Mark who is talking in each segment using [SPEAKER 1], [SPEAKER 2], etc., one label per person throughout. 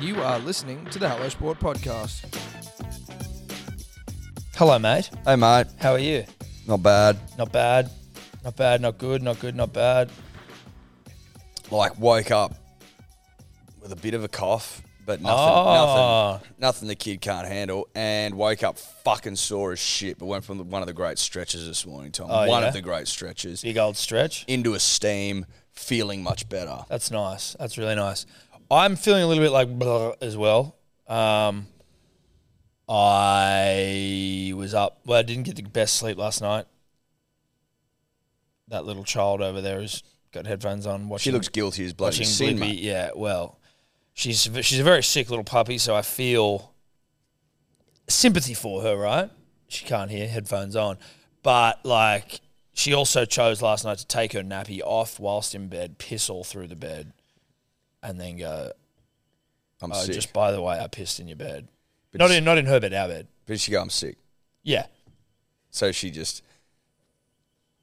[SPEAKER 1] You are listening to the Hello Sport podcast.
[SPEAKER 2] Hello, mate.
[SPEAKER 3] Hey, mate.
[SPEAKER 2] How are you?
[SPEAKER 3] Not bad.
[SPEAKER 2] Not bad. Not bad. Not good. Not good. Not bad.
[SPEAKER 3] Like, woke up with a bit of a cough, but nothing,
[SPEAKER 2] Oh.
[SPEAKER 3] nothing, nothing the kid can't handle. And woke up fucking sore as shit, but went from the, one of the great stretches this morning, Tom.
[SPEAKER 2] Oh,
[SPEAKER 3] One
[SPEAKER 2] yeah?
[SPEAKER 3] of the great stretches
[SPEAKER 2] Big old stretch.
[SPEAKER 3] into a steam, feeling much better.
[SPEAKER 2] That's nice. That's really nice. I'm feeling a little bit like blah as well. Um, I was up. Well, I didn't get the best sleep last night. That little child over there has got headphones on. Watching,
[SPEAKER 3] She looks guilty as bloody
[SPEAKER 2] watching
[SPEAKER 3] sin,
[SPEAKER 2] Blippi.
[SPEAKER 3] mate.
[SPEAKER 2] Yeah. Well, she's she's a very sick little puppy, so I feel sympathy for her. Right? She can't hear headphones on, but like. She also chose last night to take her nappy off whilst in bed, piss all through the bed and then go,
[SPEAKER 3] I'm
[SPEAKER 2] oh,
[SPEAKER 3] sick.
[SPEAKER 2] just by the way, I pissed in your bed.
[SPEAKER 3] But
[SPEAKER 2] not
[SPEAKER 3] just-
[SPEAKER 2] in not in her bed, our bed.
[SPEAKER 3] But she go, I'm sick.
[SPEAKER 2] Yeah.
[SPEAKER 3] So she just.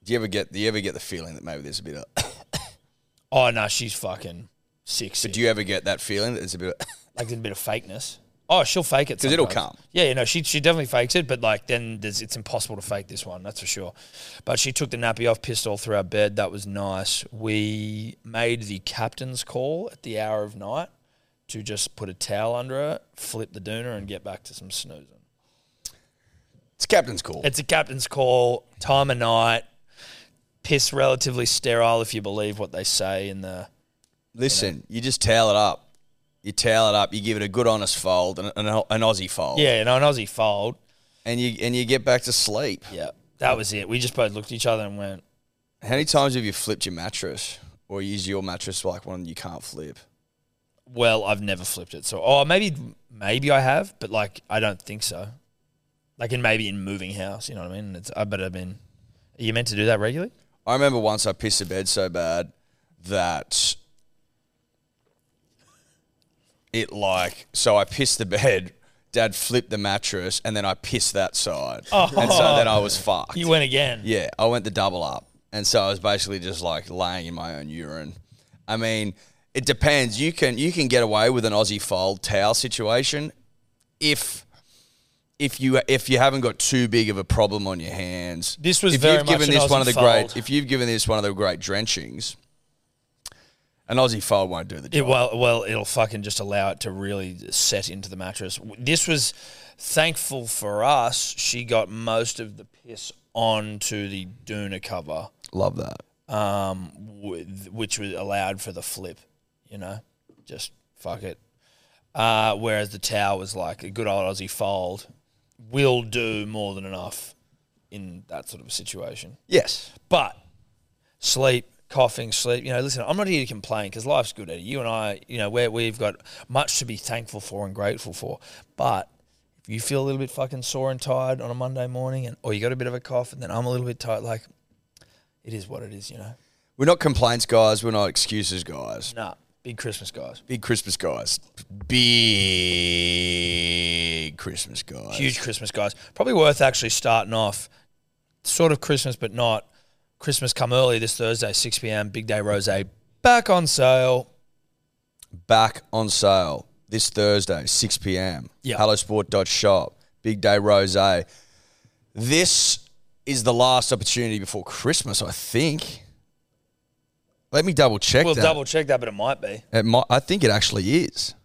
[SPEAKER 3] Do you ever get? Do you ever get the feeling that maybe there's a bit of?
[SPEAKER 2] Oh no, she's fucking sick. sick.
[SPEAKER 3] Do you ever get that feeling that there's a bit of?
[SPEAKER 2] like there's a bit of fakeness. Oh, she'll fake it
[SPEAKER 3] 'Cause it'll
[SPEAKER 2] sometimes.
[SPEAKER 3] come.
[SPEAKER 2] Yeah, you know, she she definitely fakes it, but like then there's, it's impossible to fake this one, that's for sure. But she took the nappy off, pissed all through our bed. That was nice. We made the captain's call at the hour of night to just put a towel under her, flip the doona, and get back to some snoozing.
[SPEAKER 3] It's captain's call.
[SPEAKER 2] It's a captain's call, time of night, piss relatively sterile if you believe what they say in the.
[SPEAKER 3] Listen, you just towel it up. You towel it up. You give it a good, honest fold, an, an, an Aussie fold.
[SPEAKER 2] Yeah, you know, an Aussie fold.
[SPEAKER 3] And you and you get back to sleep.
[SPEAKER 2] Yeah. That was it. We just both looked at each other and went,
[SPEAKER 3] How many times have you flipped your mattress or used your mattress like one you can't flip?
[SPEAKER 2] well, I've never flipped it. So, oh, maybe, maybe I have, but like, I don't think so. Like, in maybe in moving house, you know what I mean? It's, I bet I've been. Are you meant to do that regularly?
[SPEAKER 3] I remember once I pissed the bed so bad that it like so I pissed the bed. Dad flipped the mattress, and then I pissed that side, and so then I was fucked.
[SPEAKER 2] Oh. You went again.
[SPEAKER 3] Yeah, I went the double up. And so I was basically just like laying in my own urine. I mean, it depends. You can you can get away with an Aussie fold towel situation if if you if you haven't got too big of a problem on your hands.
[SPEAKER 2] This was
[SPEAKER 3] if
[SPEAKER 2] very
[SPEAKER 3] you've
[SPEAKER 2] much
[SPEAKER 3] given
[SPEAKER 2] an
[SPEAKER 3] this one
[SPEAKER 2] Aussie
[SPEAKER 3] of the
[SPEAKER 2] fold.
[SPEAKER 3] great if you've given this one of the great drenchings, an Aussie fold won't do the job.
[SPEAKER 2] It, well, well, it'll fucking just allow it to really set into the mattress. W- This was thankful for us. She got most of the piss onto the Duna cover,
[SPEAKER 3] Love that.
[SPEAKER 2] um, with, which was allowed for the flip. You know, just fuck it. Uh, whereas the towel was like a good old Aussie fold will do more than enough in that sort of a situation.
[SPEAKER 3] Yes.
[SPEAKER 2] But sleep, coughing, sleep. You know, listen, I'm not here to complain because life's good, Eddie. You and I, you know, we're, we've got much to be thankful for and grateful for. But if you feel a little bit fucking sore and tired on a Monday morning, and or you got a bit of a cough, and then I'm a little bit tired, like it is what it is, you know.
[SPEAKER 3] We're not complaints guys, we're not excuses guys.
[SPEAKER 2] Nah, big Christmas guys,
[SPEAKER 3] Big Christmas guys. Big Christmas guys.
[SPEAKER 2] huge Christmas guys. Probably worth actually starting off sort of Christmas, but not. Christmas come early this Thursday, 6 p.m. Big Day Rose back on sale.
[SPEAKER 3] back on sale this Thursday, 6 p.m.
[SPEAKER 2] Yeah.
[SPEAKER 3] HelloSport.shop. Big day rosé. This is the last opportunity before Christmas, I think. Let me double check
[SPEAKER 2] We'll
[SPEAKER 3] that.
[SPEAKER 2] double check that, but it might be.
[SPEAKER 3] It mi- I think it actually is.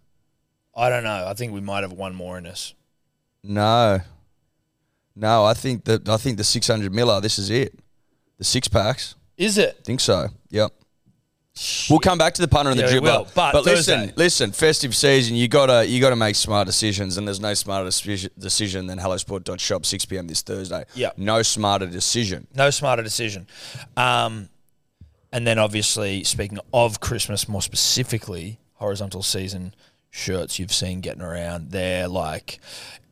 [SPEAKER 2] I don't know. I think we might have one more in us.
[SPEAKER 3] No. No, I think that I think the 600 miller, this is it. The six packs.
[SPEAKER 2] Is it?
[SPEAKER 3] Think so. Yep. We'll come back to the punter and the
[SPEAKER 2] Yeah, we will,
[SPEAKER 3] dribbler.
[SPEAKER 2] but Thursday.
[SPEAKER 3] listen, listen, festive season, you gotta you gotta make smart decisions, and there's no smarter deci- decision than hellosport.shop, six PM this Thursday.
[SPEAKER 2] Yep.
[SPEAKER 3] No smarter decision.
[SPEAKER 2] No smarter decision. Um, and then, obviously, speaking of Christmas more specifically, horizontal season shirts you've seen getting around. They're like,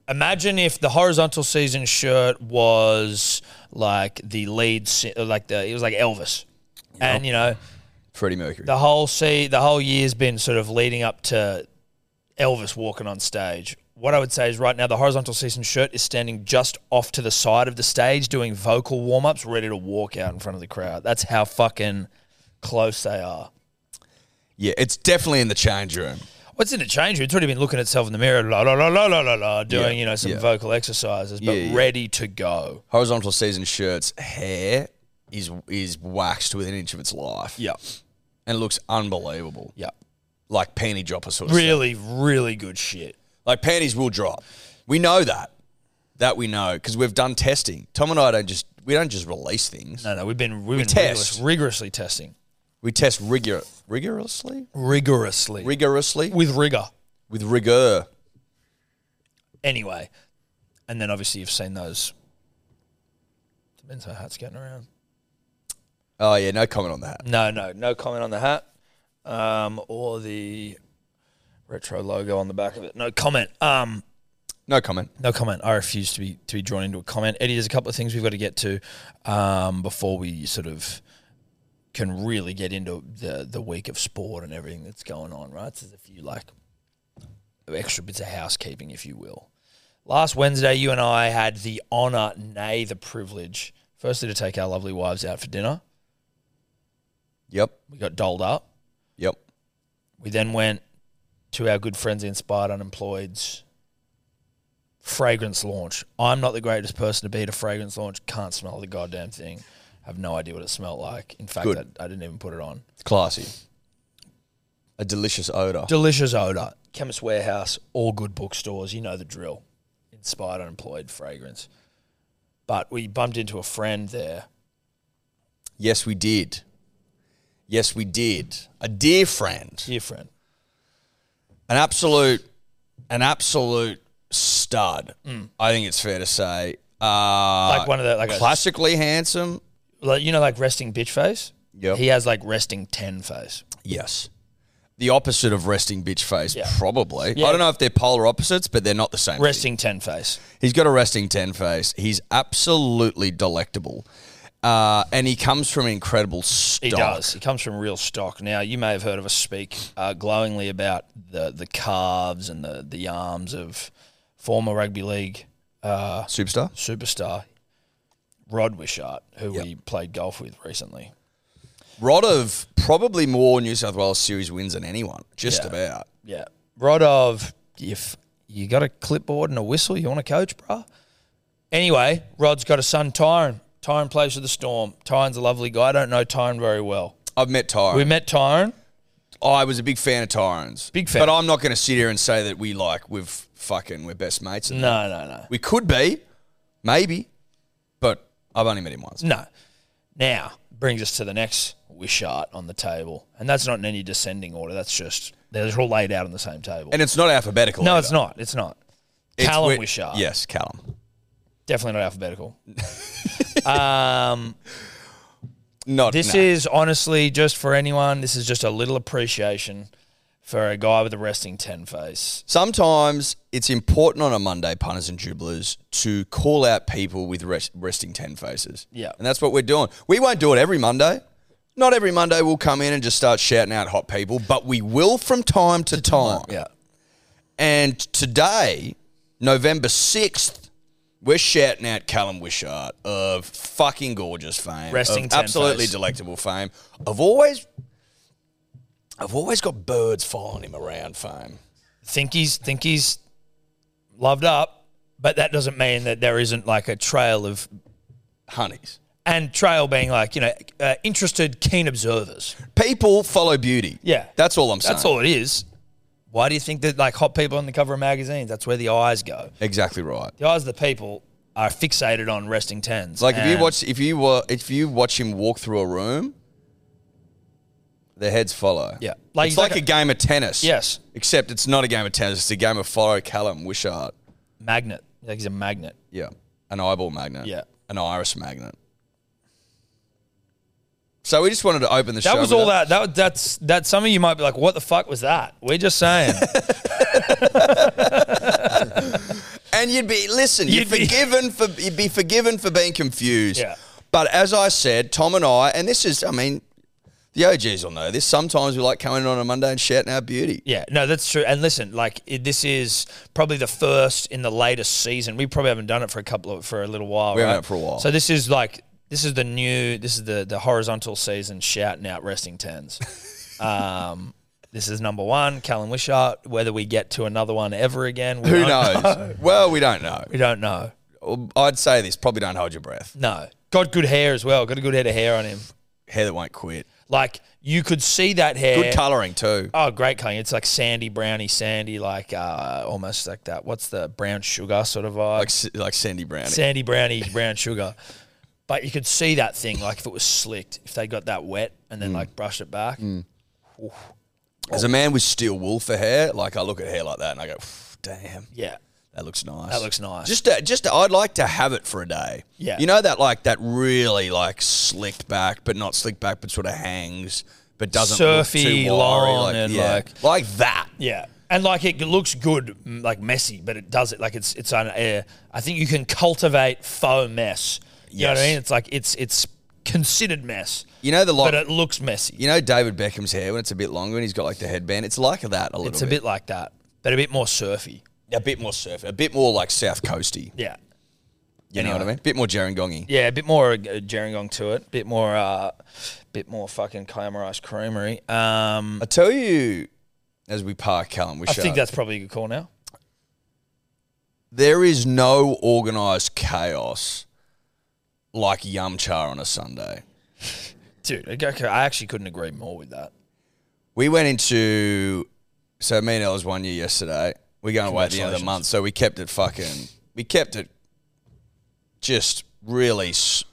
[SPEAKER 2] imagine if the horizontal season shirt was like the lead, si- like the, it was like Elvis. And, you know,
[SPEAKER 3] Freddie Mercury.
[SPEAKER 2] the whole see the whole year's been sort of leading up to Elvis walking on stage. What I would say is right now the horizontal season shirt is standing just off to the side of the stage doing vocal warm-ups ready to walk out in front of the crowd. That's how fucking close they are.
[SPEAKER 3] yeah, it's definitely in the change room.
[SPEAKER 2] What's in the change room? It's already been looking at itself in the mirror, la la la la la la la, doing
[SPEAKER 3] Yeah,
[SPEAKER 2] you know some
[SPEAKER 3] yeah.
[SPEAKER 2] vocal exercises, but
[SPEAKER 3] Yeah, yeah.
[SPEAKER 2] ready to go.
[SPEAKER 3] Horizontal season shirts hair is is waxed within an inch of its life. and it looks unbelievable,
[SPEAKER 2] yeah.
[SPEAKER 3] like panty dropper sort of stuff.
[SPEAKER 2] Really, really good shit.
[SPEAKER 3] Like panties will drop. We know that. That we know because we've done testing. Tom and I don't just we don't just release things.
[SPEAKER 2] No, no, we've been we've been
[SPEAKER 3] test.
[SPEAKER 2] rigorous- rigorously testing,
[SPEAKER 3] We test rigor rigorously,
[SPEAKER 2] rigorously
[SPEAKER 3] rigorously
[SPEAKER 2] with rigor.
[SPEAKER 3] with rigor.
[SPEAKER 2] Anyway, and then obviously you've seen those. The men's hats getting around.
[SPEAKER 3] Oh yeah, no comment on that.
[SPEAKER 2] No, no, no comment on the hat um, or the retro logo on the back of it. No comment. Um,
[SPEAKER 3] No comment.
[SPEAKER 2] no comment. I refuse to be to be drawn into a comment. Eddie, there's a couple of things we've got to get to um, before we sort of can really get into the the week of sport and everything that's going on. Right, so there's a few like extra bits of housekeeping, if you will. Last Wednesday, you and I had the honour, nay, the privilege, firstly to take our lovely wives out for dinner.
[SPEAKER 3] Yep,
[SPEAKER 2] We got doled up.
[SPEAKER 3] yep.
[SPEAKER 2] We then went to our good friends the Inspired Unemployed's fragrance launch. I'm not the greatest person to be at a fragrance launch. Can't smell the goddamn thing. Have no idea what it smelled like. In fact,
[SPEAKER 3] Good.
[SPEAKER 2] I, I didn't even put it on.
[SPEAKER 3] It's classy. A delicious odor.
[SPEAKER 2] Delicious odor. Chemist Warehouse, all good bookstores. You know the drill. Inspired Unemployed fragrance. But we bumped into a friend there.
[SPEAKER 3] yes, we did. Yes, we did. A dear friend.
[SPEAKER 2] Dear friend.
[SPEAKER 3] an absolute, an absolute stud. I think it's fair to say. Uh,
[SPEAKER 2] Mm. Like one of the- like a-
[SPEAKER 3] classically handsome.
[SPEAKER 2] Like, you know, like resting bitch face?
[SPEAKER 3] Yep.
[SPEAKER 2] He has like resting 10 face.
[SPEAKER 3] Yes, the opposite of resting bitch face,
[SPEAKER 2] Yeah.
[SPEAKER 3] probably.
[SPEAKER 2] Yeah.
[SPEAKER 3] I don't know if they're polar opposites, but they're not the same.
[SPEAKER 2] Resting 10 face.
[SPEAKER 3] thing. He's got a resting ten face. He's absolutely delectable, uh, and he comes from incredible stock.
[SPEAKER 2] He does. He comes from real stock. Now you may have heard of us speak uh, glowingly about the the calves and the the arms of former rugby league uh,
[SPEAKER 3] Superstar.
[SPEAKER 2] superstar Rod Wishart, who we played golf with recently.
[SPEAKER 3] Rod of probably more New South Wales series wins than anyone. Just
[SPEAKER 2] Yeah.
[SPEAKER 3] about.
[SPEAKER 2] Yeah, Rod of if you got a clipboard and a whistle, you want to coach, bruh? Anyway, Rod's got a son, Tyrone. Tyrone plays for the Storm. Tyrone's a lovely guy. I don't know Tyrone very well.
[SPEAKER 3] I've met Tyron.
[SPEAKER 2] We met Tyrone.
[SPEAKER 3] I was a big fan of Tyrone's.
[SPEAKER 2] Big fan.
[SPEAKER 3] But I'm not going to sit here and say that we like we've fucking we're best mates. and
[SPEAKER 2] No, no, no.
[SPEAKER 3] We could be, maybe, but I've only met him once.
[SPEAKER 2] No. Now brings us to the next Wishart on the table, and that's not in any descending order. That's just they're all laid out on the same table.
[SPEAKER 3] And it's not alphabetical.
[SPEAKER 2] no,
[SPEAKER 3] either.
[SPEAKER 2] it's not. It's not.
[SPEAKER 3] It's
[SPEAKER 2] Callum
[SPEAKER 3] wi-
[SPEAKER 2] Wishart.
[SPEAKER 3] Yes, Callum.
[SPEAKER 2] Definitely not alphabetical. um,
[SPEAKER 3] Not
[SPEAKER 2] this
[SPEAKER 3] no.
[SPEAKER 2] is honestly just for anyone. This is just a little appreciation for a guy with a resting ten face.
[SPEAKER 3] Sometimes it's important on a Monday, punters and jubilers, to call out people with rest, resting 10 faces.
[SPEAKER 2] Yeah.
[SPEAKER 3] And that's what we're doing. We won't do it every Monday. Not every Monday we'll come in and just start shouting out hot people, but we will from time to, time.
[SPEAKER 2] Yeah.
[SPEAKER 3] And today, November 6th, we're shouting out Callum Wishart of fucking gorgeous fame.
[SPEAKER 2] Resting
[SPEAKER 3] of
[SPEAKER 2] ten
[SPEAKER 3] absolutely
[SPEAKER 2] face.
[SPEAKER 3] delectable fame. I've always I've always got birds following him around fame.
[SPEAKER 2] Think he's think he's loved up, but that doesn't mean that there isn't like a trail of
[SPEAKER 3] Honeys.
[SPEAKER 2] and trail being like you know uh, interested keen observers
[SPEAKER 3] People follow beauty.
[SPEAKER 2] Yeah.
[SPEAKER 3] That's all I'm saying.
[SPEAKER 2] that's all it is why do you think that like hot people on the cover of magazines that's where the eyes go
[SPEAKER 3] Exactly right.
[SPEAKER 2] the eyes of the people are fixated on resting tens
[SPEAKER 3] Like if
[SPEAKER 2] And
[SPEAKER 3] you watch if you were if you watch him walk through a room, their heads follow.
[SPEAKER 2] Yeah. Like-
[SPEAKER 3] Like, it's
[SPEAKER 2] like
[SPEAKER 3] like a, game of tennis.
[SPEAKER 2] Yes.
[SPEAKER 3] Except it's not a game of tennis, it's a game of follow Callum Wishart.
[SPEAKER 2] magnet like he's a magnet
[SPEAKER 3] Yeah. An eyeball magnet.
[SPEAKER 2] Yeah.
[SPEAKER 3] An iris magnet. So we just wanted to open the show.
[SPEAKER 2] that was
[SPEAKER 3] with
[SPEAKER 2] all that. that that's that some of you might be like what the fuck was that we're just saying
[SPEAKER 3] And you'd be listen,
[SPEAKER 2] You'd
[SPEAKER 3] you'd
[SPEAKER 2] be-
[SPEAKER 3] be forgiven for you'd be forgiven for being confused.
[SPEAKER 2] Yeah.
[SPEAKER 3] But as I said, Tom and I, and this is I mean, the OGs will know this. Sometimes we like coming in on a Monday and shouting out beauty.
[SPEAKER 2] Yeah, no, that's true. And listen, like it, this is probably the first in the latest season. We probably haven't done it for a couple of for a little while.
[SPEAKER 3] We haven't
[SPEAKER 2] right?
[SPEAKER 3] done it for a while.
[SPEAKER 2] So this is like this is the new this is the the horizontal season shouting out resting tens. Um, This is number one, Callum Wishart. Whether we get to another one ever again, we
[SPEAKER 3] Who
[SPEAKER 2] don't
[SPEAKER 3] knows?
[SPEAKER 2] know.
[SPEAKER 3] Well, we don't know.
[SPEAKER 2] We don't know.
[SPEAKER 3] I'd say this probably don't hold your breath.
[SPEAKER 2] No, got good hair as well. Got a good head of hair on him.
[SPEAKER 3] Hair that won't quit.
[SPEAKER 2] Like you could see that hair.
[SPEAKER 3] Good colouring too.
[SPEAKER 2] Oh, great colour. It's like sandy, browny, sandy, like uh, almost like that. What's the brown sugar sort of vibe?
[SPEAKER 3] Like s- like Sandy Brownie.
[SPEAKER 2] sandy, browny, brown sugar. But you could see that thing, like if it was slicked, if they got that wet and
[SPEAKER 3] Mm.
[SPEAKER 2] then like brushed it back.
[SPEAKER 3] As a man with steel wool for hair, like I look at hair like that and I go, "Phew, damn,
[SPEAKER 2] Yeah,
[SPEAKER 3] that looks nice.
[SPEAKER 2] that looks nice.
[SPEAKER 3] Just, to, just to- I'd like to have it for a day.
[SPEAKER 2] Yeah.
[SPEAKER 3] you know that like that really like slicked back, but not slicked back, but sort of hangs, but doesn't
[SPEAKER 2] Surfy,
[SPEAKER 3] look too wiry,
[SPEAKER 2] long, and, like-
[SPEAKER 3] like that.
[SPEAKER 2] yeah, and like it looks good, m- like messy, but it does it like it's it's on air. I think you can cultivate faux mess. You know what I
[SPEAKER 3] Yes.
[SPEAKER 2] mean? It's like it's it's considered mess,
[SPEAKER 3] You know the long,
[SPEAKER 2] but it looks messy.
[SPEAKER 3] you know David Beckham's hair when it's a bit longer and he's got like the headband. It's like that a little.
[SPEAKER 2] It's a bit like that, but a bit more surfy.
[SPEAKER 3] a bit more surf, a bit more like South Coasty.
[SPEAKER 2] Yeah.
[SPEAKER 3] You know what I mean? bit more Jerangongi.
[SPEAKER 2] Yeah, a bit more uh, Gerringong to it. Bit more, uh, bit more fucking Clamor Ice Creamery. Um,
[SPEAKER 3] I tell you, as we park Callum, we
[SPEAKER 2] I think that's probably a good call now.
[SPEAKER 3] there is no organised chaos like Yum Cha on a Sunday.
[SPEAKER 2] Dude, okay, okay, I actually couldn't agree more with that.
[SPEAKER 3] We went into so me and Elle was one year yesterday. We're going away at the end of the
[SPEAKER 2] Congratulations.
[SPEAKER 3] month, so we kept it fucking. We kept it just really, s-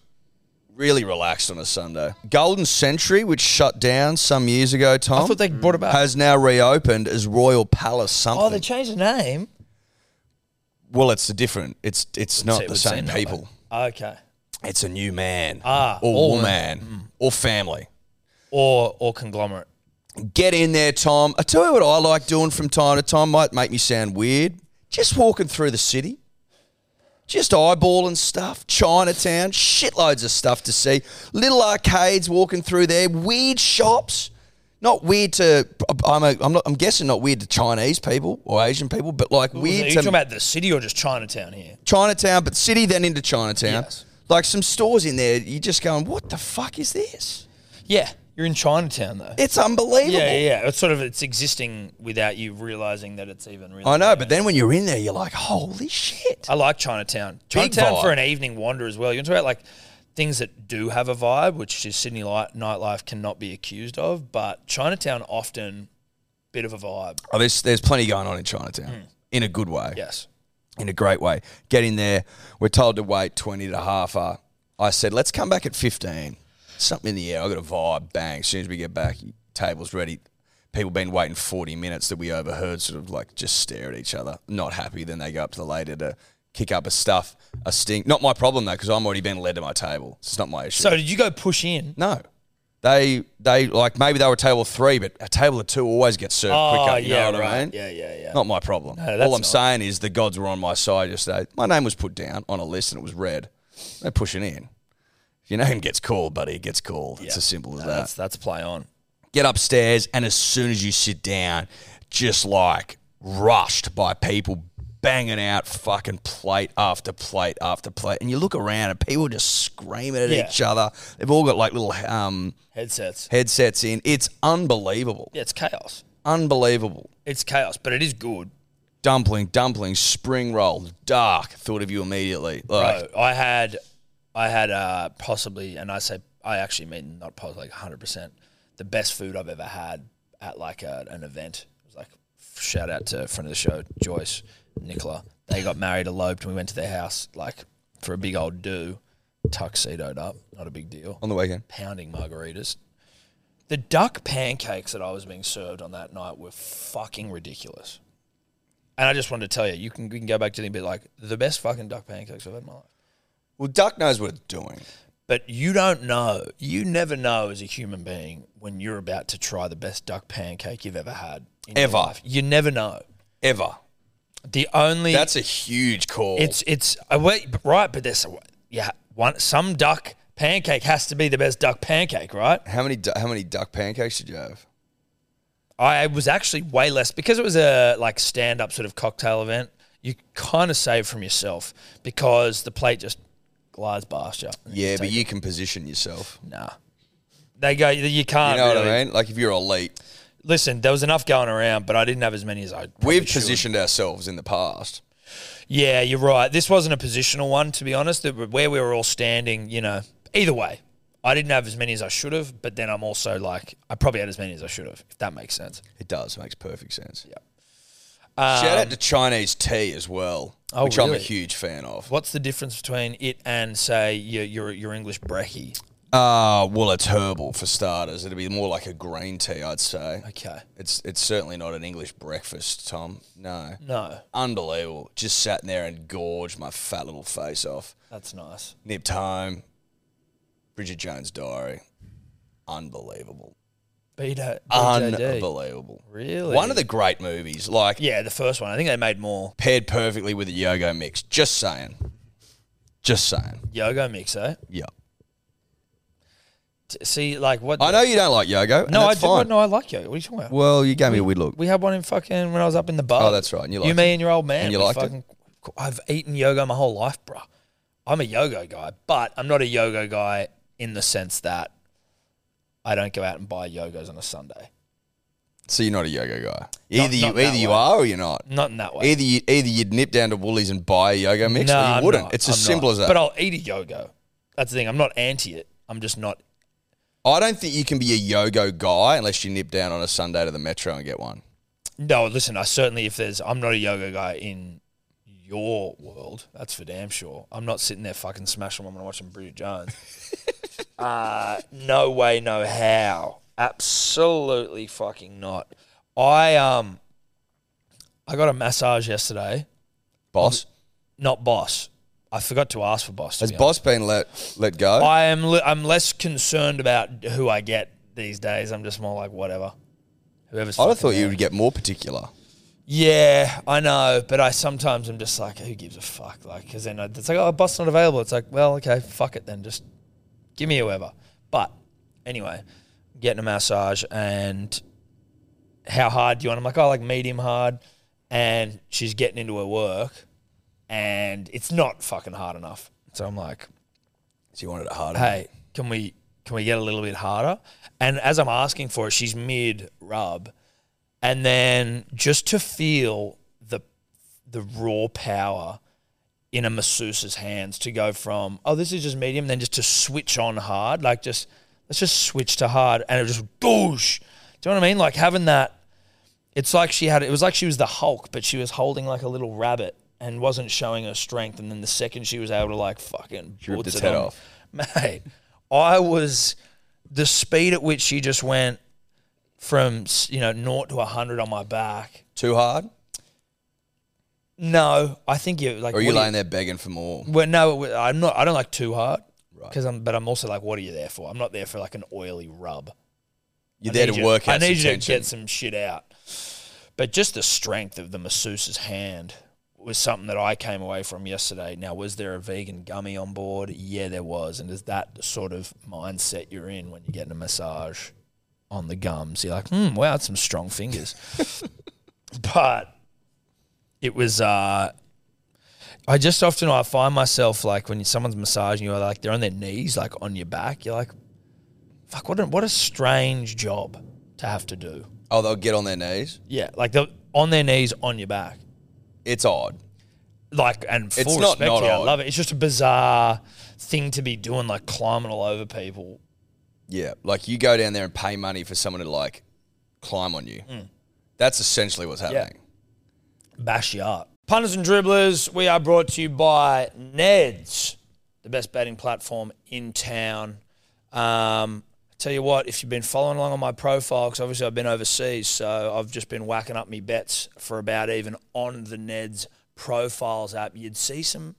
[SPEAKER 3] really relaxed on a Sunday. Golden Century, which shut down some years ago, Tom
[SPEAKER 2] I thought they brought it back.
[SPEAKER 3] has now reopened as Royal Palace something.
[SPEAKER 2] Oh, they changed the name.
[SPEAKER 3] well, it's a different. It's it's not
[SPEAKER 2] It
[SPEAKER 3] the
[SPEAKER 2] would
[SPEAKER 3] same
[SPEAKER 2] seem that way.
[SPEAKER 3] people.
[SPEAKER 2] Okay.
[SPEAKER 3] It's a new man
[SPEAKER 2] Ah,
[SPEAKER 3] or
[SPEAKER 2] or
[SPEAKER 3] woman or family.
[SPEAKER 2] Or or conglomerate.
[SPEAKER 3] Get in there, Tom. I tell you what I like doing from time to time might make me sound weird. Just walking through the city. Just eyeballing stuff, Chinatown, shitloads of stuff to see. Little arcades walking through there, weird shops. Not weird to I'm a, I'm not I'm guessing not weird to Chinese people or Asian people, but like
[SPEAKER 2] Are you
[SPEAKER 3] weird
[SPEAKER 2] talking
[SPEAKER 3] to
[SPEAKER 2] about the city or just Chinatown here?
[SPEAKER 3] Chinatown, but city then into Chinatown.
[SPEAKER 2] Yes.
[SPEAKER 3] Like some stores in there, you're just going, what the fuck is this?
[SPEAKER 2] Yeah, you're in Chinatown though.
[SPEAKER 3] It's unbelievable.
[SPEAKER 2] Yeah, yeah, yeah. It's sort of it's existing without you realizing that it's even. Really
[SPEAKER 3] I know,
[SPEAKER 2] there.
[SPEAKER 3] but then when you're in there, you're like, holy shit.
[SPEAKER 2] I like Chinatown.
[SPEAKER 3] Big
[SPEAKER 2] Chinatown
[SPEAKER 3] vibe.
[SPEAKER 2] for an evening wander as well. You talk about like things that do have a vibe, which is Sydney light, nightlife cannot be accused of, but Chinatown often bit of a vibe.
[SPEAKER 3] Oh, there's, there's plenty going on in Chinatown
[SPEAKER 2] Hmm.
[SPEAKER 3] in a good way,
[SPEAKER 2] Yes.
[SPEAKER 3] in a great way. Get in there. We're told to wait 20 to half hour. I said, let's come back at 15. Something in the air. I got a vibe. Bang. As soon as we get back, table's ready. People been waiting 40 minutes that we overheard sort of like just stare at each other, not happy. Then they go up to the lady to kick up a stuff, a stink. Not my problem though, because I'm already been led to my table. It's not my issue.
[SPEAKER 2] So did you go push in?
[SPEAKER 3] No. They they like maybe they were table three, but a table of two always gets served
[SPEAKER 2] Oh,
[SPEAKER 3] quicker. You
[SPEAKER 2] yeah,
[SPEAKER 3] know what
[SPEAKER 2] right.
[SPEAKER 3] I mean?
[SPEAKER 2] Yeah, yeah, yeah.
[SPEAKER 3] Not my problem.
[SPEAKER 2] that's
[SPEAKER 3] All I'm
[SPEAKER 2] not.
[SPEAKER 3] saying is the gods were on my side yesterday. My name was put down on a list and it was red. They're pushing in. If your name gets called, buddy, it gets called. It's
[SPEAKER 2] Yeah.
[SPEAKER 3] as simple as
[SPEAKER 2] No,
[SPEAKER 3] that.
[SPEAKER 2] That's that's play on.
[SPEAKER 3] Get upstairs and as soon as you sit down, just like rushed by people banging out fucking plate after plate after plate. And you look around and people just screaming at
[SPEAKER 2] Yeah.
[SPEAKER 3] each other. They've all got like little um
[SPEAKER 2] Headsets.
[SPEAKER 3] headsets in. It's unbelievable.
[SPEAKER 2] Yeah, it's chaos.
[SPEAKER 3] Unbelievable.
[SPEAKER 2] It's chaos, but it is good.
[SPEAKER 3] Dumpling, dumpling, spring roll, dark. Thought of you immediately. Like,
[SPEAKER 2] Bro, I had, I had uh, possibly, and I say I actually mean not possibly, like hundred percent, the best food I've ever had at like a, an event. It was like shout out to a friend of the show, Joyce, Nicola. They got married, eloped, and we went to their house like for a big old do, tuxedoed up, not a big deal,
[SPEAKER 3] on the weekend.
[SPEAKER 2] pounding margaritas. The duck pancakes that I was being served on that night were fucking ridiculous. And I just wanted to tell you, you can, you can go back to them, but like the best fucking duck pancakes I've had in my life.
[SPEAKER 3] Well, Duck knows what it's doing.
[SPEAKER 2] But you don't know. You never know as a human being when you're about to try the best duck pancake you've ever had. in your
[SPEAKER 3] Ever.
[SPEAKER 2] life. You never know.
[SPEAKER 3] Ever.
[SPEAKER 2] The only
[SPEAKER 3] That's a huge call.
[SPEAKER 2] it's it's I wait, but- right, but there's a- yeah one some duck pancake has to be the best duck pancake, right?
[SPEAKER 3] how many du- how many duck pancakes did you have?
[SPEAKER 2] I was actually way less because it was a like stand up sort of cocktail event. You kind of save from yourself because the plate just glides past you.
[SPEAKER 3] Yeah, but you can position yourself.
[SPEAKER 2] Nah, they go you can't.
[SPEAKER 3] You know what
[SPEAKER 2] really.
[SPEAKER 3] I mean? Like if you're elite,
[SPEAKER 2] Listen, there was enough going around, but I didn't have as many as I. probably
[SPEAKER 3] We've
[SPEAKER 2] should.
[SPEAKER 3] positioned ourselves in the past.
[SPEAKER 2] Yeah, you're right. This wasn't a positional one, to be honest. That where we were all standing, you know. Either way, I didn't have as many as I should have, but then I'm also like, I probably had as many as I should have, if that makes sense.
[SPEAKER 3] It does makes perfect sense.
[SPEAKER 2] Um,
[SPEAKER 3] Shout out to Chinese tea as well,
[SPEAKER 2] Oh,
[SPEAKER 3] which I'm a
[SPEAKER 2] really?
[SPEAKER 3] huge fan of.
[SPEAKER 2] What's the difference between it and say your your, your English brekkie?
[SPEAKER 3] Uh, well, it's herbal for starters. It'd be more like a green tea, I'd say.
[SPEAKER 2] Okay,
[SPEAKER 3] It's it's certainly not an English breakfast, Tom. No.
[SPEAKER 2] no,
[SPEAKER 3] Unbelievable. Just sat in there and gorged my fat little face off.
[SPEAKER 2] that's nice.
[SPEAKER 3] Nipped home. Bridget Jones' diary. Unbelievable.
[SPEAKER 2] Beta, BJD.
[SPEAKER 3] Unbelievable.
[SPEAKER 2] really
[SPEAKER 3] One of the great movies. Like,
[SPEAKER 2] yeah, the first one. I think they made more
[SPEAKER 3] paired perfectly with a yoga mix. Just saying. Just saying.
[SPEAKER 2] yoga mix, eh?
[SPEAKER 3] Yeah.
[SPEAKER 2] T- See, like what?
[SPEAKER 3] I know you don't like yoga.
[SPEAKER 2] no, I do.
[SPEAKER 3] fine.
[SPEAKER 2] No, I like yoga. What are you talking about?
[SPEAKER 3] Well, you gave me a weird look.
[SPEAKER 2] We had one in fucking when I was up in the bar.
[SPEAKER 3] Oh, that's right, and you
[SPEAKER 2] you,
[SPEAKER 3] liked
[SPEAKER 2] me, and your old man.
[SPEAKER 3] And you
[SPEAKER 2] we
[SPEAKER 3] liked it?
[SPEAKER 2] fucking, I've eaten yoga my whole life, bruh. I'm a yoga guy, but I'm not a yoga guy in the sense that I don't go out and buy yogos on a Sunday.
[SPEAKER 3] So you're not a yoga guy. Either
[SPEAKER 2] not
[SPEAKER 3] you
[SPEAKER 2] that
[SPEAKER 3] either you
[SPEAKER 2] way.
[SPEAKER 3] are or you're not.
[SPEAKER 2] Not in that way.
[SPEAKER 3] Either you, either you'd nip down to Woolies and buy a yoga mix,
[SPEAKER 2] No,
[SPEAKER 3] or you
[SPEAKER 2] I'm
[SPEAKER 3] wouldn't.
[SPEAKER 2] not.
[SPEAKER 3] It's as
[SPEAKER 2] I'm
[SPEAKER 3] simple
[SPEAKER 2] not.
[SPEAKER 3] as that.
[SPEAKER 2] But I'll eat a yogo. That's the thing. I'm not anti it. I'm just not.
[SPEAKER 3] I don't think you can be a yoga guy unless you nip down on a Sunday to the metro and get one.
[SPEAKER 2] No, listen. I certainly, if there's, I'm not a yoga guy in your world. That's for damn sure. I'm not sitting there fucking smashing women and watching Bridget Jones. uh, no way, no how. Absolutely fucking not. I um, I got a massage yesterday.
[SPEAKER 3] Boss,
[SPEAKER 2] Not boss. I forgot to ask for boss. to
[SPEAKER 3] has
[SPEAKER 2] be honest.
[SPEAKER 3] boss been let let go?
[SPEAKER 2] I am. le- I'm less concerned about who I get these days. I'm just more like whatever. Whoever's.
[SPEAKER 3] I'd
[SPEAKER 2] fucking
[SPEAKER 3] have thought you
[SPEAKER 2] there.
[SPEAKER 3] would get more particular.
[SPEAKER 2] Yeah, I know, but I sometimes am just like, who gives a fuck? Like, because then I- it's like, oh, boss not available. It's like, well, okay, fuck it then. Just give me whoever. But anyway, getting a massage and how hard do you want? I'm like, oh, like medium hard. And she's getting into her work, and it's not fucking hard enough. So I'm like,
[SPEAKER 3] So you wanted it harder.
[SPEAKER 2] hey, can we can we get a little bit harder? And as I'm asking for it, she's mid rub, and then just to feel the the raw power in a masseuse's hands to go from oh this is just medium, then just to switch on hard, like just let's just switch to hard, and it just goosh. Do you know what I mean? Like having that. It's like she had it was like she was the Hulk, but she was holding like a little rabbit and wasn't showing her strength. And then the second she was able to like fucking
[SPEAKER 3] ripped
[SPEAKER 2] boots
[SPEAKER 3] its
[SPEAKER 2] it
[SPEAKER 3] head
[SPEAKER 2] on me-
[SPEAKER 3] off.
[SPEAKER 2] mate. I was the speed at which she just went from you know naught to hundred on my back.
[SPEAKER 3] Too hard? No.
[SPEAKER 2] I think you like.
[SPEAKER 3] Or are you
[SPEAKER 2] what do
[SPEAKER 3] laying there begging for more?
[SPEAKER 2] Well, no, I'm not. I don't like too hard. Because I'm, but I'm also like, what are you there for? I'm not there for like an oily rub.
[SPEAKER 3] You're
[SPEAKER 2] I
[SPEAKER 3] there
[SPEAKER 2] need
[SPEAKER 3] to
[SPEAKER 2] you-
[SPEAKER 3] work out
[SPEAKER 2] I need
[SPEAKER 3] some
[SPEAKER 2] you
[SPEAKER 3] tension.
[SPEAKER 2] to get some shit out. But just the strength of the masseuse's hand was something that I came away from yesterday. Now, was there a vegan gummy on board? Yeah, there was. And is that the sort of mindset you're in when you're getting a massage on the gums? You're like, hmm, wow, that's some strong fingers. but it was. uh I just often I find myself like when someone's massaging you, or like they're on their knees, like on your back. You're like, fuck, what a, what a strange job to have to do.
[SPEAKER 3] oh, they'll get on their knees.
[SPEAKER 2] Yeah, like they're on their knees on your back.
[SPEAKER 3] It's odd.
[SPEAKER 2] Like and full
[SPEAKER 3] It's not
[SPEAKER 2] respect,
[SPEAKER 3] not
[SPEAKER 2] to you, I
[SPEAKER 3] odd.
[SPEAKER 2] love it. It's just a bizarre thing to be doing, like climbing all over people.
[SPEAKER 3] Yeah, like you go down there and pay money for someone to like climb on you.
[SPEAKER 2] Mm.
[SPEAKER 3] That's essentially what's happening.
[SPEAKER 2] bash you up. Punters and dribblers, we are brought to you by Neds, the best betting platform in town. Um, tell you what, if you've been following along on my profile, because obviously I've been overseas, so I've just been whacking up me bets for about even on the Neds profiles app. You'd see some.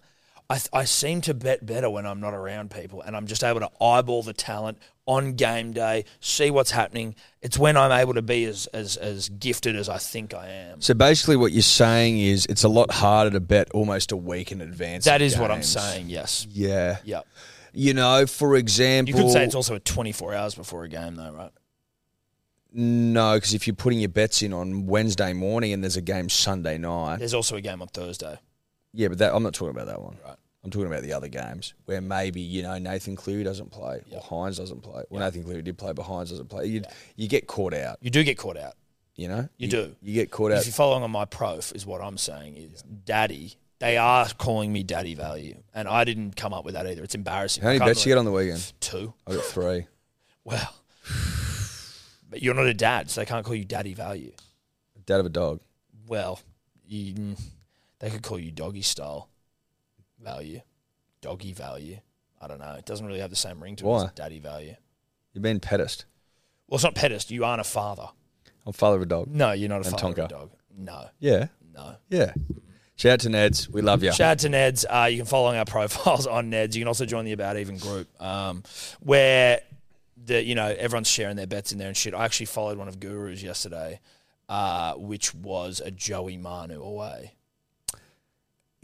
[SPEAKER 2] I, I seem to bet better when I'm not around people and I'm just able to eyeball the talent on game day, see what's happening. It's when I'm able to be as, as, as gifted as I think I am.
[SPEAKER 3] So basically, what you're saying is it's a lot harder to bet almost a week in advance.
[SPEAKER 2] That
[SPEAKER 3] of
[SPEAKER 2] is what I'm
[SPEAKER 3] games.
[SPEAKER 2] saying. Yes.
[SPEAKER 3] Yeah.
[SPEAKER 2] Yeah.
[SPEAKER 3] You know, for
[SPEAKER 2] You
[SPEAKER 3] example,
[SPEAKER 2] could say it's also a 24 hours before a game, though, right?
[SPEAKER 3] no, because if you're putting your bets in on Wednesday morning and there's a game Sunday night,
[SPEAKER 2] There's also a game on Thursday.
[SPEAKER 3] yeah, but that, I'm not talking about that one. Right. I'm talking about the other games where maybe you know Nathan Cleary doesn't play or Hines doesn't play. Well, Nathan Cleary did play, but Hines doesn't play. You you get caught out.
[SPEAKER 2] You do get caught out.
[SPEAKER 3] You know,
[SPEAKER 2] You do.
[SPEAKER 3] You get caught out.
[SPEAKER 2] If you're following on my prof, is what I'm saying is daddy. They are calling me daddy value, and I didn't come up with that either. It's embarrassing.
[SPEAKER 3] How many bets you get on the weekend?
[SPEAKER 2] Two.
[SPEAKER 3] I got three.
[SPEAKER 2] Well, but you're not a dad, so they can't call you daddy value.
[SPEAKER 3] Dad of a dog.
[SPEAKER 2] Well, you, mm, they could call you doggy style value, doggy value. I don't know. It doesn't really have the same ring to it
[SPEAKER 3] Why?
[SPEAKER 2] as daddy value.
[SPEAKER 3] You've been pedest.
[SPEAKER 2] Well, it's not pedest. You aren't a father.
[SPEAKER 3] I'm father of a dog.
[SPEAKER 2] No, you're not a
[SPEAKER 3] And
[SPEAKER 2] father of
[SPEAKER 3] Tonka.
[SPEAKER 2] a dog. No,
[SPEAKER 3] Yeah,
[SPEAKER 2] no.
[SPEAKER 3] yeah. Shout out to Neds. We love you.
[SPEAKER 2] Shout out to Neds. Uh, you can follow our profiles on Neds. You can also join the About Even group, um, where the you know everyone's sharing their bets in there and shit. I actually followed one of Guru's yesterday, uh, which was a Joey Manu away.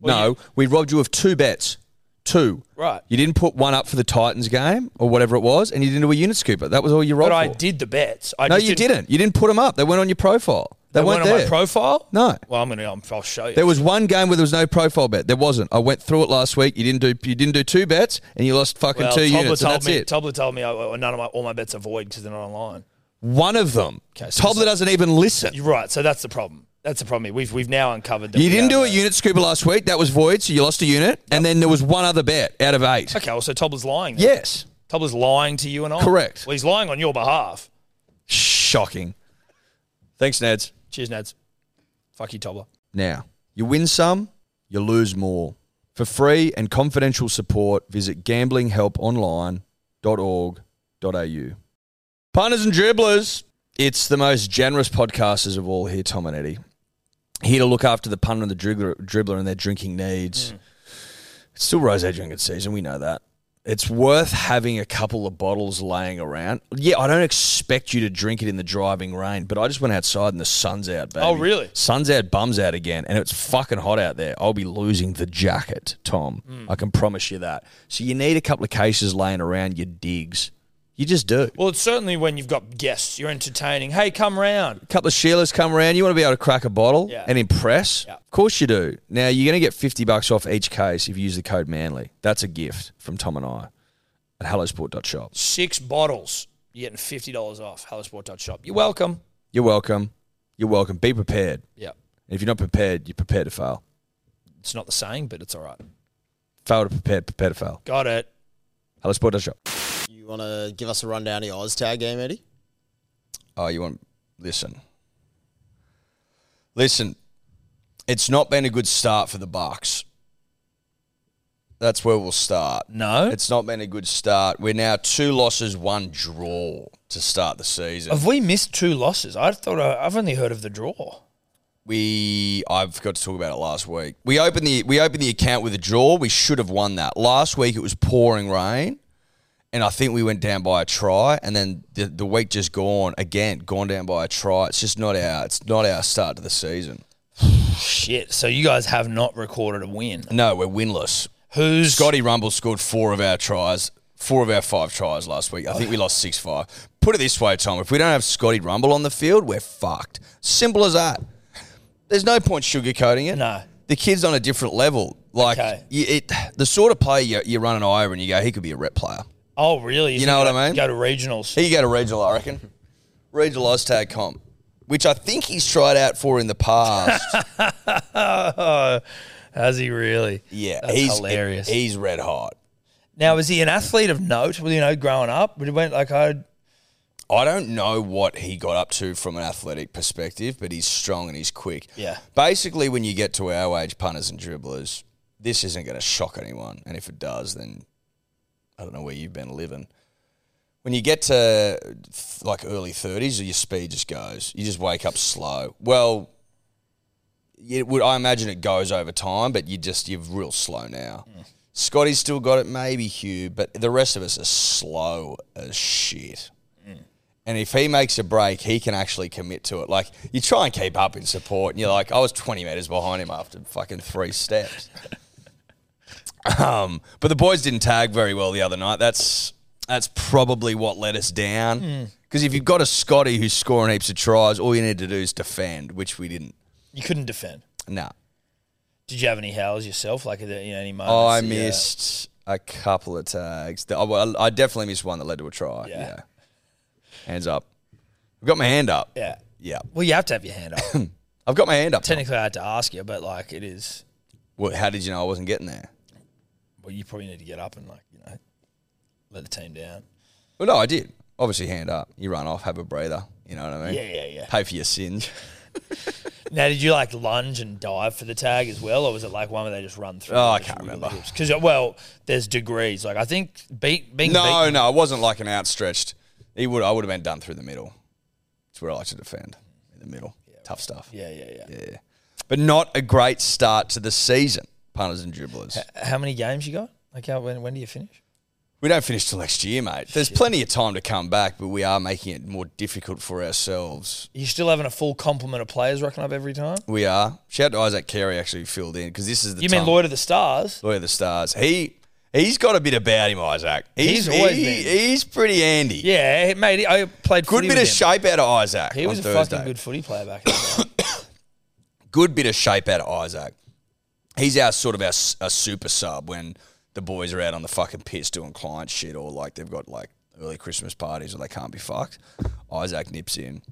[SPEAKER 3] no, we robbed you of two bets. Two.
[SPEAKER 2] Right.
[SPEAKER 3] You didn't put one up for the Titans game or whatever it was, and you didn't do a unit scooper. That was all you robbed
[SPEAKER 2] But I
[SPEAKER 3] for.
[SPEAKER 2] did the bets. I
[SPEAKER 3] no,
[SPEAKER 2] just
[SPEAKER 3] you didn't. You didn't put them up. They weren't on your profile. They,
[SPEAKER 2] They weren't
[SPEAKER 3] weren't
[SPEAKER 2] on
[SPEAKER 3] there.
[SPEAKER 2] my profile.
[SPEAKER 3] No.
[SPEAKER 2] Well, I'm gonna. I'm, I'll show you.
[SPEAKER 3] There was one game where there was no profile bet. There wasn't. I went through it last week. You didn't do. You didn't do two bets, and you lost fucking
[SPEAKER 2] well,
[SPEAKER 3] two
[SPEAKER 2] Tobler
[SPEAKER 3] units. and
[SPEAKER 2] told
[SPEAKER 3] that's
[SPEAKER 2] me.
[SPEAKER 3] it.
[SPEAKER 2] Tobler told me I, none of my all my bets are void because they're not online.
[SPEAKER 3] one of them.
[SPEAKER 2] Okay, so
[SPEAKER 3] Tobler
[SPEAKER 2] it's-
[SPEAKER 3] doesn't even listen.
[SPEAKER 2] You're right. So that's the problem. That's the problem. here. We've we've now uncovered. That we
[SPEAKER 3] You didn't do
[SPEAKER 2] are
[SPEAKER 3] a
[SPEAKER 2] the-
[SPEAKER 3] unit scooper last week. That was void, so you lost a unit. And then there was one other bet out of eight.
[SPEAKER 2] Okay. Well, so Tobler's lying. Then.
[SPEAKER 3] Yes.
[SPEAKER 2] Tobler's lying to you and I.
[SPEAKER 3] Correct.
[SPEAKER 2] Well, he's lying on your behalf.
[SPEAKER 3] Shocking. Thanks, Neds.
[SPEAKER 2] Cheers, Nads. Fuck you, Tobler.
[SPEAKER 3] Now, you win some, you lose more. For free and confidential support, visit gamblinghelponline.org.au. Punters and dribblers, it's the most generous podcasters of all here, Tom and Eddie. Here to look after the punter and the dribbler, dribbler and their drinking needs.
[SPEAKER 2] Hmm.
[SPEAKER 3] It's still rosé drinking season, we know that. It's worth having a couple of bottles laying around. Yeah, I don't expect you to drink it in the driving rain, but I just went outside and the sun's out, baby.
[SPEAKER 2] Oh, really?
[SPEAKER 3] Sun's out, bums out again, and it's fucking hot out there. I'll be losing the jacket, Tom.
[SPEAKER 2] Hmm.
[SPEAKER 3] I can promise you that. So you need a couple of cases laying around your digs. You just do.
[SPEAKER 2] Well, it's certainly when you've got guests, you're entertaining. Hey, come round.
[SPEAKER 3] A couple of Sheilas come around. You want to be able to crack a bottle
[SPEAKER 2] Yeah.
[SPEAKER 3] and impress?
[SPEAKER 2] Yeah.
[SPEAKER 3] Of course you do. Now you're going to get fifty bucks off each case if you use the code Manly. That's a gift from Tom and I at hellosport.shop.
[SPEAKER 2] Six bottles. You're getting fifty dollars off. Hellosport.shop. You're welcome.
[SPEAKER 3] You're welcome. You're welcome. Be prepared.
[SPEAKER 2] Yeah.
[SPEAKER 3] And if you're not prepared, you're prepared to fail.
[SPEAKER 2] It's not the saying, but it's all right.
[SPEAKER 3] Fail to prepare, prepare to fail.
[SPEAKER 2] Got it.
[SPEAKER 3] Hellosport.shop.
[SPEAKER 4] You want to give us a rundown of your OzTag game, Eddie?
[SPEAKER 3] Oh, you want listen. Listen, it's not been a good start for the Bucks. That's where we'll start.
[SPEAKER 2] No.
[SPEAKER 3] It's not been a good start. We're now two losses, one draw to start the season.
[SPEAKER 2] Have we missed two losses? I thought I, I've only heard of the draw.
[SPEAKER 3] We I've got to talk about it last week. We opened the we opened the account with a draw. We should have won that. Last week it was pouring rain. And I think we went down by a try, and then the, the week just gone again, gone down by a try. It's just not our it's not our start to the season.
[SPEAKER 2] Shit. So you guys have not recorded a win.
[SPEAKER 3] No, we're winless.
[SPEAKER 2] Who's
[SPEAKER 3] Scotty Rumble scored four of our tries, four of our five tries last week. I think we lost 6 5. Put it this way, Tom, if we don't have Scotty Rumble on the field, we're fucked. Simple as that. There's no point sugarcoating it.
[SPEAKER 2] No.
[SPEAKER 3] The kid's on a different level. Like,
[SPEAKER 2] Okay.
[SPEAKER 3] you, it, the sort of player you, you run an eye over and you go, he could be a rep player.
[SPEAKER 2] Oh, really?
[SPEAKER 3] You know what I mean?
[SPEAKER 2] Go to regionals.
[SPEAKER 3] He could go to regional, I reckon. Regional Oztag comp, which I think he's tried out for in the past.
[SPEAKER 2] Has he really?
[SPEAKER 3] yeah.
[SPEAKER 2] That's
[SPEAKER 3] he's,
[SPEAKER 2] hilarious.
[SPEAKER 3] He's red hot.
[SPEAKER 2] now, is he an athlete of note? Well, you know, growing up, but he went like I.
[SPEAKER 3] I don't know what he got up to from an athletic perspective, but he's strong and he's quick.
[SPEAKER 2] Yeah.
[SPEAKER 3] Basically, when you get to our age, punters and dribblers, this isn't going to shock anyone. And if it does, then I don't know where you've been living. When you get to th- like early 30s, your speed just goes. You just wake up slow. Well, it would, I imagine it goes over time, but you just, you're real slow now. Scotty's still got it, maybe Hugh, but the rest of us are slow as shit And if he makes a break, he can actually commit to it. Like you try and keep up in support, and you're like, I was 20 meters behind him after fucking three steps. Um, but the boys didn't tag very well the other night. That's that's probably what let us down. Because if you've got a Scotty who's scoring heaps of tries, all you need to do is defend, which we didn't.
[SPEAKER 2] You couldn't defend.
[SPEAKER 3] Nah.
[SPEAKER 2] Did you have any howls yourself? Like, are there, you know, any
[SPEAKER 3] Oh, I
[SPEAKER 2] moments? that you- uh,
[SPEAKER 3] missed a couple of tags. The- I, well, I definitely missed one that led to a try. Yeah.
[SPEAKER 2] Yeah.
[SPEAKER 3] Hands up. I've got my hand up.
[SPEAKER 2] Yeah.
[SPEAKER 3] Yeah.
[SPEAKER 2] Well, you have to have your hand up.
[SPEAKER 3] I've got my hand up.
[SPEAKER 2] Technically, I had to ask you, but like, it is.
[SPEAKER 3] Well, how did you know I wasn't getting there?
[SPEAKER 2] Well, you probably need to get up and like, you know, let the team down.
[SPEAKER 3] Well, no, I did. Obviously, hand up. You run off, have a breather. You know what I mean?
[SPEAKER 2] Yeah, yeah, yeah.
[SPEAKER 3] Pay for your sins.
[SPEAKER 2] Now, did you like lunge and dive for the tag as well, or was it like one where they just run through?
[SPEAKER 3] Oh, I can't remember.
[SPEAKER 2] Because uh, well, there's degrees. Like I think beat being
[SPEAKER 3] No,
[SPEAKER 2] beaten-
[SPEAKER 3] no, it wasn't like an outstretched. He would, I would have been done through the middle. It's where I like to defend in the middle. Tough stuff.
[SPEAKER 2] Yeah, yeah, yeah,
[SPEAKER 3] yeah, but not a great start to the season, punters and dribblers.
[SPEAKER 2] How many games you got? Like how, when when do you finish?
[SPEAKER 3] We don't finish till next year, mate. There's plenty of time to come back, but we are making it more difficult for ourselves.
[SPEAKER 2] Are you still having a full complement of players rocking up every time?
[SPEAKER 3] We are. Shout out to Isaac Carey actually who filled in because this is the
[SPEAKER 2] You
[SPEAKER 3] time-
[SPEAKER 2] mean Lloyd of the Stars?
[SPEAKER 3] Lloyd of the Stars. He he's got a bit about him, Isaac.
[SPEAKER 2] He's always
[SPEAKER 3] he-
[SPEAKER 2] been.
[SPEAKER 3] he's pretty handy.
[SPEAKER 2] Yeah, mate. I played
[SPEAKER 3] Good
[SPEAKER 2] footy
[SPEAKER 3] bit
[SPEAKER 2] with
[SPEAKER 3] of
[SPEAKER 2] him.
[SPEAKER 3] shape out of Isaac.
[SPEAKER 2] He was a
[SPEAKER 3] on Thursday.
[SPEAKER 2] fucking good footy player back. in the day.
[SPEAKER 3] good bit of shape out of Isaac. He's our sort of our, s- a super sub when the boys are out on the fucking piss doing client shit or like they've got like early Christmas parties or they can't be fucked. Isaac nips in,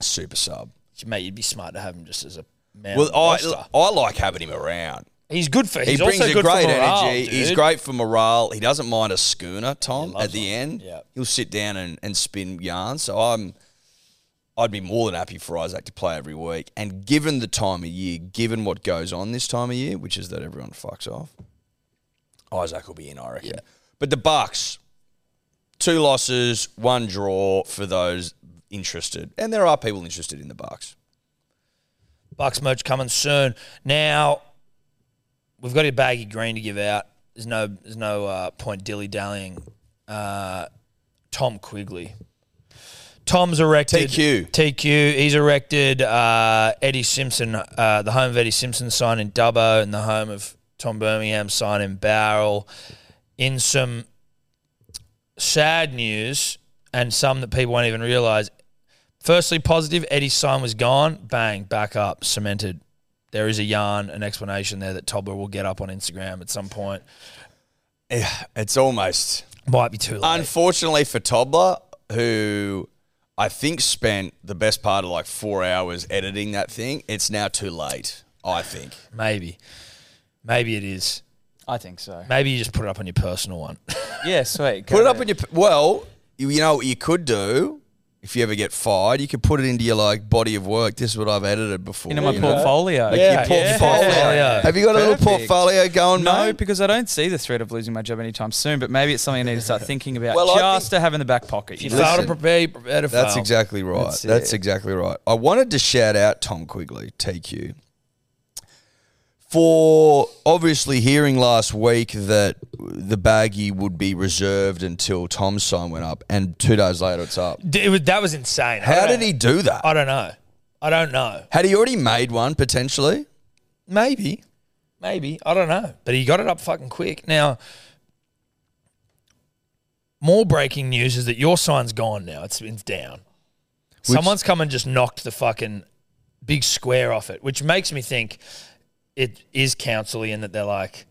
[SPEAKER 3] super sub.
[SPEAKER 2] mate, you'd be smart to have him just as a man.
[SPEAKER 3] Well, I,
[SPEAKER 2] roster.
[SPEAKER 3] I like having him around.
[SPEAKER 2] he's good for.
[SPEAKER 3] He
[SPEAKER 2] He's
[SPEAKER 3] brings
[SPEAKER 2] also
[SPEAKER 3] a
[SPEAKER 2] good
[SPEAKER 3] great
[SPEAKER 2] for morale,
[SPEAKER 3] energy. He's
[SPEAKER 2] dude.
[SPEAKER 3] great for morale. He doesn't mind a schooner, Tom.
[SPEAKER 2] loves
[SPEAKER 3] At the
[SPEAKER 2] one.
[SPEAKER 3] end,
[SPEAKER 2] Yeah.
[SPEAKER 3] he'll sit down and, and spin yarns. So I'm, I'd be more than happy for Isaac to play every week. And given the time of year, given what goes on this time of year, which is that everyone fucks off, Isaac will be in, I reckon. But the Bucks, two losses, one draw for those interested, and there are people interested in the Bucks.
[SPEAKER 2] Bucks merch coming soon. Now we've got a baggy green to give out. There's no there's no uh, point dilly dallying. Uh, Tom Quigley. Tom's erected
[SPEAKER 3] TQ.
[SPEAKER 2] TQ. He's erected uh, Eddie Simpson, uh, the home of Eddie Simpson sign in Dubbo, and the home of Tom Birmingham sign in Barrel. In some sad news, and some that people won't even realise. Firstly, positive. Eddie's sign was gone. Bang, back up, cemented. There is a yarn, an explanation there that Tobler will get up on Instagram at some point.
[SPEAKER 3] Yeah, it's almost
[SPEAKER 2] Might be too late.
[SPEAKER 3] Unfortunately for Tobler, who I think spent the best part of like four hours editing that thing, it's now too late. I think.
[SPEAKER 2] Maybe. Maybe it is.
[SPEAKER 5] I think so.
[SPEAKER 2] Maybe you just put it up on your personal one.
[SPEAKER 5] Yeah, sweet.
[SPEAKER 3] Put it up in your. Well, you, you know what you could do if you ever get fired, you could put it into your like body of work. This is what I've edited before.
[SPEAKER 5] into my
[SPEAKER 3] you know?
[SPEAKER 5] portfolio.
[SPEAKER 3] Like your
[SPEAKER 2] yeah.
[SPEAKER 3] portfolio.
[SPEAKER 2] Portfolio.
[SPEAKER 3] Have you got a little
[SPEAKER 5] Perfect.
[SPEAKER 3] portfolio going,
[SPEAKER 5] No,
[SPEAKER 3] mate?
[SPEAKER 5] because I don't see the threat of losing my job anytime soon. But maybe it's something I need to start thinking about,
[SPEAKER 3] Well, I
[SPEAKER 5] just
[SPEAKER 3] think-
[SPEAKER 5] to have in the back pocket. You
[SPEAKER 2] You
[SPEAKER 5] know?
[SPEAKER 2] fail to prepare, you prepare to fail.
[SPEAKER 3] That's exactly right. That's,
[SPEAKER 5] That's it.
[SPEAKER 3] exactly right. I wanted to shout out Tom Quigley, TQ, for obviously hearing last week that the baggie would be reserved until Tom's sign went up, and two days later it's up.
[SPEAKER 2] D- It was, that was insane. I
[SPEAKER 3] How
[SPEAKER 2] don't-
[SPEAKER 3] did he do that?
[SPEAKER 2] I don't know. I don't know.
[SPEAKER 3] Had he already made one potentially?
[SPEAKER 2] Maybe. Maybe. I don't know. But he got it up fucking quick. Now, more breaking news is that your sign's gone now. It's, it's down. Someone's come and just knocked the fucking big square off it, which makes me think it is council in that they're like,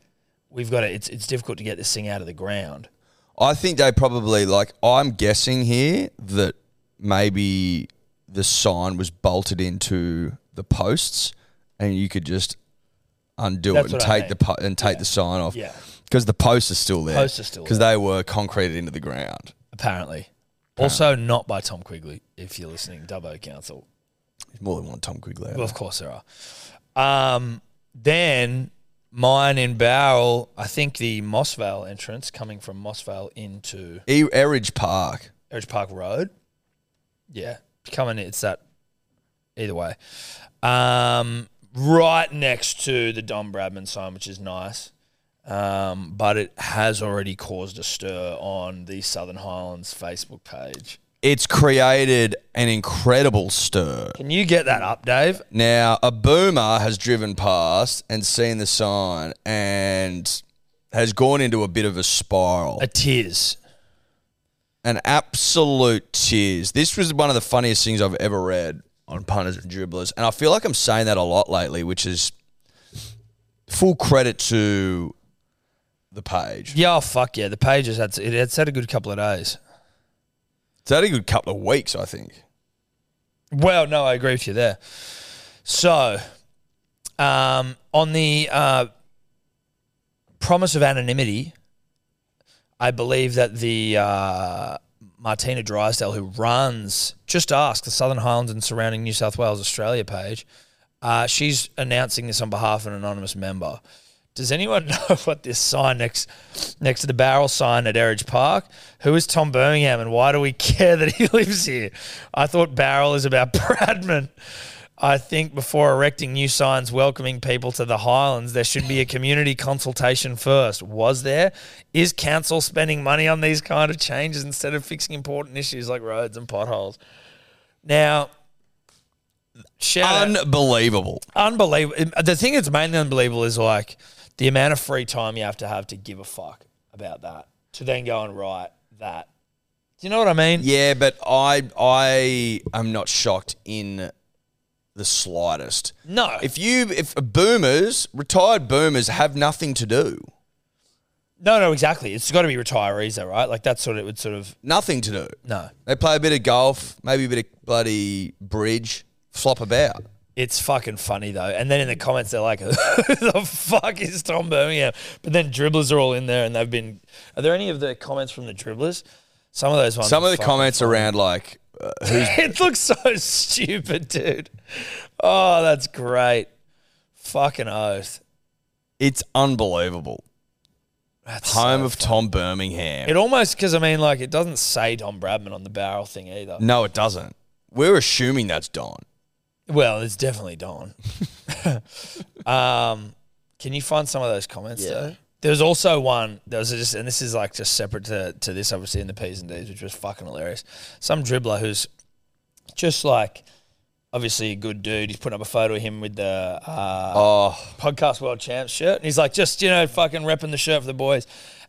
[SPEAKER 2] we've got to, it's, it's difficult to get this thing out of the ground.
[SPEAKER 3] I think they probably like. I'm guessing here that maybe the sign was bolted into the posts, and you could just undo
[SPEAKER 2] That's
[SPEAKER 3] it and
[SPEAKER 2] what
[SPEAKER 3] take
[SPEAKER 2] I
[SPEAKER 3] the
[SPEAKER 2] mean.
[SPEAKER 3] po- and take the sign off.
[SPEAKER 2] Yeah.
[SPEAKER 3] because the posts are still there.
[SPEAKER 2] Posts are still
[SPEAKER 3] because they were concreted into the ground.
[SPEAKER 2] Apparently. Also, not by Tom Quigley, if you're listening, Dubbo Council.
[SPEAKER 3] There's more than one Tom Quigley. out
[SPEAKER 2] Well, of course there are. Um, then mine in Barrel, I think the Mossvale entrance coming from Mossvale into
[SPEAKER 3] there. E- Eridge Park.
[SPEAKER 2] Edge Park Road. Yeah, coming. It's that. Either way, um, right next to the Don Bradman sign, which is nice. Um, but it has already caused a stir on the Southern Highlands Facebook page.
[SPEAKER 3] it's created an incredible stir.
[SPEAKER 2] Can you get that up, Dave?
[SPEAKER 3] Now, a boomer has driven past and seen the sign and has gone into a bit of a spiral.
[SPEAKER 2] A tears.
[SPEAKER 3] An absolute tears. This was one of the funniest things I've ever read on punters and dribblers. And I feel like I'm saying that a lot lately, which is full credit to the page.
[SPEAKER 2] Yeah, oh, fuck yeah. The page has had it- it's had a good couple of days.
[SPEAKER 3] It's had a good couple of weeks, I think.
[SPEAKER 2] Well, no, I agree with you there. So, um, on the uh, promise of anonymity, I believe that the uh, Martina Drysdale, who runs Just Ask, the Southern Highlands and surrounding New South Wales Australia page, uh, she's announcing this on behalf of an anonymous member. Does anyone know what this sign next next to the barrel sign at Erridge Park? Who is Tom Birmingham and why do we care that he lives here? I thought barrel is about Bradman. I think before erecting new signs welcoming people to the Highlands, there should be a community consultation first. Was there? Is council spending money on these kind of changes instead of fixing important issues like roads and potholes? Now, shout out-
[SPEAKER 3] Unbelievable.
[SPEAKER 2] unbelievable. The thing that's mainly unbelievable is like the amount of free time you have to have to give a fuck about that to then go and write that. Do you know what I mean?
[SPEAKER 3] Yeah, but I I am not shocked in the slightest.
[SPEAKER 2] No.
[SPEAKER 3] If you if boomers, retired boomers have nothing to do.
[SPEAKER 2] no, no, exactly. It's got to be retirees, though, right? Like that's sort of it would sort of
[SPEAKER 3] Nothing to do.
[SPEAKER 2] no.
[SPEAKER 3] They play a bit of golf, maybe a bit of bloody bridge, flop about.
[SPEAKER 2] It's fucking funny though. And then in the comments they're like, "Who the fuck is Tom Birmingham?" But then dribblers are all in there, and they've been. Are there any of the comments from the dribblers? Some of those ones.
[SPEAKER 3] Some
[SPEAKER 2] are
[SPEAKER 3] of the
[SPEAKER 2] fucking
[SPEAKER 3] comments
[SPEAKER 2] funny.
[SPEAKER 3] around like uh,
[SPEAKER 2] it looks so stupid, dude. Oh, that's great. Fucking oath.
[SPEAKER 3] it's unbelievable.
[SPEAKER 2] That's
[SPEAKER 3] Home
[SPEAKER 2] so-
[SPEAKER 3] of Tom Birmingham.
[SPEAKER 2] it almost because I mean, like, it doesn't say Don Bradman on the barrel thing either.
[SPEAKER 3] no, it doesn't. We're assuming that's Don.
[SPEAKER 2] Well, it's definitely Don. um, can you find some of those comments
[SPEAKER 4] Yeah.
[SPEAKER 2] though? There's also one. There was just, and this is like just separate to, to this, obviously in the P's and D's, which was fucking hilarious. Some dribbler who's just like, obviously a good dude. He's putting up a photo of him with the uh,
[SPEAKER 3] Oh,
[SPEAKER 2] podcast world champs shirt and he's like just you know fucking repping the shirt for the boys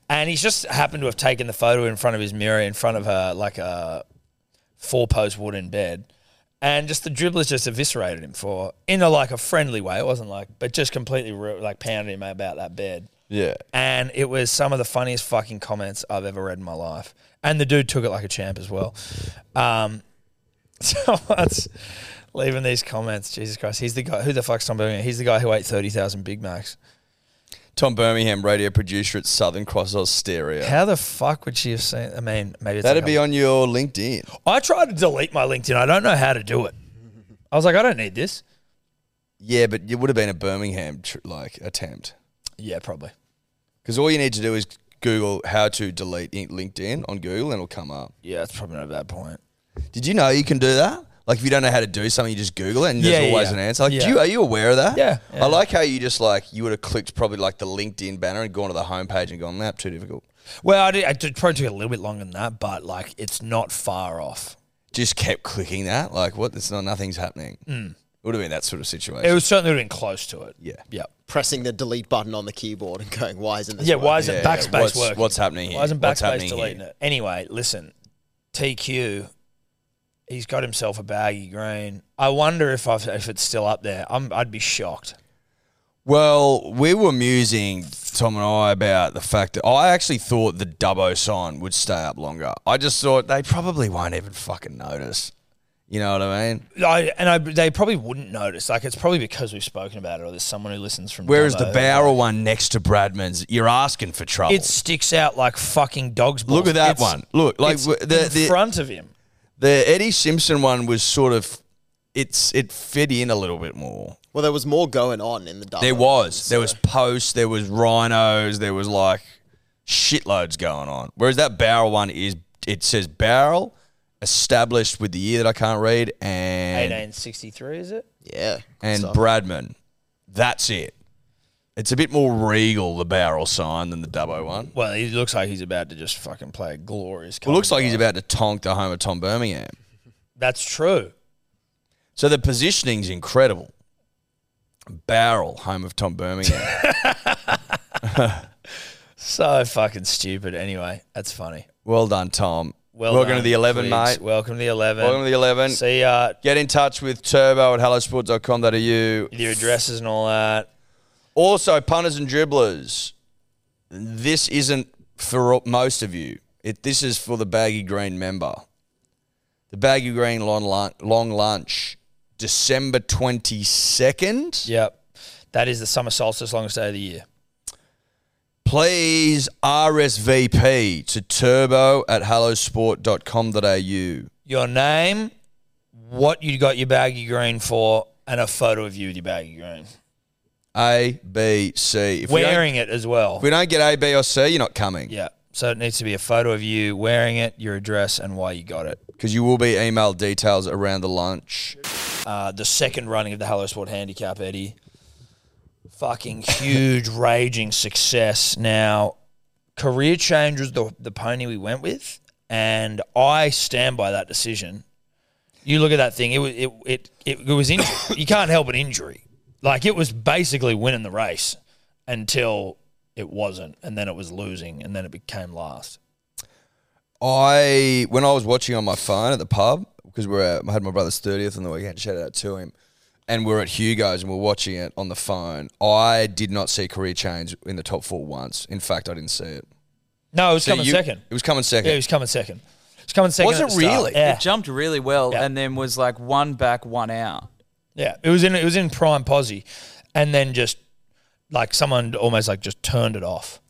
[SPEAKER 2] and he's just happened to have taken the photo in front of his mirror in front of her like a four post wooden bed and just the dribblers just eviscerated him for in a like a friendly way it wasn't like but just completely re- like pounded him about that bed
[SPEAKER 3] yeah.
[SPEAKER 2] and it was some of the funniest fucking comments I've ever read in my life. And the dude took it like a champ as well. Um, so that's leaving these comments. Jesus Christ, he's the guy. Who the fuck's Tom Birmingham? He's the guy who ate thirty thousand Big Macs.
[SPEAKER 3] Tom Birmingham, radio producer at Southern Cross Oz Stereo.
[SPEAKER 2] How the fuck would she have seen? I mean, maybe it's
[SPEAKER 3] That'd
[SPEAKER 2] like
[SPEAKER 3] be
[SPEAKER 2] a-
[SPEAKER 3] on your LinkedIn.
[SPEAKER 2] I tried to delete my LinkedIn. I don't know how to do it. I was like, I don't need this.
[SPEAKER 3] Yeah, but it would have been a Birmingham tr- like attempt
[SPEAKER 2] Yeah, probably.
[SPEAKER 3] because all you need to do is Google how to delete in- LinkedIn on Google and it'll come up.
[SPEAKER 2] Yeah, it's probably not at that point.
[SPEAKER 3] Did you know you can do that? Like if you don't know how to do something, you just Google it and
[SPEAKER 2] Yeah,
[SPEAKER 3] there's
[SPEAKER 2] yeah,
[SPEAKER 3] always
[SPEAKER 2] yeah.
[SPEAKER 3] an answer. Like,
[SPEAKER 2] Yeah.
[SPEAKER 3] do you are you aware of that?
[SPEAKER 2] Yeah, yeah.
[SPEAKER 3] I like how you just like you would have clicked probably like the LinkedIn banner and gone to the homepage and gone, "Nah, too difficult."
[SPEAKER 2] Well, I did, I did probably took a little bit longer than that, but like, it's not far off.
[SPEAKER 3] Just kept clicking that. Like, what? It's not nothing's happening. It would have been that sort of situation.
[SPEAKER 2] Hmm. It was certainly would have been close to it.
[SPEAKER 3] yeah.
[SPEAKER 2] Yeah.
[SPEAKER 4] Pressing the delete button on the keyboard and going, why isn't this?
[SPEAKER 2] Yeah, why
[SPEAKER 4] working?"
[SPEAKER 2] isn't
[SPEAKER 3] Yeah, yeah.
[SPEAKER 2] backspace
[SPEAKER 3] What's-
[SPEAKER 2] working?
[SPEAKER 3] what's happening here?
[SPEAKER 2] Why isn't
[SPEAKER 3] What's
[SPEAKER 2] backspace
[SPEAKER 3] happening
[SPEAKER 2] deleting
[SPEAKER 3] here?
[SPEAKER 2] it? Anyway, listen, TQ, he's got himself a baggy green. I wonder if I've, if it's still up there. I'm, I'd be shocked.
[SPEAKER 3] Well, we were musing, Tom and I, about the fact that I actually thought the Dubbo sign would stay up longer. I just thought they probably won't even fucking notice. You know what I mean?
[SPEAKER 2] I, and I, they probably wouldn't notice. Like it's probably because we've spoken about it, or there's someone who listens from.
[SPEAKER 3] Whereas the
[SPEAKER 2] Dubbo.
[SPEAKER 3] barrel one next to Bradman's, you're asking for trouble.
[SPEAKER 2] it sticks out like fucking dog's. Balls.
[SPEAKER 3] Look at that
[SPEAKER 2] It's-
[SPEAKER 3] one. Look, like
[SPEAKER 2] it's
[SPEAKER 3] w- the,
[SPEAKER 2] in
[SPEAKER 3] the
[SPEAKER 2] front of him.
[SPEAKER 3] the Eddie Simpson one was sort of it's it fit in a little bit more.
[SPEAKER 4] Well, there was more going on in the double.
[SPEAKER 3] There was there was posts, there was rhinos, there was like shitloads going on. Whereas that barrel one is it says barrel established with the year that I can't read and
[SPEAKER 2] 1863 is it?
[SPEAKER 4] Yeah. good
[SPEAKER 3] and
[SPEAKER 4] stuff.
[SPEAKER 3] Bradman. That's it. It's a bit more regal, the barrel sign, than the Dubbo one.
[SPEAKER 2] Well, he looks like he's about to just fucking play a glorious.
[SPEAKER 3] Well, it looks like
[SPEAKER 2] comeback.
[SPEAKER 3] he's about to tonk the home of Tom Birmingham.
[SPEAKER 2] That's true.
[SPEAKER 3] So the positioning's incredible. Barrel, home of Tom Birmingham.
[SPEAKER 2] So fucking stupid. Anyway, that's funny.
[SPEAKER 3] well done, Tom.
[SPEAKER 2] Well,
[SPEAKER 3] Welcome to
[SPEAKER 2] done,
[SPEAKER 3] the 11,
[SPEAKER 2] Cleeks.
[SPEAKER 3] mate.
[SPEAKER 2] Welcome to the eleven.
[SPEAKER 3] Welcome to the 11.
[SPEAKER 2] See ya.
[SPEAKER 3] Get in touch with turbo at hellosport.com.au.
[SPEAKER 2] With your addresses and all that.
[SPEAKER 3] Also, punters and dribblers, this isn't for all- most of you. It, this is for the baggy green member. The baggy green long, lun- long lunch, December 22nd.
[SPEAKER 2] Yep. That is the summer solstice, longest day of the year.
[SPEAKER 3] Please RSVP to turbo at hellosport.com.au.
[SPEAKER 2] Your name, what you got your baggy green for, and a photo of you with your baggy green.
[SPEAKER 3] A, B, C. If we don't-
[SPEAKER 2] Wearing it as well.
[SPEAKER 3] If we don't get A, B, or C, you're not coming
[SPEAKER 2] Yeah. So it needs to be a photo of you wearing it, your address, and why you got it.
[SPEAKER 3] because you will be emailed details around the lunch.
[SPEAKER 2] uh, the second running of the Hello Sport Handicap, Eddie. Fucking huge, raging success. Now, career change was the, the pony we went with, and I stand by that decision. You look at that thing; it was it it it, it was injury. you can't help an injury. Like it was basically winning the race until it wasn't, and then it was losing, and then it became last.
[SPEAKER 3] I when I was watching on my phone at the pub because we we're at, I had my brother's thirtieth on the weekend. Shout out to him, and we we're at Hugo's and we we're watching it on the phone. I did not see career change in the top four once. In fact, I didn't see it.
[SPEAKER 2] No, it was
[SPEAKER 3] So
[SPEAKER 2] coming
[SPEAKER 3] you-
[SPEAKER 2] second.
[SPEAKER 3] It was coming second.
[SPEAKER 2] Yeah, it was coming second. It was coming second.
[SPEAKER 3] Was
[SPEAKER 2] at
[SPEAKER 3] it
[SPEAKER 2] the start.
[SPEAKER 3] really?
[SPEAKER 2] Yeah.
[SPEAKER 5] It jumped really well
[SPEAKER 2] Yeah.
[SPEAKER 5] and then was like one back, one out.
[SPEAKER 2] Yeah, it was in it was in prime posse, and then just like someone almost like just turned it off.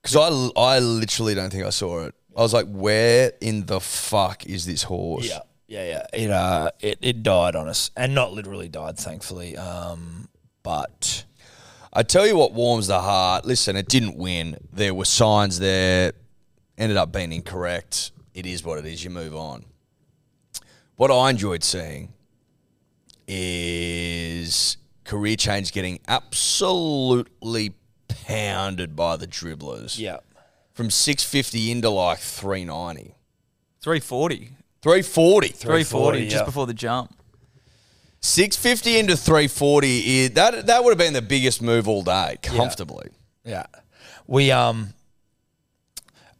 [SPEAKER 3] Because I, I literally don't think I saw it. I was like, where in the fuck is this horse?
[SPEAKER 2] Yeah, yeah, yeah. It uh, it, it died on us, and not literally died, thankfully. Um, but
[SPEAKER 3] I tell you what warms the heart. Listen, it didn't win. There were signs there, ended up being incorrect. It is what it is. You move on. What I enjoyed seeing is career change getting absolutely pounded by the dribblers
[SPEAKER 2] yeah,
[SPEAKER 3] from 650 into like 390.
[SPEAKER 5] 340.
[SPEAKER 3] 340.
[SPEAKER 5] 340 just
[SPEAKER 2] yeah.
[SPEAKER 5] before the jump.
[SPEAKER 3] 650 into 340 is, that that would have been the biggest move all day comfortably
[SPEAKER 2] yeah, we um,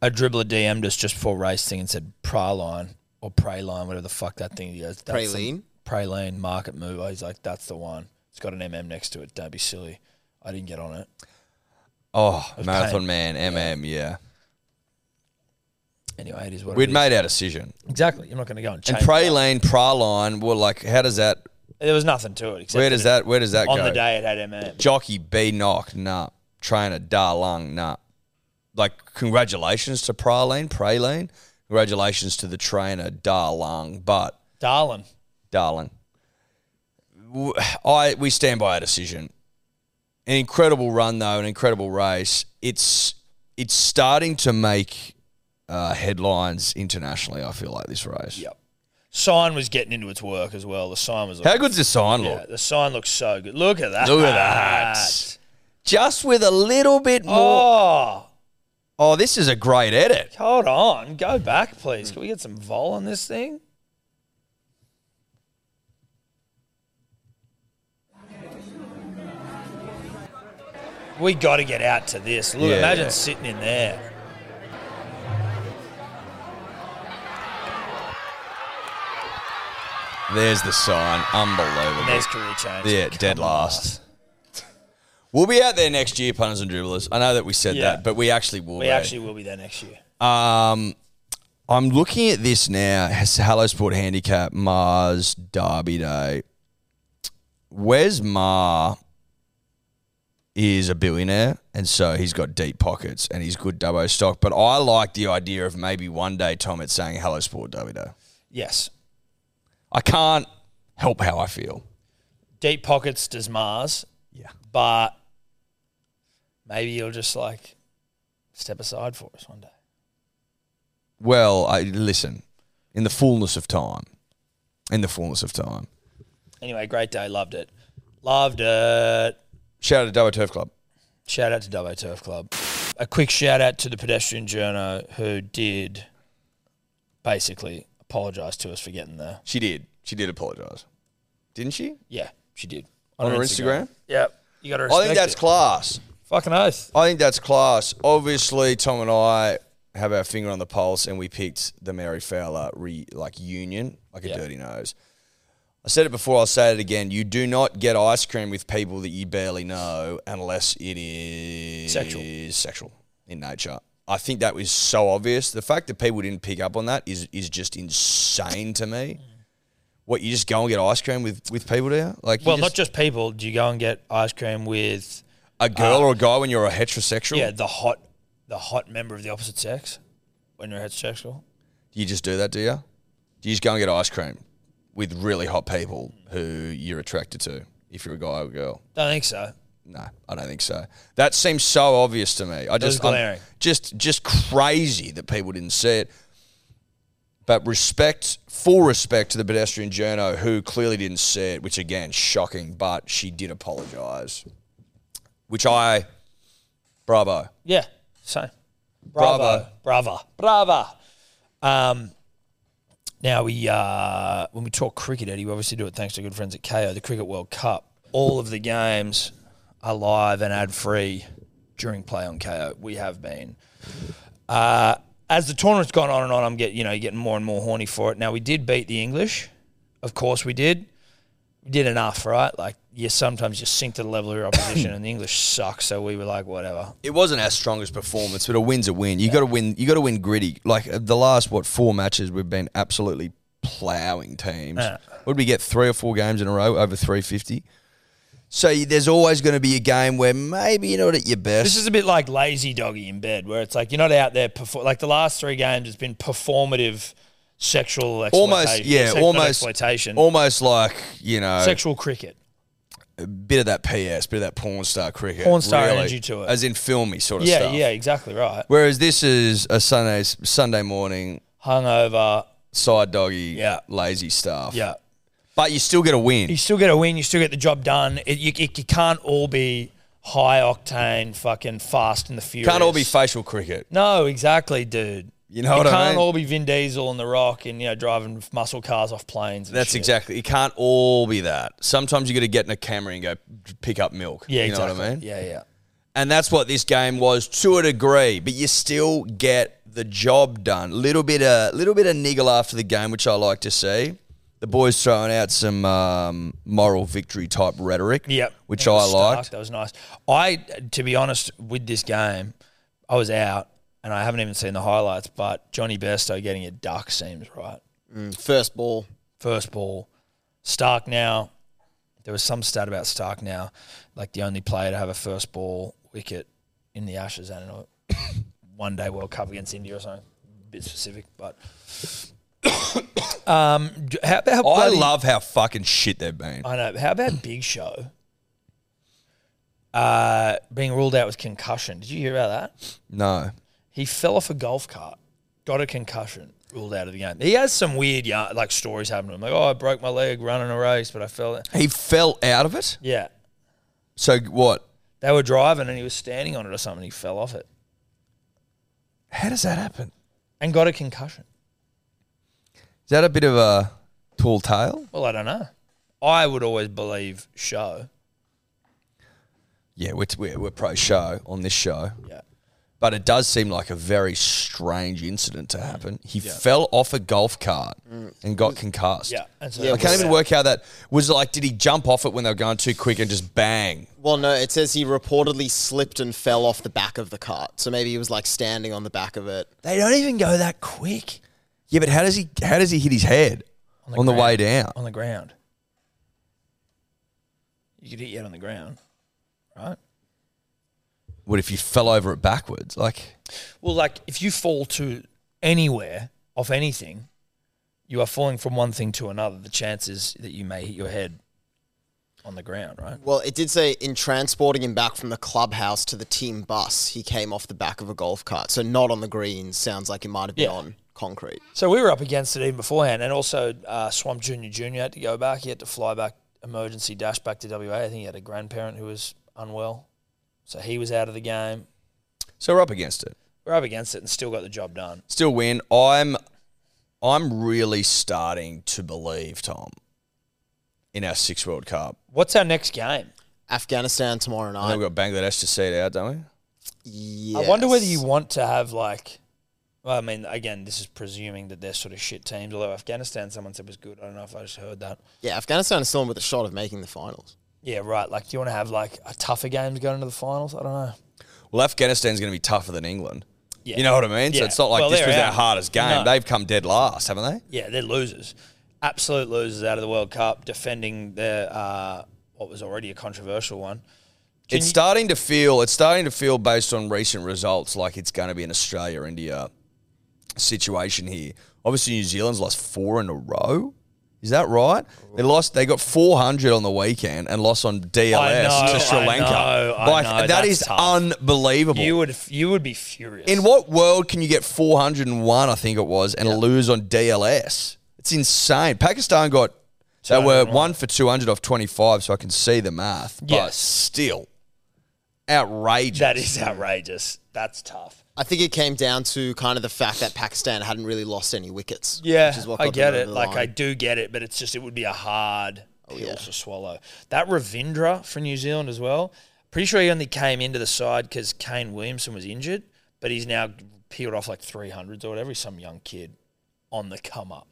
[SPEAKER 2] a dribbler DM'd us just before race thing and said praline or praline, whatever the fuck that thing is. That's the-
[SPEAKER 4] Praline?
[SPEAKER 2] praline market move. He's like, that's the one. It's got an MM next to it. Don't be silly. I didn't get on it.
[SPEAKER 3] oh
[SPEAKER 2] was
[SPEAKER 3] marathon
[SPEAKER 2] pain.
[SPEAKER 3] man mm yeah
[SPEAKER 2] Anyway, it is what it
[SPEAKER 3] we'd
[SPEAKER 2] is.
[SPEAKER 3] made our decision
[SPEAKER 2] Exactly. I'm not going to go and
[SPEAKER 3] and
[SPEAKER 2] change.
[SPEAKER 3] praline praline were like how does that
[SPEAKER 2] there was nothing to it. Except
[SPEAKER 3] where does
[SPEAKER 2] it-
[SPEAKER 3] that where does that
[SPEAKER 2] on
[SPEAKER 3] go
[SPEAKER 2] the day it had MM?
[SPEAKER 3] jockey b knock nah trainer darlung nah like congratulations to praline praline congratulations to the trainer darlung but
[SPEAKER 2] Darling,
[SPEAKER 3] darling. W- I we stand by our decision. An incredible run though, an incredible race. It's it's starting to make uh, headlines internationally. I feel like this race.
[SPEAKER 2] Yep. sign was getting into its work as well. The sign was.
[SPEAKER 3] How good's the sign look?
[SPEAKER 2] yeah, the sign looks so good. Look at that.
[SPEAKER 3] Look at that. Just with a little bit more.
[SPEAKER 2] Oh,
[SPEAKER 3] Oh, this is a great edit.
[SPEAKER 2] hold on. Go back, please. Can we get some vol on this thing? We got to get out to this. Look,
[SPEAKER 3] Yeah,
[SPEAKER 2] imagine
[SPEAKER 3] yeah.
[SPEAKER 2] sitting in there.
[SPEAKER 3] There's the sign.
[SPEAKER 2] And
[SPEAKER 3] Unbelievable.
[SPEAKER 2] there's career change.
[SPEAKER 3] Yeah,
[SPEAKER 2] Come
[SPEAKER 3] dead
[SPEAKER 2] on,
[SPEAKER 3] last. We'll be out there next year, punters and dribblers. I know that we said
[SPEAKER 2] Yeah.
[SPEAKER 3] that, but we actually will.
[SPEAKER 2] We
[SPEAKER 3] be.
[SPEAKER 2] actually will be there next year.
[SPEAKER 3] Um, I'm looking at this now. Has Hello Sport Handicap Mars Derby Day. Where's Ma is a billionaire, and so he's got deep pockets and he's good Dubbo stock. But I like the idea of maybe one day Tom it's saying Hello Sport Derby Day.
[SPEAKER 2] Yes.
[SPEAKER 3] I can't help how I feel.
[SPEAKER 2] Deep pockets does Mars,
[SPEAKER 3] Yeah.
[SPEAKER 2] but maybe he'll just like step aside for us one day.
[SPEAKER 3] Well, I listen. In the fullness of time. In the fullness of time.
[SPEAKER 2] Anyway, great day. Loved it. Loved it.
[SPEAKER 3] Shout out to Dubbo Turf Club.
[SPEAKER 2] Shout out to Dubbo Turf Club. A quick shout out to the pedestrian journo who did basically apologise to us for getting there.
[SPEAKER 3] She did. She did apologize, didn't she?
[SPEAKER 2] Yeah, she did.
[SPEAKER 3] On her Instagram?
[SPEAKER 2] Yep. You got to
[SPEAKER 3] I
[SPEAKER 2] respect
[SPEAKER 3] think that's
[SPEAKER 2] it.
[SPEAKER 3] class.
[SPEAKER 2] Fucking oath.
[SPEAKER 3] I think that's class. Obviously, Tom and I have our finger on the pulse, and we picked the Mary Fowler re, like union, like a
[SPEAKER 2] Yeah.
[SPEAKER 3] dirty nose. I said it before. I'll say it again. You do not get ice cream with people that you barely know unless it is
[SPEAKER 2] Sexual.
[SPEAKER 3] sexual in nature. I think that was so obvious. The fact that people didn't pick up on that is is just insane to
[SPEAKER 2] Mm.
[SPEAKER 3] me. What you just go and get ice cream with with people there? Like you
[SPEAKER 2] Well,
[SPEAKER 3] just-
[SPEAKER 2] not just people. Do you go and get ice cream with
[SPEAKER 3] a girl or a guy when you're a heterosexual?
[SPEAKER 2] Uh, yeah the hot the hot member of the opposite sex when you're heterosexual?
[SPEAKER 3] You just do that, do you? Do you just go and get ice cream with really hot people who you're attracted to if you're a guy or a girl?
[SPEAKER 2] Don't think so.
[SPEAKER 3] No, I don't think so. That seems so obvious to me. I
[SPEAKER 2] was
[SPEAKER 3] just I'm
[SPEAKER 2] glaring.
[SPEAKER 3] just just crazy that people didn't see it. But respect, full respect to the pedestrian journo who clearly didn't see it, which again shocking. But she did apologise, which I bravo.
[SPEAKER 2] Yeah. Same. Bravo. Bravo. Bravo. Um, now we uh, when we talk cricket, Eddie, we obviously do it thanks to good friends at KO, the Cricket World Cup. All of the games are live and ad free during play on KO. We have been. Uh, as the tournament's gone on and on, I'm getting you know you're getting more and more horny for it. Now we did beat the English, of course we did. We did enough, right? Like you sometimes just sink to the level of your opposition, and the English suck. So we were like, whatever.
[SPEAKER 3] it wasn't our strongest performance, but a win's a win. You got to win. You got to win gritty. Like uh, the last what four matches, we've been absolutely plowing teams.
[SPEAKER 2] Yeah.
[SPEAKER 3] What did we get? Three or four games in a row over three fifty. So y- there's always going to be a game where maybe you're not at your best.
[SPEAKER 2] This is a bit like lazy doggy in bed, where it's like you're not out there. Perfor- like the last three games, it's been performative sexual exploitation.
[SPEAKER 3] almost yeah,
[SPEAKER 2] sex- not
[SPEAKER 3] almost
[SPEAKER 2] exploitation.
[SPEAKER 3] Almost like you know,
[SPEAKER 2] sexual cricket.
[SPEAKER 3] a bit of that PS, bit of that porn star cricket,
[SPEAKER 2] Porn star energy to it.
[SPEAKER 3] as in filmy sort of
[SPEAKER 2] Yeah,
[SPEAKER 3] stuff.
[SPEAKER 2] yeah, exactly right.
[SPEAKER 3] Whereas this is a Sunday Sunday morning
[SPEAKER 2] Hungover.
[SPEAKER 3] side doggy,
[SPEAKER 2] Yeah.
[SPEAKER 3] lazy stuff.
[SPEAKER 2] Yeah,
[SPEAKER 3] but you still get a win.
[SPEAKER 2] you still get a win. You still get the job done. It, you, it, you can't all be high octane, fucking fast and the furious.
[SPEAKER 3] Can't all be facial cricket.
[SPEAKER 2] no, exactly, dude.
[SPEAKER 3] You know
[SPEAKER 2] you
[SPEAKER 3] what I
[SPEAKER 2] can't
[SPEAKER 3] mean?
[SPEAKER 2] all be Vin Diesel and The Rock and you know driving muscle cars off planes. And
[SPEAKER 3] That's
[SPEAKER 2] shit.
[SPEAKER 3] exactly. It can't all be that. Sometimes you got to get in a camera and go pick up milk.
[SPEAKER 2] Yeah,
[SPEAKER 3] you
[SPEAKER 2] exactly.
[SPEAKER 3] know what I mean.
[SPEAKER 2] Yeah, yeah.
[SPEAKER 3] And that's what this game was to a degree, but you still get the job done. Little bit of little bit of niggle after the game, which I like to see. The boys throwing out some um, moral victory type rhetoric.
[SPEAKER 2] Yep.
[SPEAKER 3] which
[SPEAKER 2] It
[SPEAKER 3] I
[SPEAKER 2] was stark.
[SPEAKER 3] liked.
[SPEAKER 2] That was nice. I, to be honest, with this game, I was out and I haven't even seen the highlights. But Johnny Besto getting a duck seems right.
[SPEAKER 4] mm, First ball.
[SPEAKER 2] First ball, Stark now. There was some stat about Stark now, like the only player to have a first ball wicket in the Ashes and in a one day World Cup against India or something. A bit specific, but um, d- how about
[SPEAKER 3] I
[SPEAKER 2] bloody-
[SPEAKER 3] love how fucking shit they've been.
[SPEAKER 2] I know. How about Big Show? Uh, being ruled out with concussion. Did you hear about that?
[SPEAKER 3] No,
[SPEAKER 2] He fell off a golf cart, got a concussion, ruled out of the game. He has some weird yeah, like stories happen to him. Like, oh, I broke my leg running a race, but I fell.
[SPEAKER 3] he fell out of it.
[SPEAKER 2] Yeah,
[SPEAKER 3] So what?
[SPEAKER 2] they were driving and he was standing on it or something. He fell off it
[SPEAKER 3] How does that happen?
[SPEAKER 2] and got a concussion.
[SPEAKER 3] Is that a bit of a tall tale?
[SPEAKER 2] Well, I don't know. I would always believe Show.
[SPEAKER 3] Yeah, we're, t- we're, we're pro show on this show,
[SPEAKER 2] Yeah,
[SPEAKER 3] but it does seem like a very strange incident to happen. He fell off a golf cart and got concussed.
[SPEAKER 2] yeah. And so
[SPEAKER 4] Yeah,
[SPEAKER 2] they
[SPEAKER 3] I can't
[SPEAKER 2] ruled
[SPEAKER 3] even
[SPEAKER 2] out.
[SPEAKER 3] work out that was it like. Did he jump off it when they were going too quick and just bang?
[SPEAKER 4] Well, no, it says he reportedly slipped and fell off the back of the cart. So maybe he was like standing on the back of it.
[SPEAKER 3] They don't even go that quick. Yeah, but how does he? How does he hit his head on the,
[SPEAKER 2] ground.
[SPEAKER 3] way down?
[SPEAKER 2] on the ground. You could hit your head on the ground, right?
[SPEAKER 3] What if you fell over it backwards? Like
[SPEAKER 2] Well, like if you fall to anywhere off anything, you are falling from one thing to another. The chances that you may hit your head on the ground, right?
[SPEAKER 4] Well, it did say in transporting him back from the clubhouse to the team bus, he came off the back of a golf cart. So not on the greens. Sounds like he might have been
[SPEAKER 2] Yeah.
[SPEAKER 4] on concrete.
[SPEAKER 2] So we were up against it even beforehand, and also uh, Swamp Junior Junior had to go back. He had to fly back emergency dash back to WA. I think he had a grandparent who was unwell. So he was out of the game.
[SPEAKER 3] So we're up against it.
[SPEAKER 2] We're up against it and still got the job done.
[SPEAKER 3] Still win. I'm I'm really starting to believe, Tom, in our six World Cup.
[SPEAKER 2] What's our next game?
[SPEAKER 4] Afghanistan tomorrow
[SPEAKER 3] I think
[SPEAKER 4] night.
[SPEAKER 3] we've got Bangladesh to see it out, don't we?
[SPEAKER 4] Yes.
[SPEAKER 2] I wonder whether you want to have like. Well, I mean, again, this is presuming that they're sort of shit teams. Although Afghanistan, someone said was good. I don't know if I just heard that.
[SPEAKER 4] Yeah, Afghanistan is still in with a shot of making the finals.
[SPEAKER 2] Yeah, right. Like, do you want to have like a tougher games going into the finals? I don't know.
[SPEAKER 3] Well, Afghanistan's going to be tougher than England.
[SPEAKER 2] Yeah.
[SPEAKER 3] You know what I mean? So
[SPEAKER 2] Yeah.
[SPEAKER 3] it's not like
[SPEAKER 2] Well,
[SPEAKER 3] this
[SPEAKER 2] they're
[SPEAKER 3] was our
[SPEAKER 2] out.
[SPEAKER 3] hardest game.
[SPEAKER 2] No.
[SPEAKER 3] They've come dead last, haven't they?
[SPEAKER 2] Yeah, they're losers, absolute losers out of the World Cup, defending their uh, what was already a controversial one. Can
[SPEAKER 3] it's
[SPEAKER 2] you-
[SPEAKER 3] starting to feel. It's starting to feel based on recent results like it's going to be an Australia India situation here. Obviously, New Zealand's lost four in a row. Is that right? They lost. They got four hundred on the weekend and lost on DLS
[SPEAKER 2] know,
[SPEAKER 3] to Sri
[SPEAKER 2] I
[SPEAKER 3] Lanka.
[SPEAKER 2] know, I
[SPEAKER 3] like
[SPEAKER 2] know,
[SPEAKER 3] that
[SPEAKER 2] that's
[SPEAKER 3] is
[SPEAKER 2] tough.
[SPEAKER 3] unbelievable.
[SPEAKER 2] You would you would be furious.
[SPEAKER 3] in what world can you get four hundred and one? I think it was and lose on DLS. It's insane. Pakistan got. They were
[SPEAKER 2] 201.
[SPEAKER 3] one for two hundred off twenty five, so I can see the math. But
[SPEAKER 2] Yes.
[SPEAKER 3] still, outrageous.
[SPEAKER 2] That is outrageous. That's tough.
[SPEAKER 4] I think it came down to kind of the fact that Pakistan hadn't really lost any wickets.
[SPEAKER 2] Yeah,
[SPEAKER 4] which is what
[SPEAKER 2] I
[SPEAKER 4] got them
[SPEAKER 2] get
[SPEAKER 4] over
[SPEAKER 2] it.
[SPEAKER 4] the
[SPEAKER 2] Like I
[SPEAKER 4] line. Oh,
[SPEAKER 2] do get it, but it's just it would be a hard pill
[SPEAKER 4] yeah.
[SPEAKER 2] to swallow. That Ravindra for New Zealand as well. Pretty sure he only came into the side because Kane Williamson was injured, but he's now peeled off like three hundreds or whatever. He's some young kid on the come up.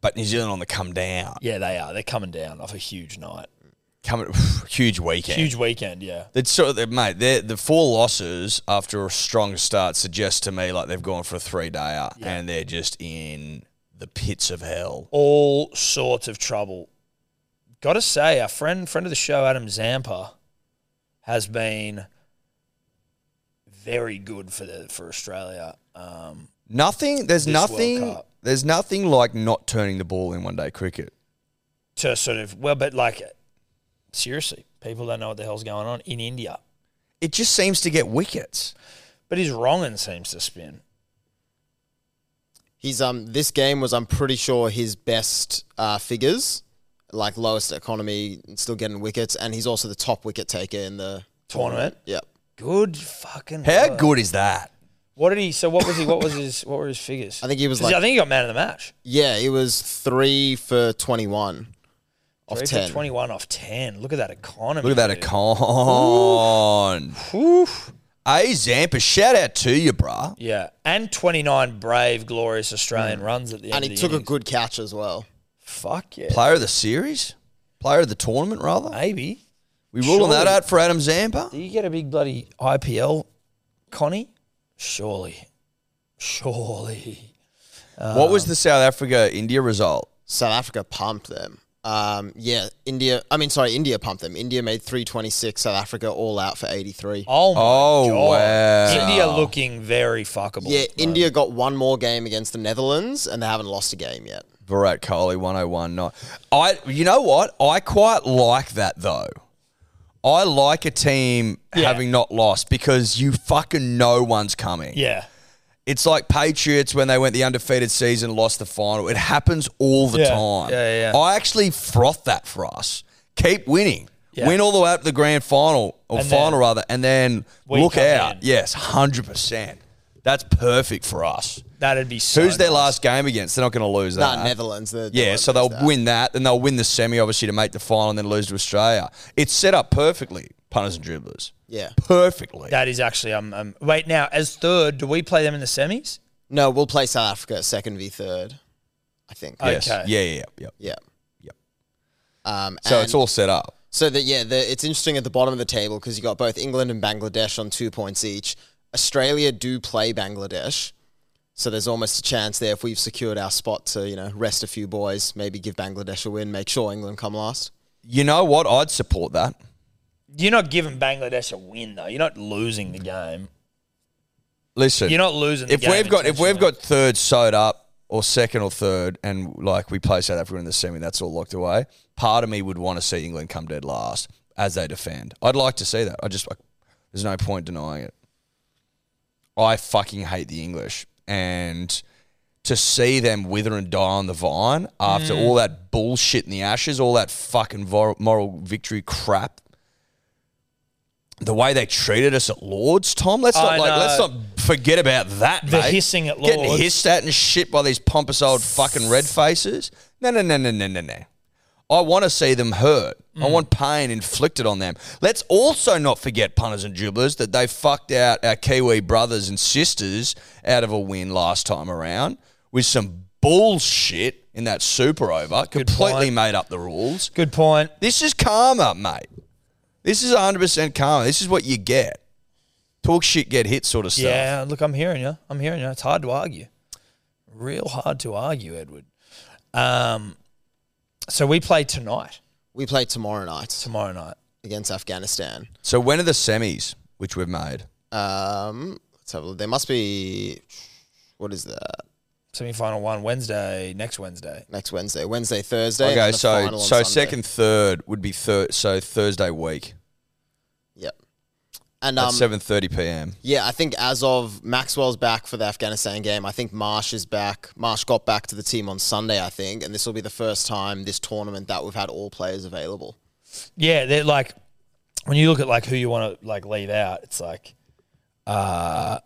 [SPEAKER 3] but New Zealand on the come down.
[SPEAKER 2] Yeah, they are. They're coming down off a huge night,
[SPEAKER 3] Coming huge weekend.
[SPEAKER 2] huge weekend. Yeah,
[SPEAKER 3] It's sort of they- mate. they're- The four losses after a strong start suggests to me like they've gone for a three dayer and they're just in the pits of hell.
[SPEAKER 2] all sorts of trouble. Got to say, our friend friend of the show Adam Zampa has been very good for the for Australia. Um,
[SPEAKER 3] Nothing. There's
[SPEAKER 2] This World
[SPEAKER 3] nothing.
[SPEAKER 2] Cup.
[SPEAKER 3] There's nothing like not turning the ball in one day cricket.
[SPEAKER 2] to sort of well, but like seriously, people don't know what the hell's going on in India.
[SPEAKER 3] It just seems to get wickets.
[SPEAKER 2] But his wronging seems to spin.
[SPEAKER 4] He's um this game was I'm pretty sure his best uh, figures, like lowest economy, still getting wickets, and he's also the top wicket taker in the
[SPEAKER 2] Tournament.
[SPEAKER 4] Yep.
[SPEAKER 2] Good fucking.
[SPEAKER 3] How
[SPEAKER 2] work.
[SPEAKER 3] good is that?
[SPEAKER 2] What did he? So what was he? What was his? What were his figures?
[SPEAKER 4] I think he was
[SPEAKER 2] 'Cause
[SPEAKER 4] like-
[SPEAKER 2] I think he got man of the match.
[SPEAKER 4] Yeah, it was three for twenty one off
[SPEAKER 2] Three for
[SPEAKER 4] ten.
[SPEAKER 2] Twenty-one off ten. Look at that economy.
[SPEAKER 3] Look at that
[SPEAKER 2] dude.
[SPEAKER 3] econ.
[SPEAKER 2] Oof.
[SPEAKER 3] Hey Zampa, shout out to you, bruh.
[SPEAKER 2] Yeah, and 29 brave, glorious Australian
[SPEAKER 3] Mm.
[SPEAKER 2] runs at the end.
[SPEAKER 4] And he
[SPEAKER 2] of the
[SPEAKER 4] took a
[SPEAKER 2] innings.
[SPEAKER 4] good catch as well.
[SPEAKER 2] fuck yeah,
[SPEAKER 3] Player of the series, player of the tournament, rather.
[SPEAKER 2] maybe.
[SPEAKER 3] We ruling that
[SPEAKER 2] Uh, Surely.
[SPEAKER 3] out for Adam Zampa?
[SPEAKER 2] Do you get a big bloody IPL, Connie? Surely, surely. Uh,
[SPEAKER 3] what was the South Africa India result?
[SPEAKER 4] South Africa pumped them. Um, yeah, India. I mean, sorry, India pumped them. India made three twenty six. South Africa all out for eighty three.
[SPEAKER 2] Oh my
[SPEAKER 3] Oh,
[SPEAKER 2] god!
[SPEAKER 3] wow.
[SPEAKER 2] India looking very fuckable.
[SPEAKER 4] Yeah, India got one more game against the Netherlands, and they haven't lost a game yet.
[SPEAKER 3] Virat Kohli 101 not. I you know what? I quite like that though. I like a team
[SPEAKER 2] Yeah.
[SPEAKER 3] having not lost because you fucking know one's coming.
[SPEAKER 2] yeah.
[SPEAKER 3] It's like Patriots when they went the undefeated season, lost the final. It happens all the
[SPEAKER 2] Yeah.
[SPEAKER 3] time.
[SPEAKER 2] Yeah, yeah, yeah.
[SPEAKER 3] I actually froth that for us. Keep winning.
[SPEAKER 2] Yeah.
[SPEAKER 3] Win all the way up to the grand final or
[SPEAKER 2] And then
[SPEAKER 3] final rather, and then
[SPEAKER 2] we
[SPEAKER 3] look
[SPEAKER 2] come
[SPEAKER 3] out.
[SPEAKER 2] in.
[SPEAKER 3] Yes, hundred percent. That's perfect for us.
[SPEAKER 2] That'd be so
[SPEAKER 3] Who's their
[SPEAKER 2] nice.
[SPEAKER 3] last game against? They're not going to lose that.
[SPEAKER 4] Nah, Netherlands. The,
[SPEAKER 3] Yeah, so they'll
[SPEAKER 4] won't lose that.
[SPEAKER 3] win that, and they'll win the semi, obviously, to make the final, and then lose to Australia. It's set up perfectly, punters and dribblers.
[SPEAKER 4] Yeah.
[SPEAKER 3] Perfectly.
[SPEAKER 2] That is actually um, um. Wait now, as third, do we play them in the semis?
[SPEAKER 4] No, we'll play South Africa second v third, I think.
[SPEAKER 3] yes.
[SPEAKER 2] okay.
[SPEAKER 3] Yeah, yeah, yeah. yeah.
[SPEAKER 4] Yeah.
[SPEAKER 3] Yep.
[SPEAKER 4] Um,
[SPEAKER 3] So
[SPEAKER 4] and-
[SPEAKER 3] it's all set up.
[SPEAKER 4] So that yeah, the, it's interesting at the bottom of the table because you got both England and Bangladesh on two points each. Australia do play Bangladesh, so there's almost a chance there if we've secured our spot to you know rest a few boys, maybe give Bangladesh a win, make sure England come last.
[SPEAKER 3] You know what? I'd support that.
[SPEAKER 2] You're not giving Bangladesh a win though. You're not losing the game.
[SPEAKER 3] Listen,
[SPEAKER 2] You're not losing. The
[SPEAKER 3] if
[SPEAKER 2] game
[SPEAKER 3] we've got if we've
[SPEAKER 2] intentionally.
[SPEAKER 3] got third sewed up or second or third, and like we play South Africa in the semi, that's all locked away. Part of me would want to see England come dead last as they defend. I'd like to see that. I just like, there's no point denying it. I fucking hate the English, and to see them wither and die on the vine after
[SPEAKER 2] Mm.
[SPEAKER 3] all that bullshit in the ashes, all that fucking vor- moral victory crap. the way they treated us at Lords, Tom. Let's not
[SPEAKER 2] I
[SPEAKER 3] like, let's
[SPEAKER 2] know.
[SPEAKER 3] not forget about that.
[SPEAKER 2] The
[SPEAKER 3] mate.
[SPEAKER 2] hissing at
[SPEAKER 3] getting
[SPEAKER 2] Lords.
[SPEAKER 3] hissed at and shit by these pompous old fucking red faces. No, no, no, no, no, no, no. I want to see them hurt. I
[SPEAKER 2] Mm.
[SPEAKER 3] want pain inflicted on them. Let's also not forget punters and dribblers that they fucked out our Kiwi brothers and sisters out of a win last time around with some bullshit in that super over. Completely
[SPEAKER 2] point.
[SPEAKER 3] made up the rules.
[SPEAKER 2] Good point.
[SPEAKER 3] This is karma, mate. This is 100% karma. This is what you get. Talk shit, get hit sort of stuff.
[SPEAKER 2] Yeah, look, I'm hearing you. I'm hearing you. It's hard to argue. Real hard to argue, Edward. Um, so we play tonight,
[SPEAKER 4] We play tomorrow night
[SPEAKER 2] tomorrow night.
[SPEAKER 4] against Afghanistan.
[SPEAKER 3] So when are the semis, which we've made?
[SPEAKER 4] Um, let's have a look. There must be what is that?
[SPEAKER 2] Semi final one Wednesday, next Wednesday.
[SPEAKER 4] Next Wednesday, Wednesday, Thursday. and
[SPEAKER 3] okay,
[SPEAKER 4] the
[SPEAKER 3] so
[SPEAKER 4] final on
[SPEAKER 3] so
[SPEAKER 4] Sunday.
[SPEAKER 3] second, third would be third. So Thursday week
[SPEAKER 4] Yep. And
[SPEAKER 3] at
[SPEAKER 4] um,
[SPEAKER 3] 7:30 p.m.
[SPEAKER 4] yeah, I think as of Maxwell's back for the Afghanistan game. I think Marsh is back. Marsh got back to the team on Sunday, I think, and this will be the first time this tournament that we've had all players available.
[SPEAKER 2] Yeah, they're like when you look at like who you want to like leave out, it's like uh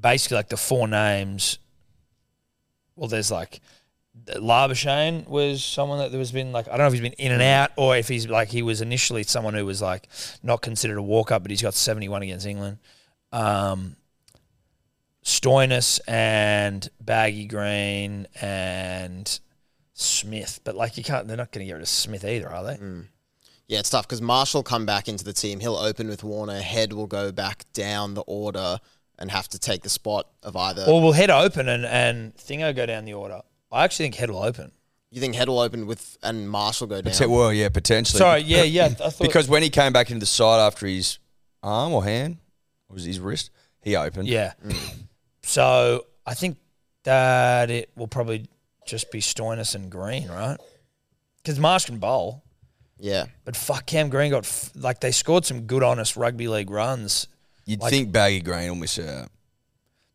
[SPEAKER 2] basically like the four names. Well, there's like Labashane was someone that there was been like I don't know if he's been in and out or if he's like he was initially someone who was like not considered a walk up, but he's got 71 against England. Um Stoinis and Baggy Green and Smith, but like you can't, they're not going to get rid of Smith either, are they?
[SPEAKER 4] Yeah, it's tough because Marsh will come back into the team. He'll open with Warner. Head will go back down the order and have to take the spot of either.
[SPEAKER 2] Or we'll head open and, and Thingo go down the order. I actually think head will open.
[SPEAKER 4] you think Head will open with and Marsh will go down?
[SPEAKER 3] Te- Well, yeah, potentially.
[SPEAKER 2] Sorry, yeah, yeah. I thought
[SPEAKER 3] because when he came back into the side after his arm or hand, or was it his wrist? He opened.
[SPEAKER 2] yeah. Mm. so I think that it will probably just be Stoinis and Green, right? Because Marsh can bowl,
[SPEAKER 4] yeah.
[SPEAKER 2] but fuck, Cam Green got f- like they scored some good, honest rugby league runs,
[SPEAKER 3] You'd
[SPEAKER 2] Like-
[SPEAKER 3] think Baggy Green will miss out.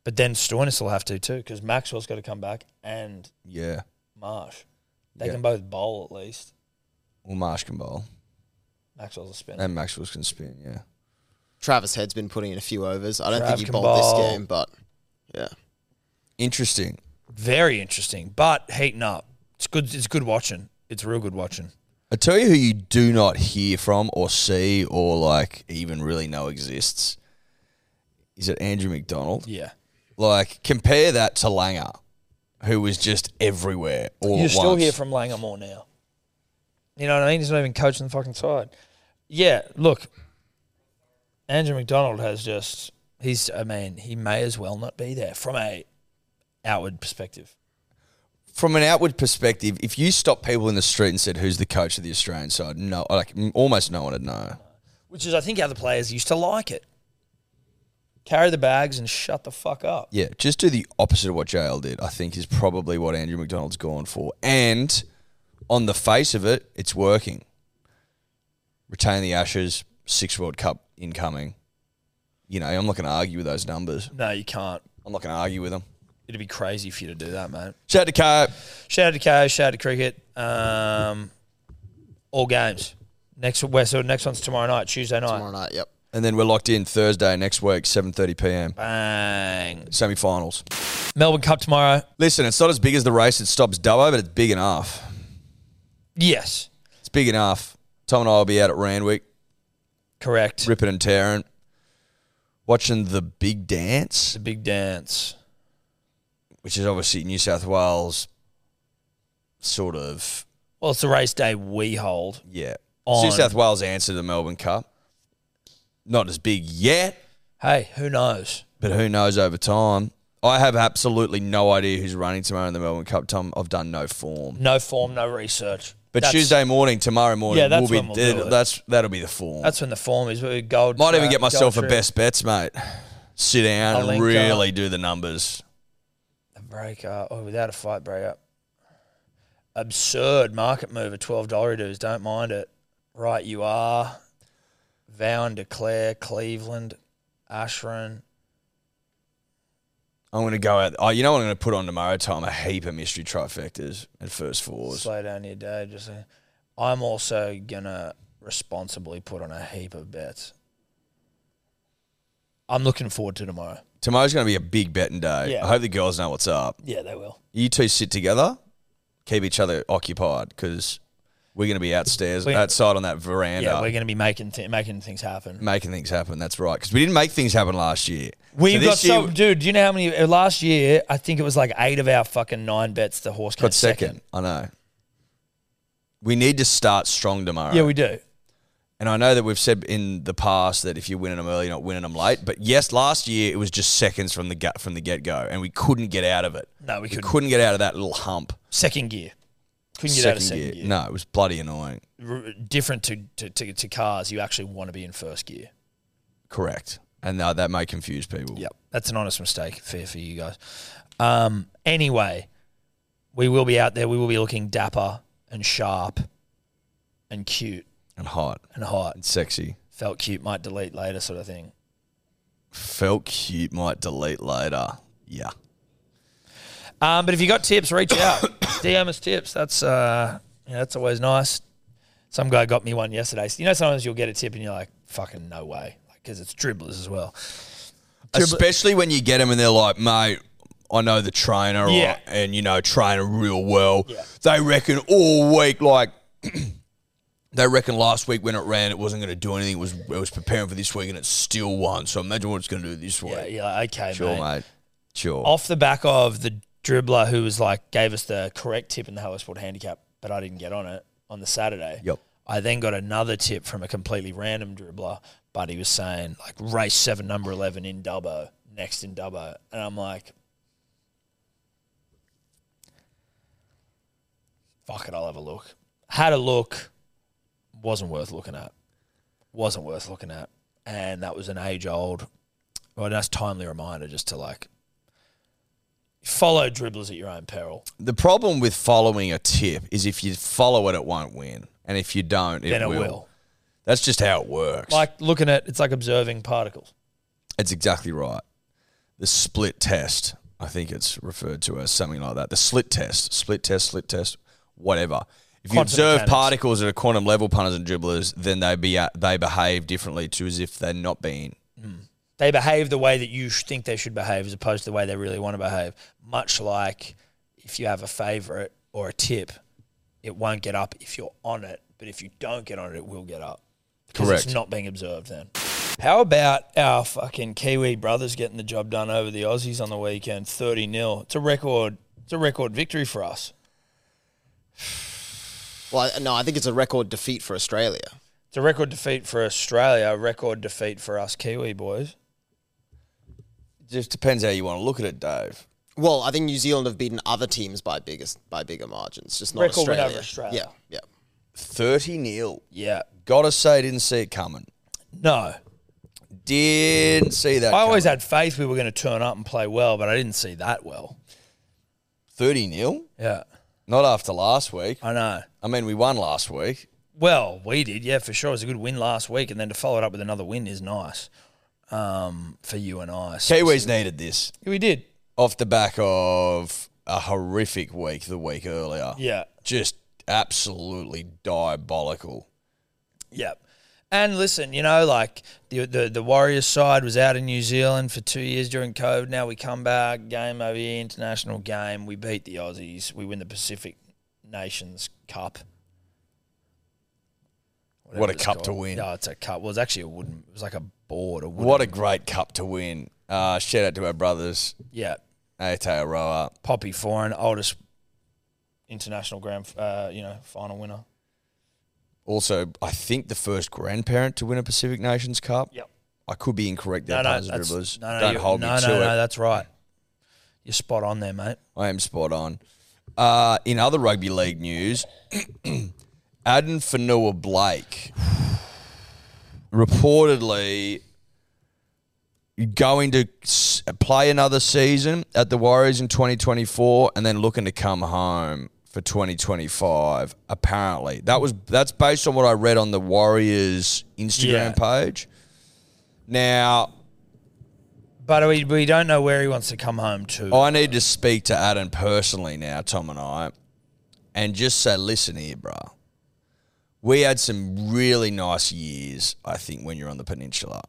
[SPEAKER 2] but then Stoinis will have to too because Maxwell's got to come back and
[SPEAKER 3] Yeah.
[SPEAKER 2] Marsh. They
[SPEAKER 3] Yeah.
[SPEAKER 2] can both bowl at least.
[SPEAKER 3] Well, Marsh can bowl
[SPEAKER 2] Maxwell's a spinner.
[SPEAKER 3] and Maxwell's can spin. Yeah.
[SPEAKER 4] Travis Head's been putting in a few overs. I don't
[SPEAKER 2] Trav
[SPEAKER 4] think he
[SPEAKER 2] can
[SPEAKER 4] bowled
[SPEAKER 2] bowl.
[SPEAKER 4] this game, but yeah.
[SPEAKER 3] Interesting.
[SPEAKER 2] Very interesting, but heating up. It's good. It's good watching. It's real good watching.
[SPEAKER 3] I tell you who you do not hear from or see or like even really know exists. Is it Andrew McDonald?
[SPEAKER 2] Yeah.
[SPEAKER 3] Like compare that to Langer, who was just everywhere all
[SPEAKER 2] you
[SPEAKER 3] at
[SPEAKER 2] still
[SPEAKER 3] once.
[SPEAKER 2] hear from Langer more now. You know what I mean? He's not even coaching the fucking side. Yeah, look, Andrew McDonald has just he's I mean, he may as well not be there from a outward perspective.
[SPEAKER 3] from an outward perspective, if you stopped people in the street and said, "Who's the coach of the Australian side?" No, like m- almost no one would know.
[SPEAKER 2] Which is I think how the players used to like it. Carry the bags and shut the fuck up.
[SPEAKER 3] Yeah, just do the opposite of what JL did. I think is probably what Andrew McDonald's gone for, and on the face of it, it's working. Retain the Ashes, six World Cup incoming. You know, I'm not going to argue with those numbers.
[SPEAKER 2] No, you can't.
[SPEAKER 3] I'm not going to argue with them.
[SPEAKER 2] It'd be crazy for you to do that, mate.
[SPEAKER 3] Shout out to Kate.
[SPEAKER 2] Shout out to Ko, shout out to cricket. Um, all games. Next we so next one's tomorrow night, Tuesday night.
[SPEAKER 4] Tomorrow night, yep.
[SPEAKER 3] and then we're locked in Thursday next week, 7:30 p.m.
[SPEAKER 2] Bang.
[SPEAKER 3] Semi-finals.
[SPEAKER 2] Melbourne Cup tomorrow.
[SPEAKER 3] Listen, it's not as big as the race that stops Dubbo, but it's big enough.
[SPEAKER 2] Yes,
[SPEAKER 3] It's big enough. Tom and I will be out at Randwick,
[SPEAKER 2] correct.
[SPEAKER 3] ripping and tearing, watching the big dance,
[SPEAKER 2] The big dance.
[SPEAKER 3] which is obviously New South Wales sort of
[SPEAKER 2] Well, it's the race day we hold.
[SPEAKER 3] yeah. It's
[SPEAKER 2] On.
[SPEAKER 3] New South Wales answer to the Melbourne Cup. Not as big yet,
[SPEAKER 2] Hey, who knows?
[SPEAKER 3] but who knows over time. I have absolutely no idea who's running tomorrow in the Melbourne Cup. Tom, I've done no form.
[SPEAKER 2] No form, no research.
[SPEAKER 3] But
[SPEAKER 2] That's-
[SPEAKER 3] Tuesday morning, tomorrow morning,
[SPEAKER 2] Yeah, that's
[SPEAKER 3] will be
[SPEAKER 2] when we'll do it.
[SPEAKER 3] that's that'll be the form.
[SPEAKER 2] That's when the form is. We Gold.
[SPEAKER 3] Might even
[SPEAKER 2] track,
[SPEAKER 3] get myself
[SPEAKER 2] gold
[SPEAKER 3] a
[SPEAKER 2] trip.
[SPEAKER 3] best bets, mate. Sit
[SPEAKER 2] I'll
[SPEAKER 3] down and
[SPEAKER 2] link
[SPEAKER 3] really do the numbers.
[SPEAKER 2] A break up. Oh, without a fight, break up. Absurd market move at twelve dollar dues. Don't mind it. Right, you are. Vow and declare Cleveland, Ashran.
[SPEAKER 3] I'm going to go out. Oh, you know what I'm going to put on tomorrow time? A heap of mystery trifectas and first fours.
[SPEAKER 2] Slow down your day. Just uh, saying. I'm also gonna responsibly put on a heap of bets. I'm looking forward to tomorrow.
[SPEAKER 3] Tomorrow's going to be a big betting day.
[SPEAKER 2] Yeah.
[SPEAKER 3] I hope the girls know what's up.
[SPEAKER 2] Yeah, they will.
[SPEAKER 3] You two sit together, keep each other occupied because we're going to be outstairs,
[SPEAKER 2] We're-
[SPEAKER 3] outside on that veranda,
[SPEAKER 2] Yeah, we're going to be making th- making things happen.
[SPEAKER 3] making things happen. That's right. Because we didn't make things happen last year.
[SPEAKER 2] We
[SPEAKER 3] So
[SPEAKER 2] got
[SPEAKER 3] this year
[SPEAKER 2] so, dude. Do you know how many uh, last year? I think it was like eight of our fucking nine bets. The horse
[SPEAKER 3] got
[SPEAKER 2] got
[SPEAKER 3] second. I know. We need to start strong tomorrow.
[SPEAKER 2] Yeah, we do.
[SPEAKER 3] And I know that we've said in the past that if you're winning them early, you're not winning them late. But yes, last year it was just seconds from the gut from the get go, and we couldn't get out of it.
[SPEAKER 2] No, we
[SPEAKER 3] We
[SPEAKER 2] couldn't.
[SPEAKER 3] couldn't get out of that little hump.
[SPEAKER 2] Second gear. Couldn't get out of second gear.
[SPEAKER 3] No, it was bloody annoying.
[SPEAKER 2] R- different to, to, to, to cars, you actually want to be in first gear.
[SPEAKER 3] Correct. And uh, that may confuse people.
[SPEAKER 2] That's an honest mistake. Fair for you guys. Um, anyway, we will be out there. We will be looking dapper and sharp and cute
[SPEAKER 3] And hot
[SPEAKER 2] and hot.
[SPEAKER 3] and sexy.
[SPEAKER 2] Felt cute, might delete later, sort of thing.
[SPEAKER 3] Felt cute, might delete later. Yeah.
[SPEAKER 2] Um, but if you got tips, reach out. DM us tips. That's uh, yeah, that's always nice. Some guy got me one yesterday. You know, sometimes you'll get a tip and you're like, "Fucking no way," because it's dribblers as well.
[SPEAKER 3] Especially when you get them and they're like, mate, I know the trainer or-
[SPEAKER 2] Yeah.
[SPEAKER 3] and, you know, trainer real well.
[SPEAKER 2] Yeah.
[SPEAKER 3] They reckon all week, like, they reckon last week when it ran, it wasn't going to do anything. It was, it was preparing for this week and it still won. So imagine what it's going to do this week.
[SPEAKER 2] Yeah, you're like, okay,
[SPEAKER 3] Sure,
[SPEAKER 2] mate.
[SPEAKER 3] mate. Sure.
[SPEAKER 2] Off the back of the dribbler who was like gave us the correct tip in the Hello Sport handicap, but I didn't get on it on the Saturday.
[SPEAKER 3] Yep.
[SPEAKER 2] I then got another tip from a completely random dribbler, but he was saying like race seven, number eleven in Dubbo, next in Dubbo, and I'm like, fuck it, I'll have a look. Had a look, wasn't worth looking at, wasn't worth looking at, and that was an age old, well, that's timely reminder just to like follow dribblers at your own peril.
[SPEAKER 3] the problem with following a tip is if you follow it, it won't win. And if you don't, it,
[SPEAKER 2] then
[SPEAKER 3] will.
[SPEAKER 2] it will.
[SPEAKER 3] That's just how it works.
[SPEAKER 2] Like looking at it's like observing particles.
[SPEAKER 3] That's exactly right. The split test, I think it's referred to as something like that. The slit test, split test, slit test, whatever. If you
[SPEAKER 2] Quantum
[SPEAKER 3] observe
[SPEAKER 2] mechanics.
[SPEAKER 3] particles at a quantum level, punters and dribblers, then they be they behave differently to as if they're not being.
[SPEAKER 2] They behave the way that you sh- think they should behave as opposed to the way they really want to behave. Much like if you have a favorite or a tip, it won't get up if you're on it, but if you don't get on it, it will get up. Because
[SPEAKER 3] Correct.
[SPEAKER 2] It's not being observed then. How about our fucking Kiwi brothers getting the job done over the Aussies on the weekend, 30 0. It's a record it's a record victory for us.
[SPEAKER 4] Well, I- no, I think it's a record defeat for Australia.
[SPEAKER 2] It's a record defeat for Australia, a record defeat for us Kiwi boys.
[SPEAKER 3] Just depends how you want to look at it, Dave.
[SPEAKER 4] Well, I think New Zealand have beaten other teams by biggest by bigger margins, just not
[SPEAKER 2] Record win
[SPEAKER 4] Australia.
[SPEAKER 2] over Australia.
[SPEAKER 4] Yeah, yeah.
[SPEAKER 3] Thirty nil.
[SPEAKER 2] Yeah.
[SPEAKER 3] Gotta say, didn't see it coming.
[SPEAKER 2] No.
[SPEAKER 3] Didn't see that.
[SPEAKER 2] I always
[SPEAKER 3] coming.
[SPEAKER 2] had faith we were going to turn up and play well, but I didn't see that well.
[SPEAKER 3] thirty nil.
[SPEAKER 2] Yeah.
[SPEAKER 3] Not after last week.
[SPEAKER 2] I know.
[SPEAKER 3] I mean, we won last week.
[SPEAKER 2] Well, we did, yeah, for sure. It was a good win last week, and then to follow it up with another win is nice um, for you and I. So-
[SPEAKER 3] Kiwis needed this
[SPEAKER 2] we did.
[SPEAKER 3] off the back of a horrific week the week earlier.
[SPEAKER 2] Yeah.
[SPEAKER 3] Just absolutely diabolical.
[SPEAKER 2] Yep. And listen, you know, like the, the the Warriors side was out in New Zealand for two years during COVID. Now we come back, game over here, international game. We beat the Aussies. We win the Pacific Nations Cup.
[SPEAKER 3] What a
[SPEAKER 2] it's
[SPEAKER 3] cup to
[SPEAKER 2] called.
[SPEAKER 3] win.
[SPEAKER 2] No, Oh, it's a cup. Well, it's actually a wooden. It was like a board. A wooden,
[SPEAKER 3] What a great cup to win. Uh, shout out to our brothers,
[SPEAKER 2] yeah.
[SPEAKER 3] Aotearoa.
[SPEAKER 2] Poppy Foreign, oldest international grand, uh, you know, final winner.
[SPEAKER 3] Also, I think the first grandparent to win a Pacific Nations Cup.
[SPEAKER 2] Yep.
[SPEAKER 3] I could be incorrect there, punters and
[SPEAKER 2] that's-
[SPEAKER 3] dribblers.
[SPEAKER 2] no, no,
[SPEAKER 3] Don't
[SPEAKER 2] you-
[SPEAKER 3] hold
[SPEAKER 2] no,
[SPEAKER 3] me to
[SPEAKER 2] no,
[SPEAKER 3] it.
[SPEAKER 2] no. That's right. You're spot on there, mate.
[SPEAKER 3] I am spot on. Uh, in other rugby league news, Aden Fanua Blake reportedly going to s- play another season at the Warriors in 2024 and then looking to come home for 2025 apparently. That was that's based on what I read on the Warriors Instagram page. Now,
[SPEAKER 2] But we, we don't know where he wants to come home to.
[SPEAKER 3] I need to speak to Adam personally now, Tom and I, and just say, listen here, bruh. We had some really nice years, I think, when you're on the peninsula.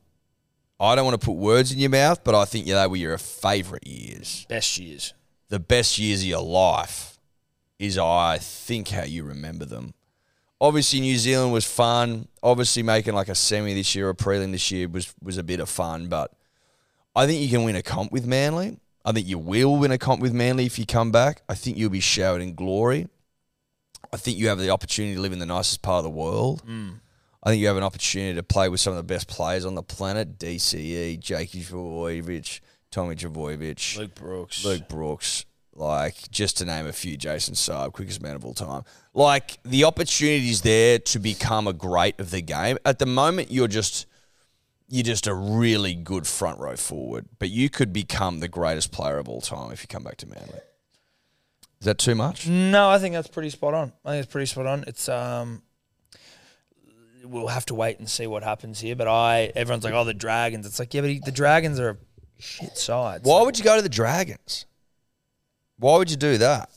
[SPEAKER 3] I don't want to put words in your mouth, but I think they were your favourite years.
[SPEAKER 2] Best years.
[SPEAKER 3] the best years of your life is, I think, how you remember them. Obviously, New Zealand was fun. Obviously, making like a semi this year or prelim this year was was a bit of fun. But I think you can win a comp with Manly. I think you will win a comp with Manly if you come back. I think you'll be showered in glory. I think you have the opportunity to live in the nicest part of the world. I think you have an opportunity to play with some of the best players on the planet: DCE, Jakey Trbojevic, Tommy Trbojevic,
[SPEAKER 2] Luke Brooks.
[SPEAKER 3] Luke Brooks, like just to name a few, Jason Saab, quickest man of all time. Like the opportunity's there to become a great of the game. At the moment, you're just you're just a really good front row forward, but you could become the greatest player of all time if you come back to Manly. Is that too much?
[SPEAKER 2] No, I think that's pretty spot on. I think it's pretty spot on. It's um, we'll have to wait and see what happens here. But I, everyone's like, oh, the Dragons. It's like, yeah, but he- the Dragons are a shit side.
[SPEAKER 3] Why would you go to the Dragons? Why would you do that?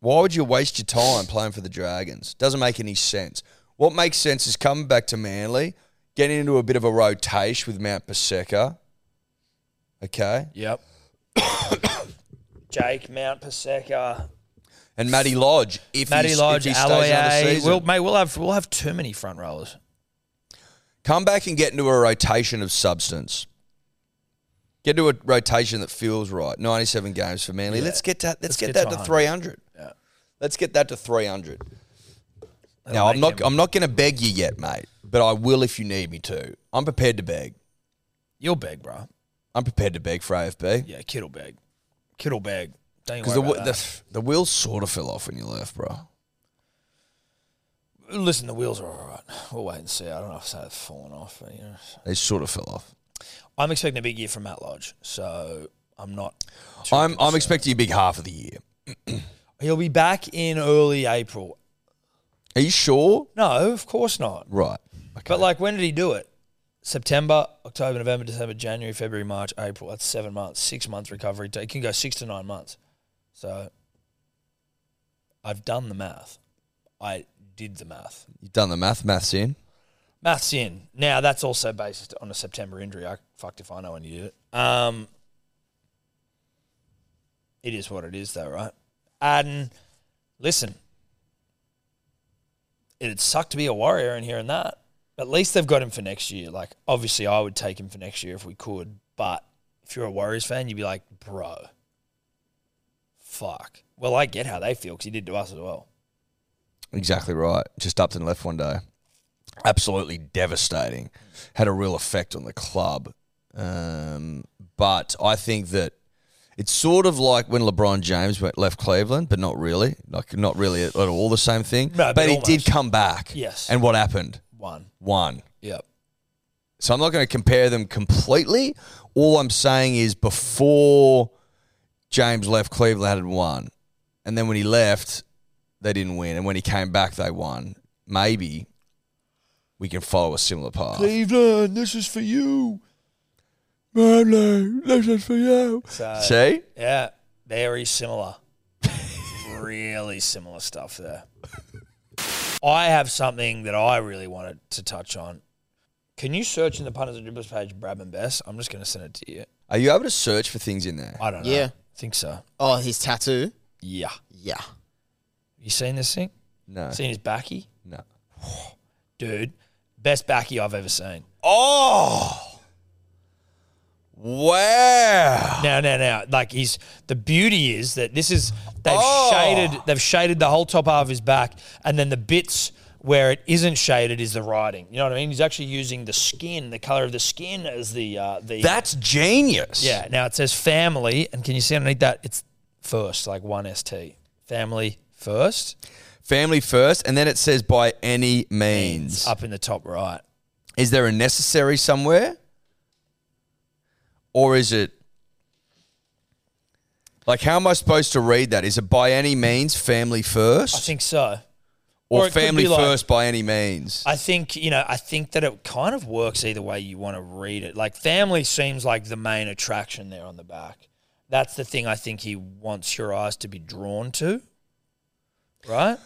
[SPEAKER 3] Why would you waste your time playing for the Dragons? Doesn't make any sense. What makes sense is coming back to Manly, getting into a bit of a rotation with Mount Paseka. Okay.
[SPEAKER 2] Yep. Jake Mount Paseka,
[SPEAKER 3] And Matty Lodge, if
[SPEAKER 2] Matty
[SPEAKER 3] he's,
[SPEAKER 2] Lodge,
[SPEAKER 3] if he stays another
[SPEAKER 2] Alloy.
[SPEAKER 3] season.
[SPEAKER 2] We'll, mate, we'll have we'll have too many front rollers.
[SPEAKER 3] Come back and get into a rotation of substance. Get into a rotation that feels right. 97 games for Manly. Let's get that. Let's, get,
[SPEAKER 2] get
[SPEAKER 3] that
[SPEAKER 2] to
[SPEAKER 3] to
[SPEAKER 2] 100.
[SPEAKER 3] 300.
[SPEAKER 2] Yeah.
[SPEAKER 3] Let's get that to 300.
[SPEAKER 2] That'll
[SPEAKER 3] Now I'm
[SPEAKER 2] make
[SPEAKER 3] not.
[SPEAKER 2] them-
[SPEAKER 3] I'm not going to beg you yet, mate. But I will if you need me to. I'm prepared to beg.
[SPEAKER 2] You'll beg, bro.
[SPEAKER 3] I'm prepared to beg for AFB
[SPEAKER 2] Yeah, Kittle beg. Kittle beg. Don't you
[SPEAKER 3] because
[SPEAKER 2] worry
[SPEAKER 3] the,
[SPEAKER 2] about
[SPEAKER 3] wi-
[SPEAKER 2] that.
[SPEAKER 3] the the wheel sort of fell off when you left, bro.
[SPEAKER 2] Listen, the wheels are all right. We'll wait and see. I don't know if they've fallen off. But, you know.
[SPEAKER 3] They sort of fell off.
[SPEAKER 2] I'm expecting a big year from Matt Lodge, so I'm not. too
[SPEAKER 3] I'm I'm
[SPEAKER 2] concerned.
[SPEAKER 3] expecting a big half of the year.
[SPEAKER 2] He'll be back in early April.
[SPEAKER 3] Are you sure?
[SPEAKER 2] No, of course not.
[SPEAKER 3] Right.
[SPEAKER 2] But like, when did he do it? September, October, November, December, January, February, March, April. That's seven months, six month recovery. It can go six to nine months. So I've done the math. I did the math.
[SPEAKER 3] You've done the math. Maths in.
[SPEAKER 2] Maths in. Now that's also based on a September injury. I fucked if I know when you did it. Um, it is what it is, though, right? And listen, it'd suck to be a warrior in here and that. At least they've got him for next year. Like, obviously, I would take him for next year if we could. But if you're a Warriors fan, you'd be like, bro, fuck. Well, I get how they feel because he did to us as well.
[SPEAKER 3] Exactly right. Just upped and left one day. Absolutely devastating. Had a real effect on the club. Um, but I think that it's sort of like when LeBron James went left Cleveland, but not really. Like not really at all the same thing.
[SPEAKER 2] No, but
[SPEAKER 3] but he did
[SPEAKER 2] almost.
[SPEAKER 3] come back.
[SPEAKER 2] Yes.
[SPEAKER 3] And what happened?
[SPEAKER 2] One.
[SPEAKER 3] Won.
[SPEAKER 2] Yep.
[SPEAKER 3] So I'm not going to compare them completely. All I'm saying is before James left, Cleveland had won. And then when he left, they didn't win. And when he came back, they won. Maybe we can follow a similar path.
[SPEAKER 2] Cleveland, this is for you.
[SPEAKER 3] Manly, this is for you.
[SPEAKER 2] So,
[SPEAKER 3] See?
[SPEAKER 2] Yeah, very similar. really similar stuff there. I have something that I really wanted to touch on. Can you search in the punters and dribblers page Bradman Best? I'm just going to send it to you.
[SPEAKER 3] Are you able to search for things in there?
[SPEAKER 2] I don't know.
[SPEAKER 4] Yeah.
[SPEAKER 2] think so.
[SPEAKER 4] Oh, his tattoo.
[SPEAKER 2] Yeah.
[SPEAKER 4] Yeah.
[SPEAKER 2] You seen this thing?
[SPEAKER 3] No.
[SPEAKER 2] Seen his backy?
[SPEAKER 3] No.
[SPEAKER 2] Dude, best backy I've ever seen.
[SPEAKER 3] Oh! Wow!
[SPEAKER 2] No, no, no. Like he's the beauty is that this is they've
[SPEAKER 3] Oh.
[SPEAKER 2] shaded they've shaded the whole top half of his back, and then the bits where it isn't shaded is the writing. You know what I mean? He's actually using the skin, the color of the skin, as the uh, the
[SPEAKER 3] That's genius.
[SPEAKER 2] yeah. Now it says family, and can you see underneath that? It's first, like one st family first
[SPEAKER 3] Family first, and then it says by any means.
[SPEAKER 2] up in the top right.
[SPEAKER 3] Is there a necessary somewhere? Or is it like how am I supposed to read that? Is it by any means family first?
[SPEAKER 2] I think so.
[SPEAKER 3] or,
[SPEAKER 2] or it could
[SPEAKER 3] family
[SPEAKER 2] be like-
[SPEAKER 3] first by any means?
[SPEAKER 2] I think you know. I think that it kind of works either way you want to read it. Like family seems like the main attraction there on the back. That's the thing I think he wants your eyes to be drawn to, right?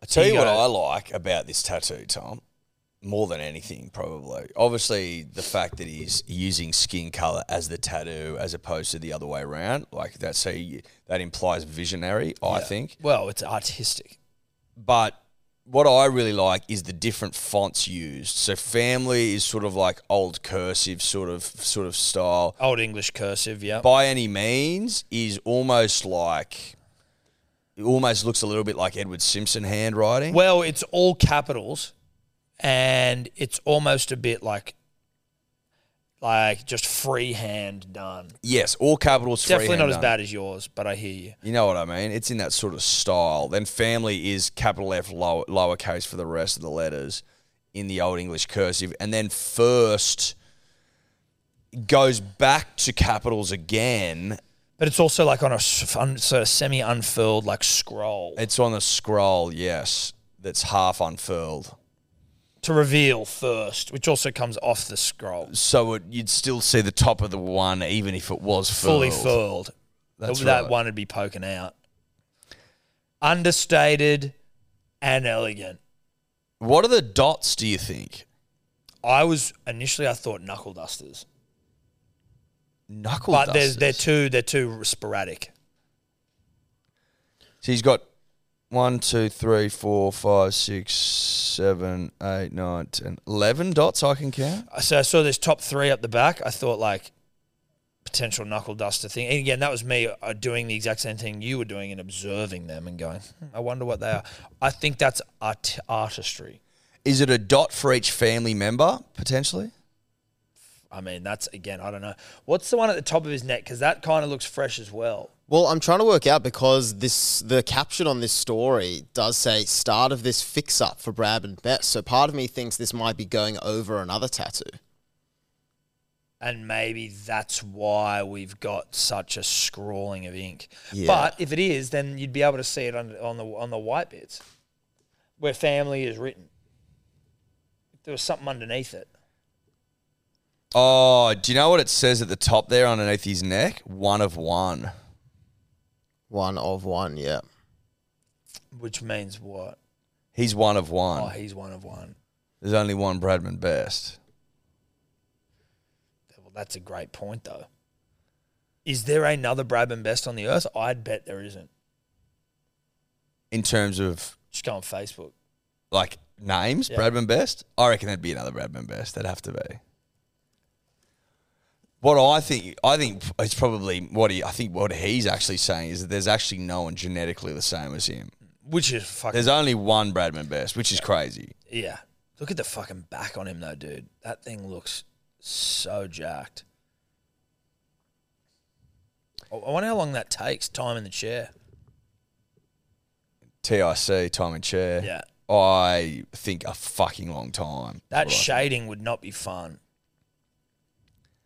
[SPEAKER 3] I tell you what
[SPEAKER 2] Ego.
[SPEAKER 3] I like about this tattoo, Tom, more than anything, probably. Obviously, the fact that he's using skin color as the tattoo as opposed to the other way around, like that, so you- that implies visionary, I think.
[SPEAKER 2] Well, it's artistic.
[SPEAKER 3] But what I really like is the different fonts used. So family is sort of like old cursive sort of sort of style.
[SPEAKER 2] Old English cursive, yeah.
[SPEAKER 3] By any means is almost like it almost looks a little bit like Edward Simpson handwriting.
[SPEAKER 2] Well, it's all capitals, and it's almost a bit like, like just freehand done.
[SPEAKER 3] yes, all capitals
[SPEAKER 2] Definitely
[SPEAKER 3] freehand
[SPEAKER 2] not as
[SPEAKER 3] done.
[SPEAKER 2] bad as yours, but I hear you.
[SPEAKER 3] You know what I mean? It's in that sort of style. Then family is capital F lower lowercase for the rest of the letters in the old English cursive. And then first goes back to capitals again.
[SPEAKER 2] But it's also like on a s- un- so semi unfurled like scroll
[SPEAKER 3] It's on the scroll, yes, that's half unfurled.
[SPEAKER 2] to reveal first, which also comes off the scroll,
[SPEAKER 3] So it, you'd still see the top of the one even if it was furled.
[SPEAKER 2] fully furled.
[SPEAKER 3] That's
[SPEAKER 2] that
[SPEAKER 3] right.
[SPEAKER 2] one would be poking out. Understated and elegant.
[SPEAKER 3] What are the dots, do you think?
[SPEAKER 2] I was initially I thought knuckle dusters,
[SPEAKER 3] Knuckle
[SPEAKER 2] but
[SPEAKER 3] dusters.
[SPEAKER 2] they're they're too they're too sporadic.
[SPEAKER 3] So he's got one, two, three, four, five, six, seven, eight, nine, ten, eleven dots I can count.
[SPEAKER 2] So I saw this top three up the back. I thought like potential knuckle duster thing. And again, that was me uh, doing the exact same thing you were doing and observing them and going, hmm, I wonder what they are. I think that's art- artistry.
[SPEAKER 3] Is it a dot for each family member potentially?
[SPEAKER 2] I mean, that's again, I don't know. What's the one at the top of his neck? Because that kind of looks fresh as well.
[SPEAKER 4] Well, I'm trying to work out because this the caption on this story does say start of this fix up for Brab and Bess. So part of me thinks this might be going over another tattoo.
[SPEAKER 2] And maybe that's why we've got such a scrawling of ink.
[SPEAKER 4] Yeah.
[SPEAKER 2] But if it is, then you'd be able to see it on, on the on the white bits where family is written. If there was something underneath it.
[SPEAKER 3] Oh, do you know what it says at the top there underneath his neck? One of one.
[SPEAKER 4] One of one, yeah.
[SPEAKER 2] Which means what?
[SPEAKER 3] He's one of one.
[SPEAKER 2] Oh, he's one of one.
[SPEAKER 3] There's only one Bradman best.
[SPEAKER 2] Well, that's a great point, though. Is there another Brabham best on the earth? I'd bet there isn't.
[SPEAKER 3] In terms of
[SPEAKER 2] Just go on Facebook.
[SPEAKER 3] like names,
[SPEAKER 2] Yeah.
[SPEAKER 3] Bradman Best. I reckon there'd be another Bradman Best. That'd have to be. What I think, I think it's probably what he. I think what he's actually saying is that there's actually no one genetically the same as him.
[SPEAKER 2] Which is fucking
[SPEAKER 3] There's only one Bradman Best, which is crazy.
[SPEAKER 2] yeah. Look at the fucking back on him though, dude. That thing looks so jacked. I I wonder how long that takes. Time in the chair.
[SPEAKER 3] TIC time and chair.
[SPEAKER 2] Yeah.
[SPEAKER 3] I think a fucking long time.
[SPEAKER 2] That
[SPEAKER 3] Right.
[SPEAKER 2] shading would not be fun.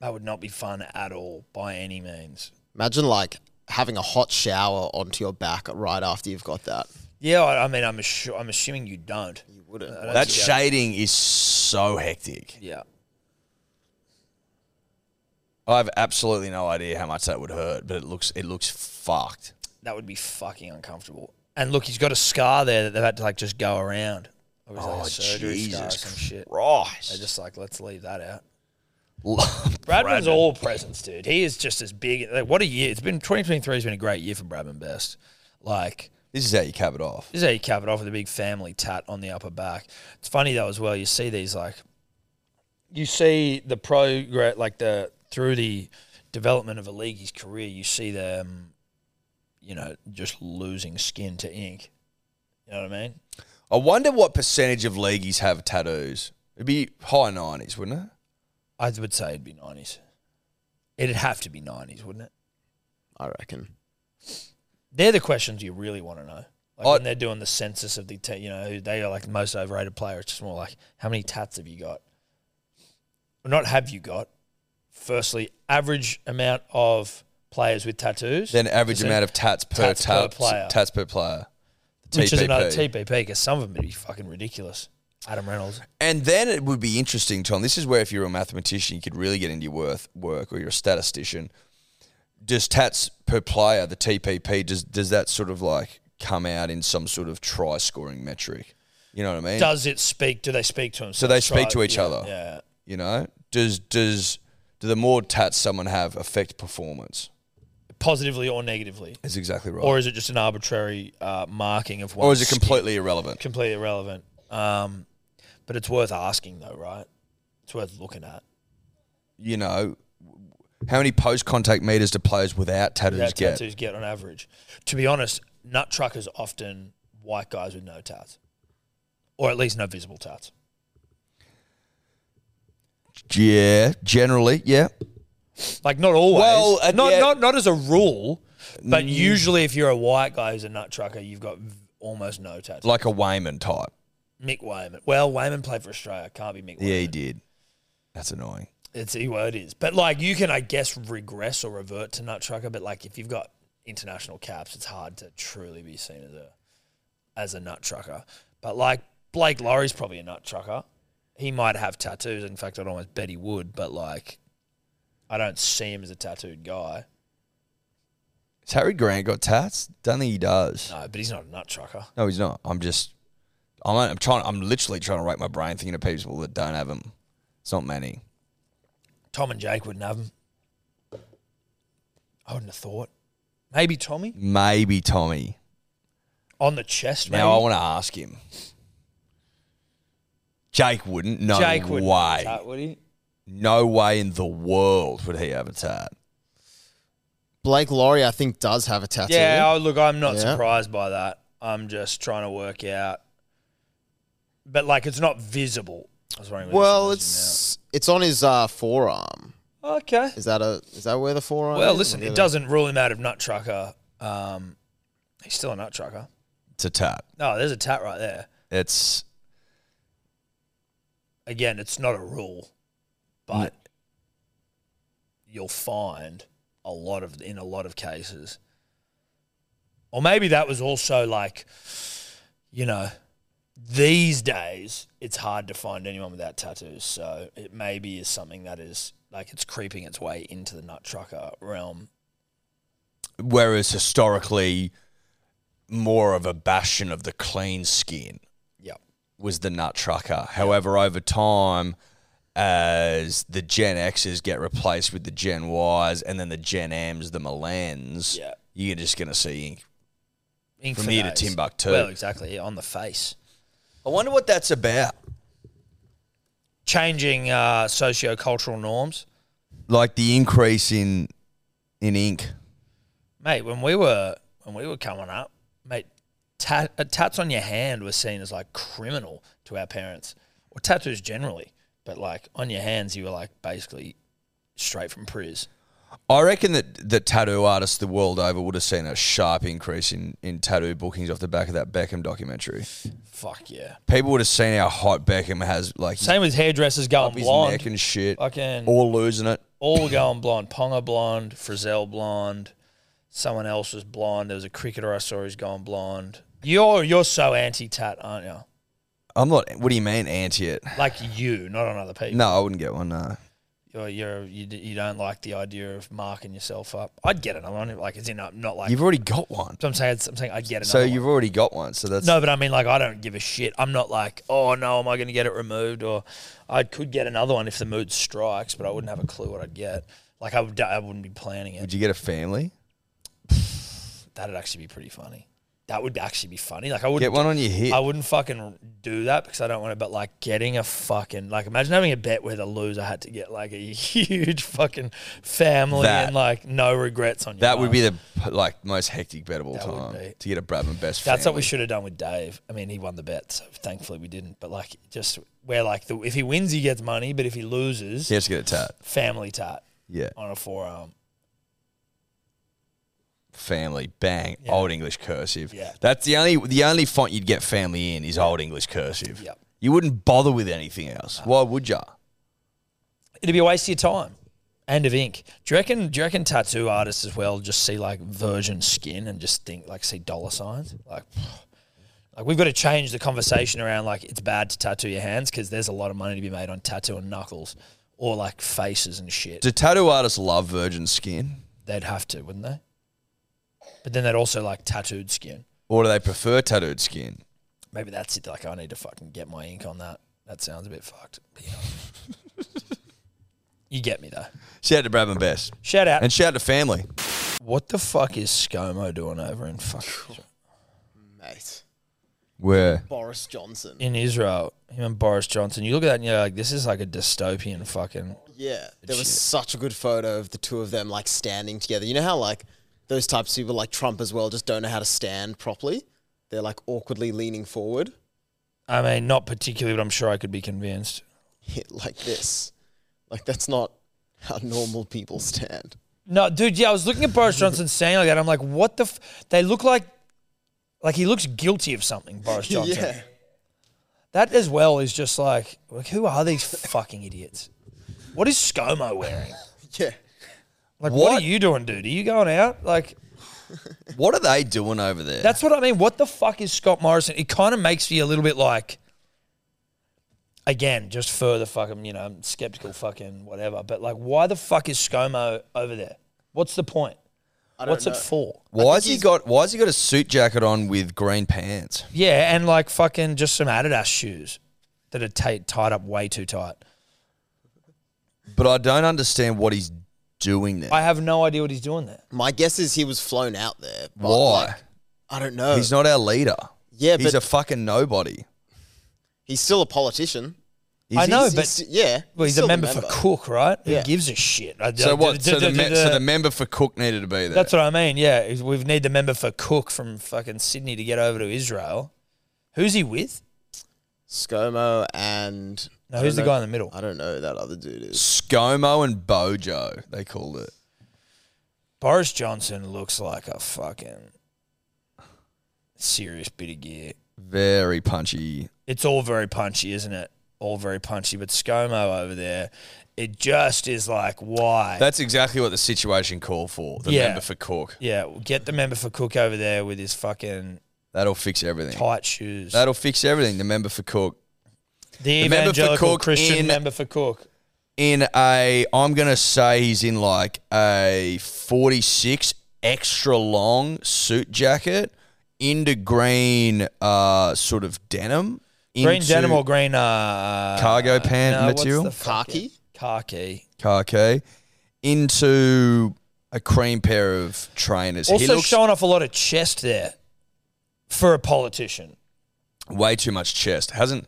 [SPEAKER 2] That would not be fun at all by any means.
[SPEAKER 4] Imagine like having a hot shower onto your back right after you've got that.
[SPEAKER 2] Yeah, I, I mean, I'm assu- I'm assuming you don't.
[SPEAKER 4] You wouldn't.
[SPEAKER 2] I don't
[SPEAKER 3] that
[SPEAKER 2] see how-
[SPEAKER 3] shading is so hectic.
[SPEAKER 2] Yeah.
[SPEAKER 3] I have absolutely no idea how much that would hurt, but it looks it looks fucked.
[SPEAKER 2] that would be fucking uncomfortable. And look, he's got a scar there that they've had to like just go around. It was like a surgery scar or some shit.
[SPEAKER 3] Oh, Christ.
[SPEAKER 2] They're just like, let's leave that out. Bradman's
[SPEAKER 3] Bradman's
[SPEAKER 2] all presence, dude. He is just as big. Like, what a year! It's been 2023 has been a great year for Bradman Best. Like,
[SPEAKER 3] This is how you cap it off.
[SPEAKER 2] This is how you cap it off with a big family tat on the upper back. It's funny though as well. You see these like, you see the progress like the through the development of a league's career. You see them, you know, just losing skin to ink. You know what I mean?
[SPEAKER 3] I wonder what percentage of leagueies have tattoos. It'd be high nineties, wouldn't it?
[SPEAKER 2] I would say it'd be nineties. It'd have to be nineties, wouldn't it?
[SPEAKER 4] I reckon.
[SPEAKER 2] They're the questions you really want to know. Like
[SPEAKER 3] I-
[SPEAKER 2] when they're doing the census of the, ta- you know, who they are like the most overrated player. It's just more like, how many tats have you got? Well, not have you got? Firstly, average amount of players with tattoos.
[SPEAKER 3] Then average
[SPEAKER 2] Percent-
[SPEAKER 3] amount of tats per
[SPEAKER 2] Tats per
[SPEAKER 3] tats-
[SPEAKER 2] player.
[SPEAKER 3] Tats per player.
[SPEAKER 2] which is
[SPEAKER 3] TPP.
[SPEAKER 2] another TPP because some of them would be fucking ridiculous. Adam Reynolds.
[SPEAKER 3] And then it would be interesting, Tom. This is where, if you're a mathematician, you could really get into your worth, work, or you're a statistician. Does tats per player, the TPP, does does that sort of like come out in some sort of try scoring metric? You know what I mean?
[SPEAKER 2] Does it speak? Do they speak to themselves?
[SPEAKER 3] So they speak
[SPEAKER 2] right?
[SPEAKER 3] to each
[SPEAKER 2] Yeah,
[SPEAKER 3] other.
[SPEAKER 2] Yeah.
[SPEAKER 3] You know, does does do the more tats someone have affect performance?
[SPEAKER 2] Positively or negatively,
[SPEAKER 3] Is exactly right.
[SPEAKER 2] or is it just an arbitrary uh, marking of one?
[SPEAKER 3] Or is it completely irrelevant?
[SPEAKER 2] completely irrelevant? Um, but it's worth asking though, right? It's worth looking at.
[SPEAKER 3] You know, how many post contact meters do players without tattoos
[SPEAKER 2] That
[SPEAKER 3] get?
[SPEAKER 2] tattoos get on average. To be honest, nut truckers often white guys with no tats, or at least no visible tats.
[SPEAKER 3] Yeah, generally, yeah.
[SPEAKER 2] Like not always.
[SPEAKER 3] Well, uh,
[SPEAKER 2] not
[SPEAKER 3] yeah. Mm.
[SPEAKER 2] not not as a rule, but usually if you're a white guy who's a nut trucker, you've got v- almost no tats.
[SPEAKER 3] Like a Wayman type.
[SPEAKER 2] Mick Wayman. Well, Wayman played for Australia. Can't be Mick.
[SPEAKER 3] Yeah, he
[SPEAKER 2] Wayman.
[SPEAKER 3] did. That's annoying.
[SPEAKER 2] It's well, it is. But like you can, I guess, regress or revert to nut trucker. But like if you've got international caps, it's hard to truly be seen as a as a nut trucker. But like Blake Laurie's probably a nut trucker. He might have tattoos. In fact, I'd almost bet he would. But like, I don't see him as a tattooed guy.
[SPEAKER 3] Has Harry Grant got tats? Don't think he does.
[SPEAKER 2] No, but he's not a nut trucker.
[SPEAKER 3] No, he's not. I'm just. I'm, I'm trying. I'm literally trying to rack my brain thinking of people that don't have them. It's not many.
[SPEAKER 2] Tom and Jake wouldn't have him. I wouldn't have thought. Maybe Tommy
[SPEAKER 3] Maybe Tommy.
[SPEAKER 2] on the chest. Maybe.
[SPEAKER 3] Now I want to ask him. Jake wouldn't. No
[SPEAKER 2] Jake
[SPEAKER 3] way.
[SPEAKER 2] wouldn't have a tat, would he?
[SPEAKER 3] No way in the world would he have a tat.
[SPEAKER 4] Blake Laurie, I think, does have a tattoo.
[SPEAKER 2] Yeah, oh, look, I'm not
[SPEAKER 4] Yeah.
[SPEAKER 2] surprised by that. I'm just trying to work out. But, like, it's not visible. I was wondering whether
[SPEAKER 4] well,
[SPEAKER 2] was
[SPEAKER 4] it's it's on his uh, forearm.
[SPEAKER 2] visible now. Okay.
[SPEAKER 4] Is that a is that where the forearm?
[SPEAKER 2] Well,
[SPEAKER 4] is?
[SPEAKER 2] listen,
[SPEAKER 4] Yeah.
[SPEAKER 2] it doesn't rule him out of nut trucker. Um, he's still a nut trucker.
[SPEAKER 3] It's a tat.
[SPEAKER 2] No, there's a tat right there.
[SPEAKER 3] It's
[SPEAKER 2] Again, it's not a rule, but
[SPEAKER 3] Mm.
[SPEAKER 2] you'll find a lot of in a lot of cases. Or maybe that was also like, you know, these days it's hard to find anyone without tattoos. So it maybe is something that is like it's creeping its way into the nut trucker realm.
[SPEAKER 3] whereas historically, more of a bastion of the clean skin.
[SPEAKER 2] Yep.
[SPEAKER 3] was the nut trucker. However, over time, as the Gen X's get replaced with the Gen Ys and then the Gen M's, the Millennials,
[SPEAKER 2] Yeah.
[SPEAKER 3] you're just going to see.
[SPEAKER 2] Ink
[SPEAKER 3] From
[SPEAKER 2] for
[SPEAKER 3] here to
[SPEAKER 2] days.
[SPEAKER 3] Timbuktu.
[SPEAKER 2] Well, exactly. Yeah, on the face.
[SPEAKER 3] I wonder what that's about.
[SPEAKER 2] Changing uh, socio-cultural norms.
[SPEAKER 3] Like the increase in in ink.
[SPEAKER 2] mate. When we were when we were coming up, mate, tat, uh, tats on your hand were seen as like criminal to our parents, or tattoos generally. But like on your hands, you were like basically straight from prison.
[SPEAKER 3] I reckon that the tattoo artists the world over would have seen a sharp increase in, in tattoo bookings off the back of that Beckham documentary.
[SPEAKER 2] Fuck yeah.
[SPEAKER 3] People would have seen how hot Beckham has, like,
[SPEAKER 2] Same with hairdressers going
[SPEAKER 3] up his neck
[SPEAKER 2] blonde.
[SPEAKER 3] and shit,
[SPEAKER 2] Fucking all,
[SPEAKER 3] all losing it.
[SPEAKER 2] were going blonde. Ponga blonde, Frizzell blonde. Someone else was blonde. There was a cricketer I saw who's gone blonde. You're you're so anti tat, aren't you?
[SPEAKER 3] I'm not, what do you mean, anti it?
[SPEAKER 2] Like you, not on other people.
[SPEAKER 3] No, I wouldn't get one, no.
[SPEAKER 2] you're, you're you, d- you don't like the idea of marking yourself up. I'd get another one. Like it's in I'm not like.
[SPEAKER 3] You've already got one.
[SPEAKER 2] so I'm saying I'm saying I'd get another.
[SPEAKER 3] So
[SPEAKER 2] one.
[SPEAKER 3] you've already got one. So that's
[SPEAKER 2] no, but I mean like I don't give a shit. I'm not like oh no, am I going to get it removed or I could get another one if the mood strikes, but I wouldn't have a clue what I'd get. Like I, would, I wouldn't be planning it.
[SPEAKER 3] Would you get a family?
[SPEAKER 2] That'd actually be pretty funny. That would actually be funny. Like I wouldn't
[SPEAKER 3] Get one on your
[SPEAKER 2] I
[SPEAKER 3] hip.
[SPEAKER 2] wouldn't fucking do that because I don't want to. But like getting a fucking like, imagine having a bet where the loser had to get like a huge fucking family
[SPEAKER 3] That-
[SPEAKER 2] and like no regrets on your
[SPEAKER 3] That
[SPEAKER 2] mum.
[SPEAKER 3] would be the like most hectic bet of all
[SPEAKER 2] That would
[SPEAKER 3] time
[SPEAKER 2] be.
[SPEAKER 3] to get a Bradman best.
[SPEAKER 2] That's what
[SPEAKER 3] family.
[SPEAKER 2] we should have done with Dave. I mean, he won the bet, so thankfully we didn't. But like, just where like the, if he wins, he gets money, but if he loses,
[SPEAKER 3] He has to get a tat.
[SPEAKER 2] family tat
[SPEAKER 3] Yeah,
[SPEAKER 2] on a forearm.
[SPEAKER 3] family. Bang.
[SPEAKER 2] Yeah.
[SPEAKER 3] Old English cursive.
[SPEAKER 2] Yeah.
[SPEAKER 3] That's the only the only font you'd get family in is Old English cursive.
[SPEAKER 2] Yep.
[SPEAKER 3] You wouldn't bother with anything else. Why would ya?
[SPEAKER 2] It'd be a waste of your time and of ink. Do you reckon? Do you reckon tattoo artists as well just see like virgin skin and just think like see dollar signs? Like, like we've got to change the conversation around like it's bad to tattoo your hands because there's a lot of money to be made on tattoo and knuckles or like faces and shit.
[SPEAKER 3] Do tattoo artists love virgin skin,
[SPEAKER 2] they'd have to, wouldn't they? But then they'd also like tattooed skin.
[SPEAKER 3] or do they prefer tattooed skin?
[SPEAKER 2] maybe that's it. Like I need to fucking get my ink on that. That sounds a bit fucked. But you, know. you get me though.
[SPEAKER 3] Shout out to Brabham Best.
[SPEAKER 2] Shout out.
[SPEAKER 3] And shout out to family.
[SPEAKER 2] what the fuck is ScoMo doing over in fuck
[SPEAKER 4] mate.
[SPEAKER 3] Where?
[SPEAKER 4] Boris Johnson.
[SPEAKER 2] in Israel? Him and Boris Johnson. You look at that and you're like, this is like a dystopian fucking.
[SPEAKER 4] Yeah, there was
[SPEAKER 2] shit.
[SPEAKER 4] such a good photo of the two of them like standing together. You know how like those types of people like Trump as well just don't know how to stand properly. They're like awkwardly leaning forward,
[SPEAKER 2] I mean, not particularly, but I'm sure I could be convinced.
[SPEAKER 4] hit like this. Like that's not how normal people stand.
[SPEAKER 2] No, dude. Yeah, I was looking at Boris Johnson saying like that. I'm like, what the? F-? They look like, like he looks guilty of something. Boris Johnson.
[SPEAKER 4] Yeah.
[SPEAKER 2] That as well is just like, like who are these fucking idiots? What is ScoMo wearing?
[SPEAKER 4] Yeah.
[SPEAKER 2] Like, what?
[SPEAKER 3] What?
[SPEAKER 2] are you doing, dude? Are you going out? Like,
[SPEAKER 3] What are they doing over there?
[SPEAKER 2] that's what I mean. What the fuck is Scott Morrison? It kind of makes me a little bit like, again, just further fucking, you know, I'm skeptical fucking whatever. But like, why the fuck is ScoMo over there? What's the point?
[SPEAKER 4] I don't
[SPEAKER 2] What's it
[SPEAKER 4] know.
[SPEAKER 2] for?
[SPEAKER 3] why has he got why has he got a suit jacket on with green pants?
[SPEAKER 2] Yeah, and like fucking just some Adidas shoes that are ta tied up way too tight.
[SPEAKER 3] But I don't understand what he's doing there.
[SPEAKER 2] I have no idea what he's doing there.
[SPEAKER 4] My guess is he was flown out there. but,
[SPEAKER 3] Why?
[SPEAKER 4] like, I don't know.
[SPEAKER 3] he's not our leader.
[SPEAKER 4] Yeah,
[SPEAKER 3] He's
[SPEAKER 4] but-
[SPEAKER 3] a fucking nobody.
[SPEAKER 4] He's still a politician.
[SPEAKER 3] Is
[SPEAKER 2] I
[SPEAKER 3] he?
[SPEAKER 2] know,
[SPEAKER 4] He's-
[SPEAKER 2] but
[SPEAKER 4] he's- yeah.
[SPEAKER 2] Well, he's
[SPEAKER 4] still
[SPEAKER 2] a member, for Cook, right?
[SPEAKER 4] Yeah.
[SPEAKER 2] Who gives a shit? I-
[SPEAKER 3] So
[SPEAKER 2] I-
[SPEAKER 3] what?
[SPEAKER 2] d-
[SPEAKER 3] so,
[SPEAKER 2] d-
[SPEAKER 3] the
[SPEAKER 2] d-
[SPEAKER 3] me-
[SPEAKER 2] d-
[SPEAKER 3] so the member for Cook needed to be there.
[SPEAKER 2] that's what I mean. Yeah, is we need the member for Cook from fucking Sydney to get over to Israel. Who's he with?
[SPEAKER 4] ScoMo and
[SPEAKER 2] No,
[SPEAKER 4] I
[SPEAKER 2] who's the
[SPEAKER 4] don't
[SPEAKER 2] guy
[SPEAKER 4] know-
[SPEAKER 2] in the middle?
[SPEAKER 4] I don't know who that other dude is.
[SPEAKER 3] ScoMo and Bojo, they called it.
[SPEAKER 2] Boris Johnson looks like a fucking serious bit of gear.
[SPEAKER 3] Very punchy.
[SPEAKER 2] It's all very punchy, isn't it? All very punchy. But ScoMo over there, it just is like why?
[SPEAKER 3] That's exactly what the situation called for. The
[SPEAKER 2] Yeah.
[SPEAKER 3] member for Cook.
[SPEAKER 2] yeah, get the member for Cook over there with his fucking
[SPEAKER 3] That'll fix everything.
[SPEAKER 2] tight shoes.
[SPEAKER 3] That'll fix everything. The member for Cook
[SPEAKER 2] the
[SPEAKER 3] the member for
[SPEAKER 2] evangelical
[SPEAKER 3] Cook
[SPEAKER 2] Christian
[SPEAKER 3] in-
[SPEAKER 2] member for Cook.
[SPEAKER 3] in a. I'm gonna say he's in like a 46 extra long suit jacket, into green uh sort of denim,
[SPEAKER 2] Green
[SPEAKER 3] into
[SPEAKER 2] denim or green uh,
[SPEAKER 3] Cargo pant
[SPEAKER 2] what's
[SPEAKER 3] material?
[SPEAKER 2] the fuck
[SPEAKER 4] Khaki?
[SPEAKER 2] it- Khaki.
[SPEAKER 3] khaki, into a cream pair of trainers. he
[SPEAKER 2] Also
[SPEAKER 3] looks
[SPEAKER 2] showing off a lot of chest there for a politician.
[SPEAKER 3] way too much chest. Hasn't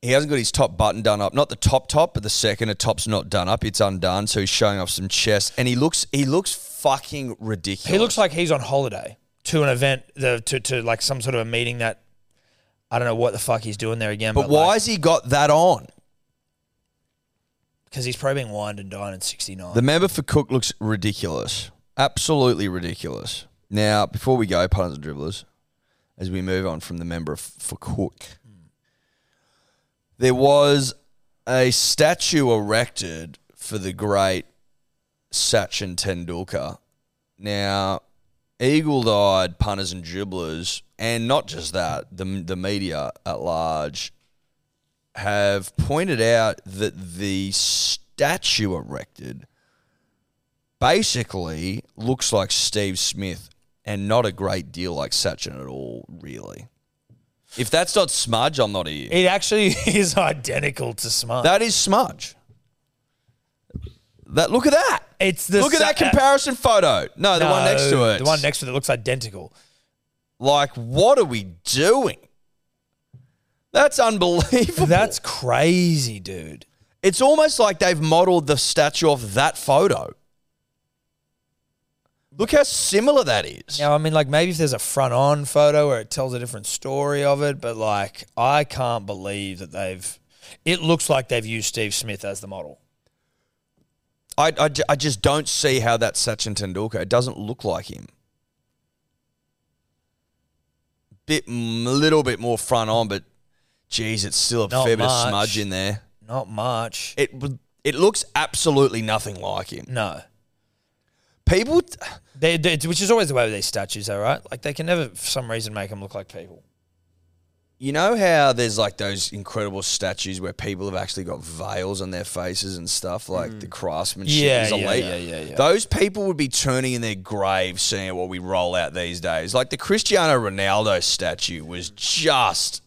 [SPEAKER 3] he hasn't got his top button done up. Not the top top, but the second a top's not done up. It's undone, so he's showing off some chest. And he looks he looks fucking ridiculous.
[SPEAKER 2] He looks like he's on holiday to an event, the, to to like some sort of a meeting that I don't know what the fuck he's doing there again.
[SPEAKER 3] But why has he got that on?
[SPEAKER 2] Because he's probably been wined and dined in '69.
[SPEAKER 3] The member for Cook looks ridiculous. Absolutely ridiculous. Now, before we go, punters and dribblers, as we move on from the member f- for Cook, there was a statue erected for the great Sachin Tendulkar. Now, eagle eyed punters and dribblers, and not just that, the, the media at large have pointed out that the statue erected basically looks like Steve Smith and not a great deal like Sachin at all, really. If that's not smudge, I'm not here.
[SPEAKER 2] it actually is identical to Smart.
[SPEAKER 3] That is smudge. That look at that.
[SPEAKER 2] it's the
[SPEAKER 3] look at
[SPEAKER 2] sa-
[SPEAKER 3] that comparison photo. No, the one next to
[SPEAKER 2] No,
[SPEAKER 3] it.
[SPEAKER 2] The one next to it looks identical.
[SPEAKER 3] Like, what are we doing? That's unbelievable.
[SPEAKER 2] That's crazy, dude.
[SPEAKER 3] It's almost like they've modeled the statue of that photo. Look how similar that is.
[SPEAKER 2] Now, I mean, like maybe if there's a front on photo where it tells a different story of it, but like I can't believe that they've. It looks like they've used Steve Smith as the model.
[SPEAKER 3] I, I, ju- I just don't see how that's Sachin Tendulkar. It doesn't look like him. Bit, m- little bit more front on, but geez, it's still a
[SPEAKER 2] Not
[SPEAKER 3] fair bit of
[SPEAKER 2] much.
[SPEAKER 3] smudge in there.
[SPEAKER 2] Not much.
[SPEAKER 3] It w- it looks absolutely nothing like him.
[SPEAKER 2] No.
[SPEAKER 3] People, t-
[SPEAKER 2] They, they- which is always the way with these statues, though, right? Like they can never, for some reason, make them look like people.
[SPEAKER 3] You know how there's like those incredible statues where people have actually got veils on their faces and stuff, like the craftsmanship
[SPEAKER 2] Mm. Yeah,
[SPEAKER 3] is
[SPEAKER 2] yeah,
[SPEAKER 3] elite.
[SPEAKER 2] yeah, yeah, yeah.
[SPEAKER 3] Those people would be turning in their graves seeing what we roll out these days. Like the Cristiano Ronaldo statue was just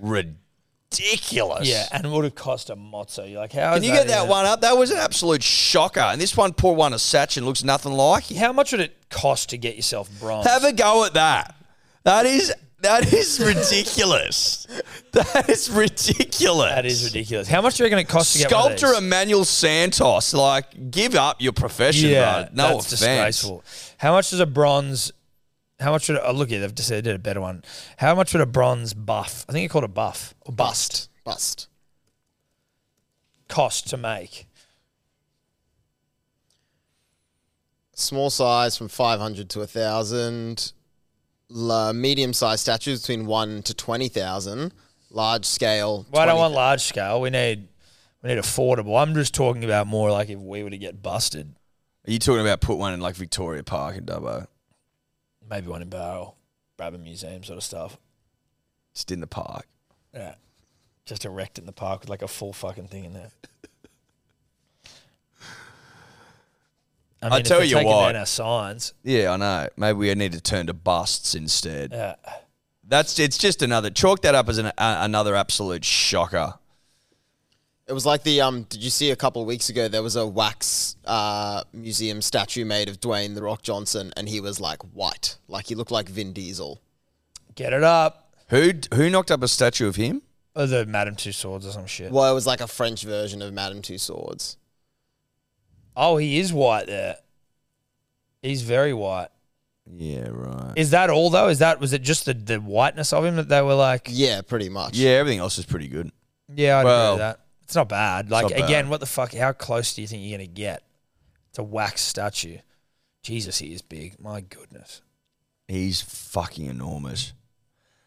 [SPEAKER 3] ridiculous.
[SPEAKER 2] Yeah, and would have cost a mozzo. You're like, how
[SPEAKER 3] Can
[SPEAKER 2] is
[SPEAKER 3] you get that
[SPEAKER 2] even-
[SPEAKER 3] one up? That was an absolute shocker. And this one, poor one, a Sachin looks nothing like.
[SPEAKER 2] How much would it cost to get yourself bronze?
[SPEAKER 3] Have a go at that. That is that is ridiculous. that is ridiculous.
[SPEAKER 2] that is ridiculous. How much do you reckon it costs to get one of
[SPEAKER 3] Sculptor
[SPEAKER 2] these?
[SPEAKER 3] Emmanuel Santos, like, give up your profession,
[SPEAKER 2] yeah,
[SPEAKER 3] bro. No
[SPEAKER 2] that's
[SPEAKER 3] offense.
[SPEAKER 2] disgraceful. How much does a bronze? How much would oh, look? Yeah, they've just they did a better one. How much would a bronze buff? I think it called a buff or bust
[SPEAKER 4] Bust.
[SPEAKER 2] cost to make.
[SPEAKER 4] Small size from 500 to 1,000. La- medium sized statues between 1 to 20,000. Large scale.
[SPEAKER 2] Well, I don't
[SPEAKER 4] 20
[SPEAKER 2] want large scale. We need we need affordable. I'm just talking about more like if we were to get busted,
[SPEAKER 3] Are you talking about put one in like Victoria Park in Dubbo?
[SPEAKER 2] maybe one in barrel, Brabham Museum sort of stuff.
[SPEAKER 3] Just in the park.
[SPEAKER 2] Yeah, just erect in the park with like a full fucking thing in there. I mean, if
[SPEAKER 3] tell
[SPEAKER 2] they're
[SPEAKER 3] you
[SPEAKER 2] taking
[SPEAKER 3] what.
[SPEAKER 2] down our signs.
[SPEAKER 3] Yeah, I know. Maybe we need to turn to busts instead.
[SPEAKER 2] Yeah.
[SPEAKER 3] That's it's just another chalk that up as an, a, another absolute shocker.
[SPEAKER 4] It was like the um. Did you see a couple of weeks ago? There was a wax uh, museum statue made of Dwayne the Rock Johnson, and he was like white, like he looked like Vin Diesel.
[SPEAKER 2] Get it up.
[SPEAKER 3] Who who knocked up a statue of him?
[SPEAKER 2] Or the Madame Two Swords or some shit.
[SPEAKER 4] Well, it was like a French version of Madame Two Swords.
[SPEAKER 2] Oh, he is white there. He's very white.
[SPEAKER 3] Yeah, right.
[SPEAKER 2] Is that all though? Is that was it just the, the whiteness of him that they were like?
[SPEAKER 4] Yeah, pretty much.
[SPEAKER 3] Yeah, everything else is pretty good.
[SPEAKER 2] Yeah, I'd agree
[SPEAKER 3] Well,
[SPEAKER 2] with that. It's not bad. Like
[SPEAKER 3] not bad.
[SPEAKER 2] again, what the fuck? How close do you think you're gonna get? It's a wax statue. Jesus, he is big. My goodness.
[SPEAKER 3] He's fucking enormous.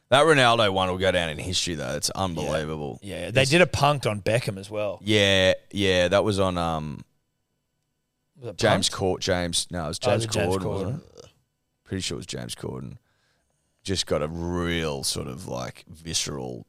[SPEAKER 3] That Ronaldo one will go down in history though. It's unbelievable.
[SPEAKER 2] Yeah, they did a punked on Beckham as well.
[SPEAKER 3] Yeah, yeah, that was on um
[SPEAKER 2] Was it
[SPEAKER 3] James
[SPEAKER 2] punked?
[SPEAKER 3] Court. James, no, it was
[SPEAKER 2] Oh, it
[SPEAKER 3] James
[SPEAKER 2] was James
[SPEAKER 3] Corden. wasn't
[SPEAKER 2] Corden.
[SPEAKER 3] it? Pretty sure it was James Corden. Just got a real sort of like visceral,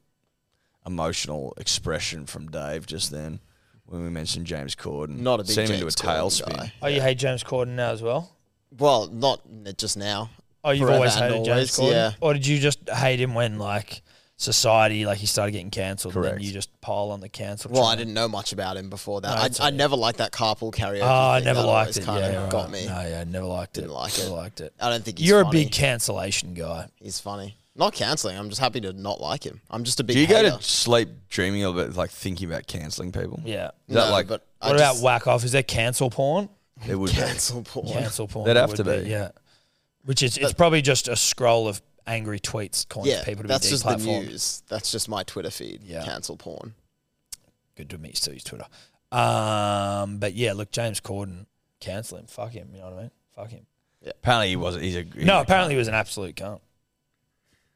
[SPEAKER 3] emotional expression from Dave just then when we mentioned James Corden.
[SPEAKER 4] Not a big
[SPEAKER 3] Sent him
[SPEAKER 4] James
[SPEAKER 3] into a
[SPEAKER 4] Corden
[SPEAKER 3] tailspin.
[SPEAKER 4] guy.
[SPEAKER 2] Oh, you hate James Corden now as well?
[SPEAKER 4] Well, not n- just now.
[SPEAKER 2] Oh, you've
[SPEAKER 4] Forever
[SPEAKER 2] always
[SPEAKER 4] and
[SPEAKER 2] hated James Corden,
[SPEAKER 4] always, yeah.
[SPEAKER 2] or did you just hate him when like society like he started getting cancelled? and
[SPEAKER 3] Correct.
[SPEAKER 2] then You just pile on the cancel.
[SPEAKER 4] Well, I
[SPEAKER 2] train?
[SPEAKER 4] didn't know much about him before that.
[SPEAKER 2] No, it's
[SPEAKER 4] I, I
[SPEAKER 2] okay.
[SPEAKER 4] never liked that carpool karaoke.
[SPEAKER 2] Oh, I
[SPEAKER 4] thing.
[SPEAKER 2] never
[SPEAKER 4] That
[SPEAKER 2] liked
[SPEAKER 4] always
[SPEAKER 2] it.
[SPEAKER 4] Kind
[SPEAKER 2] yeah,
[SPEAKER 4] of
[SPEAKER 2] right.
[SPEAKER 4] got me.
[SPEAKER 2] No, yeah, never liked it.
[SPEAKER 4] Didn't like
[SPEAKER 2] Never
[SPEAKER 4] it.
[SPEAKER 2] liked it.
[SPEAKER 4] I don't think he's
[SPEAKER 2] You're
[SPEAKER 4] funny.
[SPEAKER 2] a big cancellation guy.
[SPEAKER 4] He's funny. Not canceling. I'm just happy to not like him. I'm just a big.
[SPEAKER 3] Do you go
[SPEAKER 4] hater.
[SPEAKER 3] to sleep dreaming of it, like thinking about cancelling people?
[SPEAKER 2] Yeah.
[SPEAKER 3] Is that
[SPEAKER 4] No,
[SPEAKER 3] like
[SPEAKER 4] but I
[SPEAKER 2] What about
[SPEAKER 4] just-
[SPEAKER 2] whack off? Is there cancel porn?
[SPEAKER 3] it would be.
[SPEAKER 4] cancel porn?
[SPEAKER 2] Cancel porn.
[SPEAKER 3] That'd
[SPEAKER 2] it
[SPEAKER 3] have
[SPEAKER 2] would
[SPEAKER 3] to be.
[SPEAKER 2] Yeah. Which is it's probably just a scroll of angry tweets calling
[SPEAKER 4] Yeah,
[SPEAKER 2] people to
[SPEAKER 4] that's
[SPEAKER 2] be
[SPEAKER 4] just the
[SPEAKER 2] deplatformed.
[SPEAKER 4] news. That's just my Twitter feed.
[SPEAKER 2] Yeah.
[SPEAKER 4] Cancel porn.
[SPEAKER 2] Good to meet you, use Twitter. Um, but yeah, look, James Corden, cancel him. Fuck him. You know what I mean? Fuck him.
[SPEAKER 3] Apparently he wasn't. He's a he's
[SPEAKER 2] no,
[SPEAKER 3] a
[SPEAKER 2] apparently he was an absolute cunt.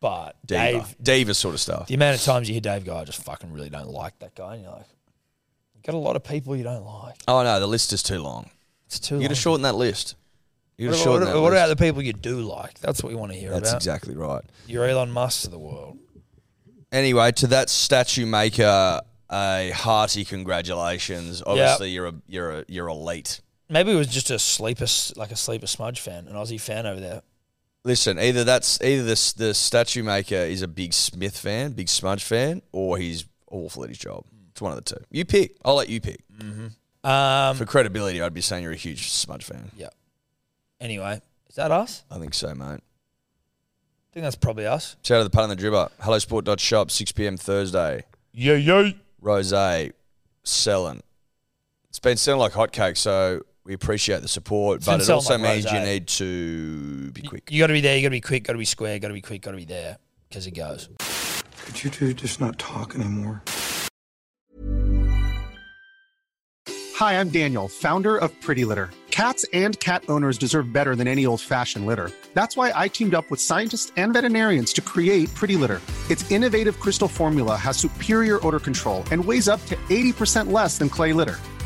[SPEAKER 2] But
[SPEAKER 3] diva,
[SPEAKER 2] Dave,
[SPEAKER 3] diva sort of stuff.
[SPEAKER 2] the amount of times you hear Dave go, I just fucking really don't like that guy, and you're like, you got a lot of people you don't like.
[SPEAKER 3] Oh no, the list is too long.
[SPEAKER 2] It's too.
[SPEAKER 3] You got to
[SPEAKER 2] long.
[SPEAKER 3] shorten that list. You got
[SPEAKER 2] What,
[SPEAKER 3] to
[SPEAKER 2] about-
[SPEAKER 3] shorten
[SPEAKER 2] what
[SPEAKER 3] that
[SPEAKER 2] about
[SPEAKER 3] list.
[SPEAKER 2] the people you do like? That's what we want to hear
[SPEAKER 3] That's
[SPEAKER 2] about.
[SPEAKER 3] exactly right.
[SPEAKER 2] You're Elon Musk of the world.
[SPEAKER 3] Anyway, to that statue maker, a hearty congratulations. Obviously, you're a you're a you're elite.
[SPEAKER 2] Maybe it was just a sleeper, s- like a sleeper smudge fan, an Aussie fan over there.
[SPEAKER 3] Listen, either that's either this the statue maker is a big Smith fan, big Smudge fan, or he's awful at his job. It's one of the two. You pick. I'll let you pick.
[SPEAKER 2] Um,
[SPEAKER 3] Mm-hmm. For credibility, I'd be saying you're a huge Smudge fan.
[SPEAKER 2] yeah. Anyway, is that us?
[SPEAKER 3] I think so, mate.
[SPEAKER 2] I think that's probably us.
[SPEAKER 3] Shout out to the punt and the dribber. HelloSport.shop, 6 p.m. Thursday.
[SPEAKER 2] Yeah, yeah.
[SPEAKER 3] Rose selling. It's been selling like hotcakes, so we appreciate the support,
[SPEAKER 2] It's been
[SPEAKER 3] but it
[SPEAKER 2] selling
[SPEAKER 3] also
[SPEAKER 2] like
[SPEAKER 3] means you
[SPEAKER 2] rosé.
[SPEAKER 3] need to be quick.
[SPEAKER 2] You got to be there. You got to be quick. Got to be square. Got to be quick. Got to be there because it goes.
[SPEAKER 6] Could you two just not talk anymore?
[SPEAKER 7] Hi, I'm Daniel, founder of Pretty Litter. Cats and cat owners deserve better than any old fashioned litter. That's why I teamed up with scientists and veterinarians to create Pretty Litter. Its innovative crystal formula has superior odor control and weighs up to 80% less than clay litter.